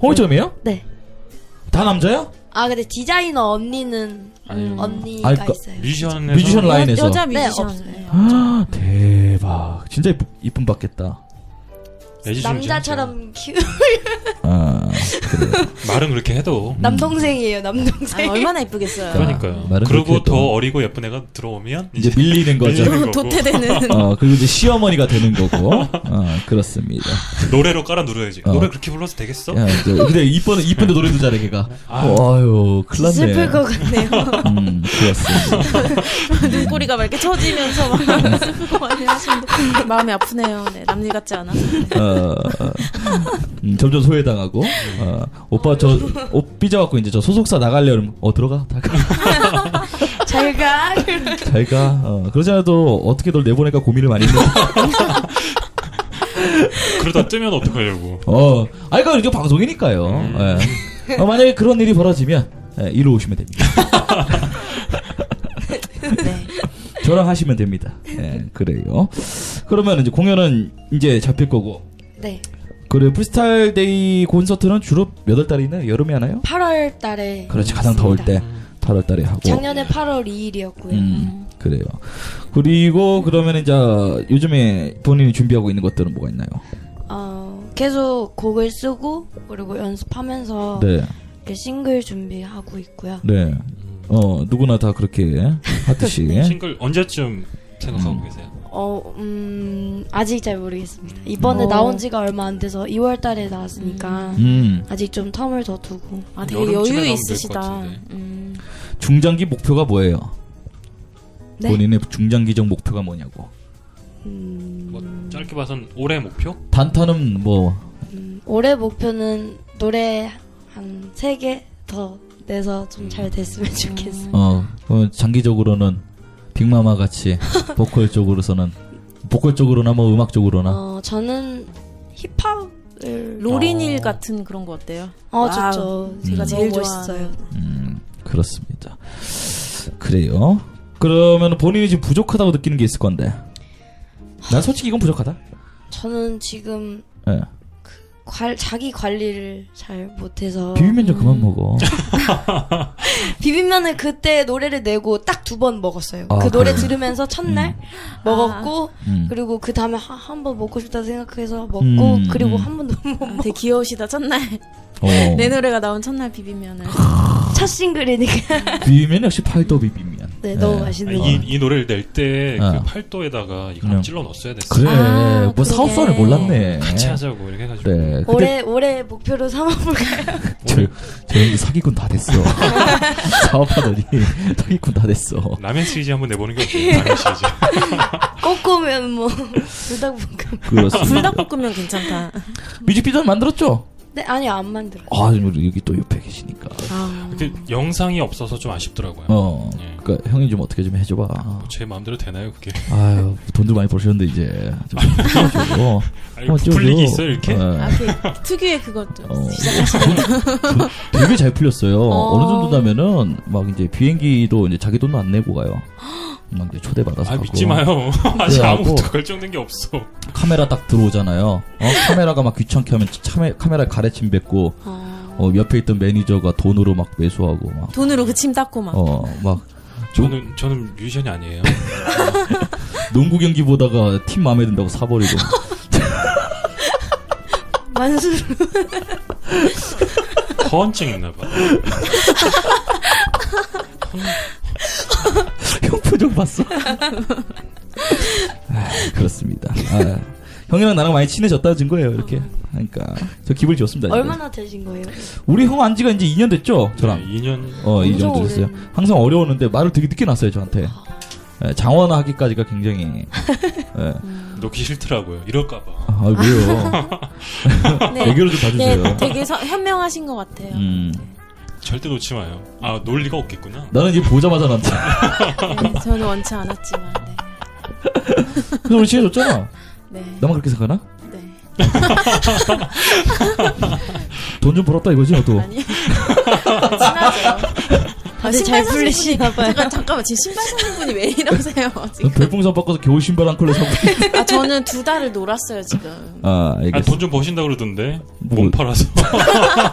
[SPEAKER 2] 홍점이에요?
[SPEAKER 5] 네.
[SPEAKER 2] 다 남자야?
[SPEAKER 5] 아 근데 디자이너 언니는 음,
[SPEAKER 4] 아니,
[SPEAKER 5] 언니가
[SPEAKER 2] 아, 그러니까
[SPEAKER 5] 네, 있어요.
[SPEAKER 4] 뮤지션에서
[SPEAKER 2] 뮤지션
[SPEAKER 3] 여-
[SPEAKER 2] 라인에서
[SPEAKER 3] 여자
[SPEAKER 5] 네,
[SPEAKER 3] 뮤지션.
[SPEAKER 5] 없어요.
[SPEAKER 3] 네,
[SPEAKER 2] 아, 대박. 진짜 이쁨, 이쁨 받겠다.
[SPEAKER 4] 애지중지 하죠. 음.
[SPEAKER 5] 남자처럼 키우
[SPEAKER 2] 아,
[SPEAKER 4] 말은 그렇게 해도
[SPEAKER 5] 남동생이에요 남동생.
[SPEAKER 3] 아, 얼마나 이쁘겠어요.
[SPEAKER 4] 그러니까요.
[SPEAKER 2] 아, 말은 그렇게
[SPEAKER 4] 그리고
[SPEAKER 2] 해도.
[SPEAKER 4] 더 어리고 예쁜 애가 들어오면
[SPEAKER 2] 이제 밀리는 거죠.
[SPEAKER 4] 밀리는 거고.
[SPEAKER 3] 도태되는.
[SPEAKER 2] 어, 그리고 이제 시어머니가 되는 거고. 어, 그렇습니다.
[SPEAKER 4] 노래로 깔아 누르야지.
[SPEAKER 2] 어.
[SPEAKER 4] 노래 그렇게 불러서 되겠어?
[SPEAKER 2] 야, 이제, 근데 이쁜, 이쁜데 노래도 잘해, 걔가.
[SPEAKER 4] 아.
[SPEAKER 2] 어, 아유, 큰일 났네.
[SPEAKER 5] 슬플 것 같네요.
[SPEAKER 2] 음, 그렇습니다.
[SPEAKER 3] 눈꼬리가 막 이렇게 처지면서
[SPEAKER 2] 음.
[SPEAKER 3] 막 슬픈 거 많이 하시는데 마음이 아프네요. 네, 남일 같지 않아.
[SPEAKER 2] 어, 어. 음, 점점 소외당하고. 어, 오빠 저, 옷 삐져갖고 이제 저 소속사 나갈래? 그러면, 어, 들어가. 다 가.
[SPEAKER 5] 잘가.
[SPEAKER 2] 잘 가. 어, 그러지 않아도 어떻게 널 내보낼까 고민을 많이 했는데.
[SPEAKER 4] 그러다 뜨면 어떡하려고.
[SPEAKER 2] 어, 아, 이거 이게 방송이니까요. 예. 어, 만약에 그런 일이 벌어지면 예, 이로 오시면 됩니다.
[SPEAKER 3] 네.
[SPEAKER 2] 저랑 하시면 됩니다. 예, 그래요. 그러면 이제 공연은 이제 잡힐 거고.
[SPEAKER 5] 네.
[SPEAKER 2] 그리고 프리스타일 데이 콘서트는 주로 몇 월 달에 있나요? 여름에 하나요?
[SPEAKER 5] 8월 달에
[SPEAKER 2] 그렇지, 가장 더울 때. 8월 달에
[SPEAKER 4] 어.
[SPEAKER 2] 하고.
[SPEAKER 5] 작년에 8월 2일이었고요.
[SPEAKER 2] 음, 그래요. 그리고 그러면 이제 요즘에 본인이 준비하고 있는 것들은 뭐가 있나요?
[SPEAKER 5] 어, 계속 곡을 쓰고 그리고 연습하면서
[SPEAKER 2] 네.
[SPEAKER 5] 이렇게 싱글 준비하고 있고요.
[SPEAKER 2] 네. 어, 누구나 다 그렇게 하듯이.
[SPEAKER 5] 네,
[SPEAKER 4] 싱글 언제쯤 생각하고 계세요?
[SPEAKER 5] 어, 음, 아직 잘 모르겠습니다. 이번에 나온 지가 얼마 안 돼서 2월 달에 나왔으니까
[SPEAKER 2] 어. 음.
[SPEAKER 5] 아직 좀 텀을 더 두고.
[SPEAKER 3] 아, 되게
[SPEAKER 4] 여름쯤에 나오면
[SPEAKER 3] 여유
[SPEAKER 4] 될것
[SPEAKER 3] 있으시다.
[SPEAKER 4] 같은데.
[SPEAKER 3] 음.
[SPEAKER 2] 중장기 목표가 뭐예요?
[SPEAKER 5] 네.
[SPEAKER 2] 본인의 중장기적 목표가 뭐냐고.
[SPEAKER 5] 음,
[SPEAKER 4] 뭐 짧게 봐선 올해 목표?
[SPEAKER 2] 단타는 뭐
[SPEAKER 5] 음, 올해 목표는 노래 한 세 개 더 내서 좀 잘 됐으면
[SPEAKER 3] 음.
[SPEAKER 5] 좋겠어요.
[SPEAKER 2] 어, 어, 장기적으로는 빅마마 같이 보컬 쪽으로서는 보컬 쪽으로나 뭐 음악 쪽으로나
[SPEAKER 5] 어, 저는 힙합을
[SPEAKER 2] 어.
[SPEAKER 3] 로린일 같은 그런 거 어때요?
[SPEAKER 5] 어,
[SPEAKER 3] 와우. 음.
[SPEAKER 5] 좋죠.
[SPEAKER 3] 제가
[SPEAKER 5] 너무
[SPEAKER 3] 제일
[SPEAKER 5] 멋있어요.
[SPEAKER 3] 좋아하는.
[SPEAKER 2] 음, 그렇습니다. 그래요. 그러면 본인이 지금 부족하다고 느끼는 게 있을 건데. 난 솔직히 이건 부족하다.
[SPEAKER 5] 저는 지금
[SPEAKER 2] 예.
[SPEAKER 5] 관- 자기 관리를 잘 못해서
[SPEAKER 2] 비빔면 좀 그만 먹어.
[SPEAKER 5] 비빔면을 그때 노래를 내고 딱 두 번 먹었어요.
[SPEAKER 2] 아,
[SPEAKER 5] 그 노래
[SPEAKER 2] 그래요?
[SPEAKER 5] 들으면서 첫날 먹었고
[SPEAKER 2] 음. 네,
[SPEAKER 5] 그리고 그 다음에 한 번 먹고 싶다 생각해서 먹고
[SPEAKER 2] 음,
[SPEAKER 5] 그리고
[SPEAKER 2] 음.
[SPEAKER 5] 한 번도 못 먹고
[SPEAKER 3] 아, 되게 귀여우시다 첫날
[SPEAKER 2] 어.
[SPEAKER 3] 내 노래가 나온 첫날 비빔면을
[SPEAKER 5] 첫 싱글이니까
[SPEAKER 2] 비빔면 역시 팔도 비빔면.
[SPEAKER 5] 네, 너무
[SPEAKER 4] 아,
[SPEAKER 5] 맛있는 거.
[SPEAKER 4] 이, 이 노래를 낼 때 그
[SPEAKER 2] 어.
[SPEAKER 4] 팔도에다가 이걸
[SPEAKER 2] 그냥.
[SPEAKER 4] 찔러 넣었어야 됐어.
[SPEAKER 2] 음. 그래.
[SPEAKER 3] 아,
[SPEAKER 2] 뭐
[SPEAKER 3] 그러게.
[SPEAKER 2] 사업선을 몰랐네.
[SPEAKER 4] 같이 하자고 이렇게 해가지고.
[SPEAKER 2] 그래. 근데
[SPEAKER 5] 올해 올해 목표로 삼아볼까요?
[SPEAKER 2] 저, 저 형이 사기꾼 다 됐어. 사업하더니 사기꾼 네. 다 됐어.
[SPEAKER 4] 라면 시리즈 한번 내보는 게 어때요? 라면 시리즈.
[SPEAKER 5] 꼬꼬면 뭐 불닭볶음.
[SPEAKER 2] 그렇습니다.
[SPEAKER 3] 아, 불닭볶음면 괜찮다
[SPEAKER 2] 뮤직비디오 만들었죠?
[SPEAKER 5] 네 아니 안 만들어.
[SPEAKER 2] 아, 우리 여기 또 옆에 계시니까.
[SPEAKER 3] 아,
[SPEAKER 4] 근데 영상이 없어서 좀 아쉽더라고요.
[SPEAKER 2] 어.
[SPEAKER 4] 예. 아, 뭐
[SPEAKER 2] 그러니까 형이 좀 어떻게 좀 해줘봐.
[SPEAKER 4] 제 마음대로 되나요 그게?
[SPEAKER 2] 아유, 돈도 많이 버셨는데 이제 좀 찍어줘.
[SPEAKER 4] 아니,
[SPEAKER 2] 한번 찍어줘.
[SPEAKER 4] 부풀리기 있어요 이렇게?
[SPEAKER 2] 어.
[SPEAKER 3] 아, 그 특유의 그것도
[SPEAKER 2] 어. 되게 잘 풀렸어요.
[SPEAKER 3] 어.
[SPEAKER 2] 어. 느 정도냐면은 막 이제 비행기도 이제 자기 돈도 안 내고 가요. 막 이제 초대받아서
[SPEAKER 4] 아
[SPEAKER 2] 가고.
[SPEAKER 4] 믿지 마요. 아직
[SPEAKER 2] 그래갖고.
[SPEAKER 4] 아무것도 결정된 게 없어.
[SPEAKER 2] 카메라 딱 들어오잖아요. 어? 카메라가 막 귀찮게 하면 참에, 카메라에 가래침 뱉고 어, 옆에 있던 매니저가 돈으로 막 매수하고 막
[SPEAKER 3] 돈으로 그 침 닦고 막
[SPEAKER 2] 어, 막 저-
[SPEAKER 4] 저는 저는 뮤지션이 아니에요.
[SPEAKER 2] 농구 경기 보다가 팀 마음에 든다고 사버리고
[SPEAKER 5] 만수
[SPEAKER 4] 허언증 있나 봐.
[SPEAKER 2] 형 표정 봤어? 아, 그렇습니다. 아, 형이랑 나랑 많이 친해졌다는 거예요 이렇게. 그러니까 저 기분이 좋습니다. 지금.
[SPEAKER 5] 얼마나 되신 거예요?
[SPEAKER 2] 우리 형 안지가 이제 2년 됐죠 저랑.
[SPEAKER 4] 2년
[SPEAKER 2] 어, 이
[SPEAKER 5] 엄청
[SPEAKER 2] 정도 됐어요.
[SPEAKER 5] 오래됐네.
[SPEAKER 2] 항상 어려웠는데 말을 되게 늦게 났어요, 저한테. 예, 장원하기까지가 굉장히. 예.
[SPEAKER 4] 놓기 싫더라고요. 이럴까봐.
[SPEAKER 2] 아, 왜요?
[SPEAKER 3] 네.
[SPEAKER 2] 애교를 좀 봐주세요.
[SPEAKER 3] 네, 되게 서- 현명하신 것 같아요.
[SPEAKER 2] 음,
[SPEAKER 4] 절대 놓지 마요. 아, 놀 리가 없겠구나.
[SPEAKER 2] 나는 이제 보자마자 난다.
[SPEAKER 3] 네, 저는 원치 않았지만,
[SPEAKER 2] 그래서 우리 친해졌잖아.
[SPEAKER 3] 네. 네.
[SPEAKER 2] 나만 그렇게 생각하나?
[SPEAKER 3] 네.
[SPEAKER 2] 돈 좀 벌었다 이거지, 너도.
[SPEAKER 3] 아니. 친하죠.
[SPEAKER 5] 다들 잘 풀리시나 봐요.
[SPEAKER 3] 잠깐, 잠깐만, 지금 신발 사는 분이 왜 이러세요,
[SPEAKER 2] 넌
[SPEAKER 3] 지금?
[SPEAKER 2] 별풍선 바꿔서 겨우 신발 한 컬러 사고.
[SPEAKER 3] 아, 저는 두 달을 놀았어요, 지금.
[SPEAKER 4] 아,
[SPEAKER 2] 아, 알겠어.
[SPEAKER 4] 돈 좀 버신다 그러던데.
[SPEAKER 2] 뭐-
[SPEAKER 4] 몸 팔아서.
[SPEAKER 3] 아까,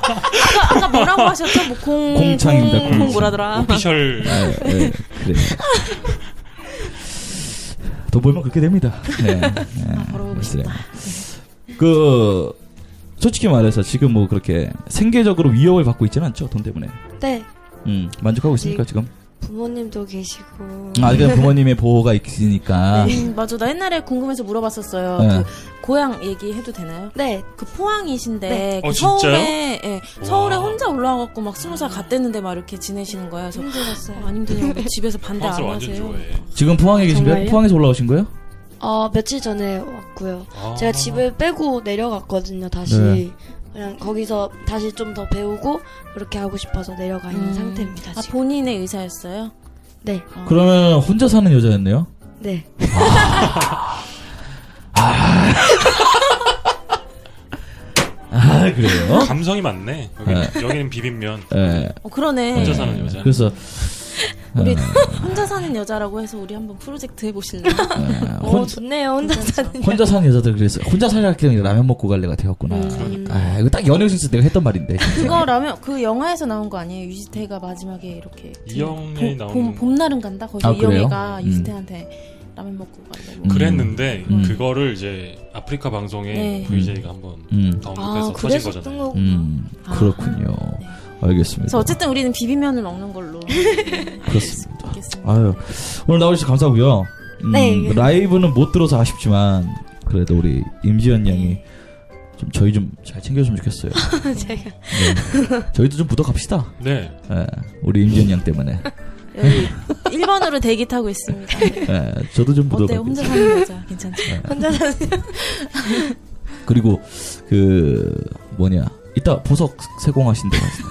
[SPEAKER 3] 아까 뭐라고 하셨죠? 뭐
[SPEAKER 2] 음,
[SPEAKER 3] 공,
[SPEAKER 2] 공창입니다,
[SPEAKER 3] 공,
[SPEAKER 2] 공창.
[SPEAKER 3] 공 뭐라더라?
[SPEAKER 4] 오피셜.
[SPEAKER 2] 아, 예, 그래. 돈 벌면 그렇게 됩니다. 네.
[SPEAKER 3] 아, 벌어보고
[SPEAKER 2] 그래. 그, 솔직히 말해서 지금 뭐 그렇게 생계적으로 위협을 받고 있지는 않죠, 돈 때문에.
[SPEAKER 5] 네
[SPEAKER 2] 음, 만족하고
[SPEAKER 3] 네.
[SPEAKER 2] 있습니까 지금?
[SPEAKER 5] 부모님도 계시고
[SPEAKER 2] 아, 그러니까 부모님의 보호가 있으니까.
[SPEAKER 3] 음, 맞아. 나 옛날에 궁금해서 물어봤었어요.
[SPEAKER 2] 네.
[SPEAKER 3] 그 고향 얘기해도 되나요?
[SPEAKER 5] 네
[SPEAKER 3] 그 포항이신데
[SPEAKER 5] 네.
[SPEAKER 3] 그
[SPEAKER 4] 어, 진짜요?
[SPEAKER 3] 서울에 예, 서울에
[SPEAKER 4] 와.
[SPEAKER 3] 혼자 올라와갖고 막 스무 살 갔댔는데 막 이렇게 지내시는 거예요. 그래서
[SPEAKER 5] 힘들었어요.
[SPEAKER 3] 어, 안 힘드냐고 집에서 반대 안
[SPEAKER 4] 황스 아, 완전
[SPEAKER 3] 하세요.
[SPEAKER 4] 좋아해.
[SPEAKER 2] 지금 포항에 계신가요?
[SPEAKER 5] 정말요?
[SPEAKER 2] 포항에서 올라오신 거예요?
[SPEAKER 5] 어 며칠 전에 왔고요.
[SPEAKER 4] 아.
[SPEAKER 5] 제가 집을 빼고 내려갔거든요. 다시
[SPEAKER 2] 네.
[SPEAKER 5] 그냥 거기서 다시 좀 더 배우고 그렇게 하고 싶어서 내려가 있는
[SPEAKER 3] 음.
[SPEAKER 5] 상태입니다.
[SPEAKER 3] 아,
[SPEAKER 5] 지금.
[SPEAKER 3] 본인의 의사였어요?
[SPEAKER 5] 네,
[SPEAKER 3] 어.
[SPEAKER 2] 그러면 혼자 사는 여자였네요.
[SPEAKER 5] 네.
[SPEAKER 2] 아 그래요?
[SPEAKER 4] 감성이 많네. 여기는, 여기는 비빔면.
[SPEAKER 2] 예.
[SPEAKER 3] 어, 그러네. 아.
[SPEAKER 4] 혼자
[SPEAKER 2] 예.
[SPEAKER 4] 사는 여자.
[SPEAKER 2] 그래서 네. 아.
[SPEAKER 3] 우리 혼자 사는 여자라고 해서 우리 한번 프로젝트 해보실래요? 어,
[SPEAKER 2] 예,
[SPEAKER 5] 오
[SPEAKER 2] 혼,
[SPEAKER 5] 좋네요. 혼자 사는.
[SPEAKER 2] 혼자 사는 여자들 그래서 혼자 살라 그냥 라면 먹고 갈래가 되었구나.
[SPEAKER 4] 그러니까.
[SPEAKER 2] 아 이거 딱 연애 실수 내가 했던 말인데.
[SPEAKER 3] 그거 라면 그 영화에서 나온 거 아니에요? 유지태가 마지막에 이렇게 그
[SPEAKER 4] 이영애
[SPEAKER 3] 봄-
[SPEAKER 4] 나오는.
[SPEAKER 3] 봄, 봄날은 간다. 거기서
[SPEAKER 2] 아, 그래요?
[SPEAKER 3] 이영애가
[SPEAKER 2] 음.
[SPEAKER 3] 유지태한테 라면 먹고 간다고.
[SPEAKER 2] 음.
[SPEAKER 4] 그랬는데
[SPEAKER 2] 음.
[SPEAKER 4] 그거를 이제 아프리카 방송에
[SPEAKER 3] 네.
[SPEAKER 4] VJ가 한번
[SPEAKER 2] 음,
[SPEAKER 4] 다운로드해서
[SPEAKER 5] 아
[SPEAKER 4] 터진
[SPEAKER 5] 그래서 뜬
[SPEAKER 4] 거잖아요.
[SPEAKER 5] 거고.
[SPEAKER 2] 음 그렇군요.
[SPEAKER 3] 네.
[SPEAKER 2] 알겠습니다.
[SPEAKER 3] 그래서 어쨌든 우리는 비빔면을 먹는 걸로
[SPEAKER 2] 그렇습니다.
[SPEAKER 3] 있겠습니다.
[SPEAKER 2] 아유 오늘 나오셔서 감사하고요. 음,
[SPEAKER 5] 네.
[SPEAKER 2] 라이브는 못 들어서 아쉽지만 그래도 우리 임지연 양이 좀 저희 좀 잘 챙겨줬으면 좋겠어요.
[SPEAKER 5] 제가
[SPEAKER 2] 네. 저희도 좀 묻어갑시다.
[SPEAKER 4] 네.
[SPEAKER 2] 예, 우리 임지연 양 때문에.
[SPEAKER 3] 여기 1번으로 대기 타고 있습니다. 네.
[SPEAKER 2] 예, 저도 좀
[SPEAKER 3] 어때요? 혼자
[SPEAKER 2] 묻어갑니다. 네.
[SPEAKER 3] 사는 여자 괜찮죠?
[SPEAKER 5] 혼자 사는.
[SPEAKER 2] 그리고 그 뭐냐 이따 보석 세공하신다고 하시네.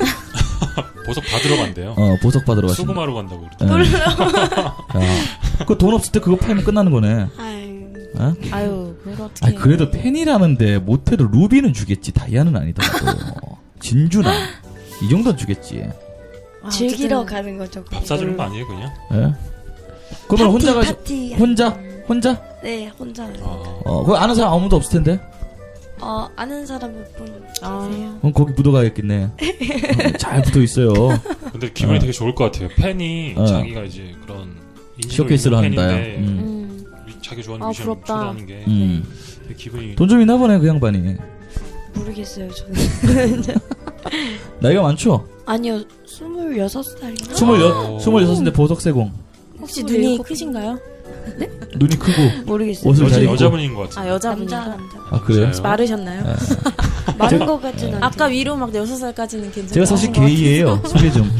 [SPEAKER 4] 보석 받으러 간대요.
[SPEAKER 2] 어 보석 받으러 음. 가신.
[SPEAKER 4] 수금하러 간다고 그러더라고요.
[SPEAKER 2] 그돈 없을 때 그거 팔면 끝나는 거네. 어?
[SPEAKER 5] 아유.
[SPEAKER 3] 아유 그걸 어떻게?
[SPEAKER 2] 아 그래도 팬이라는데 못해도 루비는 주겠지 다이아는 아니더라고. 진주나 이 정도는 주겠지. 예?
[SPEAKER 5] 아,
[SPEAKER 3] 아,
[SPEAKER 5] 즐기러 가는 거죠.
[SPEAKER 4] 밥 사주는 거 아니에요 그냥?
[SPEAKER 2] 예? 그러면 혼자 가시
[SPEAKER 5] 파티.
[SPEAKER 2] 혼자 어, 혼자
[SPEAKER 5] 네 혼자.
[SPEAKER 4] 아,
[SPEAKER 2] 어, 그 아는 사람 아무도 없을 텐데.
[SPEAKER 5] 어, 아는 사람 몇 분 계세요?
[SPEAKER 3] 아.
[SPEAKER 2] 그럼 거기 묻어가야겠네. 어, 잘 붙어 있어요.
[SPEAKER 4] 근데 기분이
[SPEAKER 2] 어.
[SPEAKER 4] 되게 좋을 것 같아요. 팬이
[SPEAKER 2] 어.
[SPEAKER 4] 자기가 이제 그런 인지도
[SPEAKER 2] 쇼케이스를
[SPEAKER 4] 있는
[SPEAKER 2] 한다.
[SPEAKER 4] 팬인데
[SPEAKER 2] 음.
[SPEAKER 4] 미- 자기 좋아하는
[SPEAKER 5] 아,
[SPEAKER 4] 뮤지션
[SPEAKER 5] 부럽다.
[SPEAKER 4] 초대하는 게
[SPEAKER 2] 음.
[SPEAKER 4] 되게 기분이
[SPEAKER 2] 돈 좀 있나 보네 그 양반이.
[SPEAKER 5] 모르겠어요, 저는.
[SPEAKER 2] 나이가 많죠?
[SPEAKER 5] 아니요, 26살인가?
[SPEAKER 2] 스물여 스물여섯인데 보석세공.
[SPEAKER 3] 혹시 눈이 크신가요?
[SPEAKER 5] 네?
[SPEAKER 2] 눈이 크고
[SPEAKER 5] 모르겠어요.
[SPEAKER 2] 옷을 잘 입고.
[SPEAKER 4] 여자분인 것 같아요.
[SPEAKER 3] 아 여자분이요.
[SPEAKER 2] 아 그래요?
[SPEAKER 3] 마르셨나요? 네.
[SPEAKER 2] 네.
[SPEAKER 5] 마른
[SPEAKER 2] 제-
[SPEAKER 5] 것 같진 않아.
[SPEAKER 3] 아까 위로 막 여섯 살까지는 괜찮아요.
[SPEAKER 2] 제가 사실 게이예요. 소개 좀.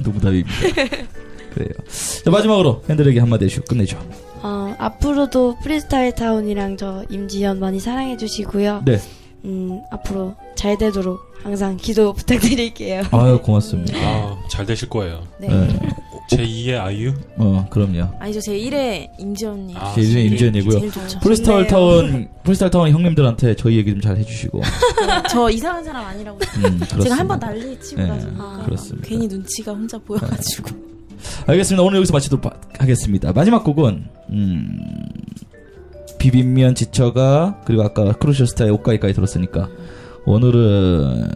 [SPEAKER 2] 농담입니다. 그래요. 자 마지막으로 팬들에게 한마디 해주고 끝내죠.
[SPEAKER 5] 어, 앞으로도 프리스타일 타운이랑 저 임지연 많이 사랑해주시고요.
[SPEAKER 2] 네.
[SPEAKER 5] 음, 앞으로 잘 되도록 항상 기도 부탁드릴게요.
[SPEAKER 2] 아유 고맙습니다.
[SPEAKER 4] 아, 잘 되실 거예요.
[SPEAKER 3] 네.
[SPEAKER 2] 네.
[SPEAKER 4] 제 2의 아이유.
[SPEAKER 2] 어 그럼요.
[SPEAKER 3] 아니죠 제 1회 임지연님.
[SPEAKER 4] 아,
[SPEAKER 2] 제 이름은 임지연이고요.
[SPEAKER 3] 제일 좋죠.
[SPEAKER 2] 프리스타일
[SPEAKER 5] 좋네요.
[SPEAKER 2] 타운 프리스타일 타운 형님들한테 저희 얘기 좀 잘 해주시고.
[SPEAKER 3] 네, 저 이상한 사람 아니라고.
[SPEAKER 2] 음, 그렇습니다.
[SPEAKER 3] 제가 한 번 난리 치고
[SPEAKER 2] 예,
[SPEAKER 3] 나서
[SPEAKER 2] 그렇습니다.
[SPEAKER 3] 괜히 눈치가 혼자 보여가지고.
[SPEAKER 2] 알겠습니다. 오늘 여기서 마치도록 하- 하겠습니다. 마지막 곡은 음, 비빔면 지쳐가 그리고 아까 크루셜스타의 옷가이까지 들었으니까 오늘은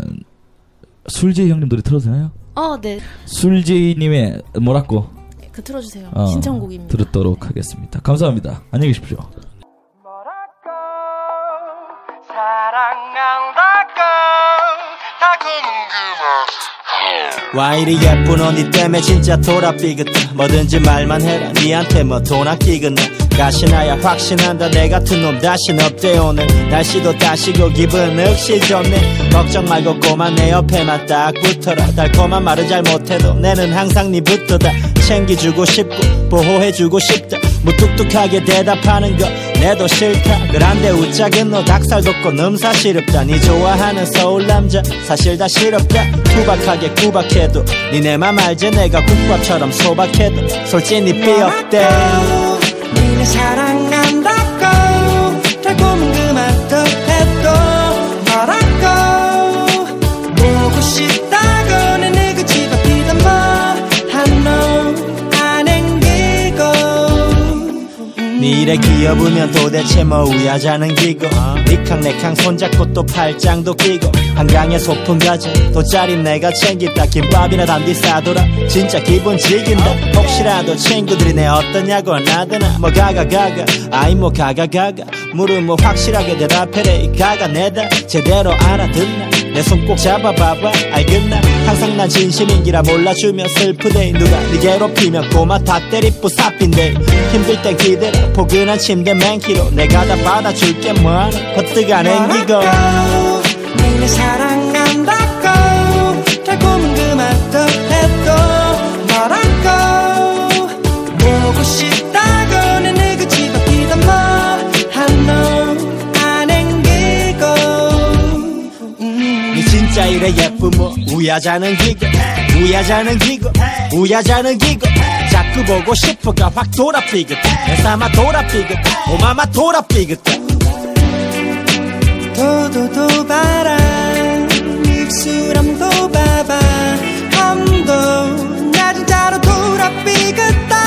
[SPEAKER 2] 술제이 형님 노래 틀어도 되나요?
[SPEAKER 5] 어, 네.
[SPEAKER 2] 술제이님의 뭐라고
[SPEAKER 3] 그 틀어주세요.
[SPEAKER 2] 어,
[SPEAKER 3] 신청곡입니다.
[SPEAKER 2] 들었도록 하겠습니다. 감사합니다. 안녕히 계십시오.
[SPEAKER 10] 와 이리 예쁜 언니 때문에 진짜 돌아삐겠다 뭐든지 말만 해라 니한테 뭐 돈 아끼겠나 가시나야 확신한다 내 같은 놈 다신 없대 오늘 날씨도 따시고 기분 역시 좋네 걱정 말고 꼬마 내 옆에만 딱 붙어라 달콤한 말은 잘 못해도 내는 항상 니부터다 챙겨주고 싶고 보호해주고 싶다 무뚝뚝하게 대답하는 거 내도 싫다 그런데 웃자긴 너 닭살 돋고 넘사 시렵다 니 좋아하는 서울 남자 사실 다 시렵다 투박하게 구박해도 니네 맘 알지 내가 국밥처럼 소박해도 솔직히 삐없대
[SPEAKER 11] 니네 사랑한다고 달콤한 그 맛도 해도 말았고 보고 싶다고 내 누구 집 앞이던 뭐 한놈 안 행기고
[SPEAKER 10] 니 일에 기어보면 도대체 뭐 우야자는 기고
[SPEAKER 11] 어?
[SPEAKER 10] 니캉내캉 손잡고 또 팔짱도 끼고 한강에 소풍 가자 돗자리 내가 챙긴다 김밥이나 단디 싸돌아 진짜 기분
[SPEAKER 11] 어?
[SPEAKER 10] 즐긴다 혹시라도 친구들이 내 어떠냐고 나더나 뭐 가가가가 아이 뭐 가가가가 물은 뭐 확실하게 대답해래 이 가가 내다 제대로 알아듣나 내 손 꼭 잡아봐봐 알겠나 항상 난 진심인 기라 몰라주면 슬프대 누가 니 괴롭히면 고마 다 때리 뿌사핀데 힘들 땐 기대라 포근한 침대 맨키로 내가 다 받아줄게 뭐하나 버뜩 안 앵기고
[SPEAKER 11] 니네 사랑한다고 달콤한 그 맛도 해도 말았고 보고 싶다고 내 누구 집 앞이던 뭐 한놈 안 행기고
[SPEAKER 10] 니 음. 네 진짜 이래 예쁘모 우야자는 기고 우야자는 기고 우야자는 기고 자꾸 보고 싶어가 확 돌아삐긋 내 삼아 돌아삐긋 오마마 돌아삐긋
[SPEAKER 11] 도도도 봐라 입술함도 봐봐 함도 나 진짜로 돌아삐겠다 그그 뭐. 뭐. 그뭐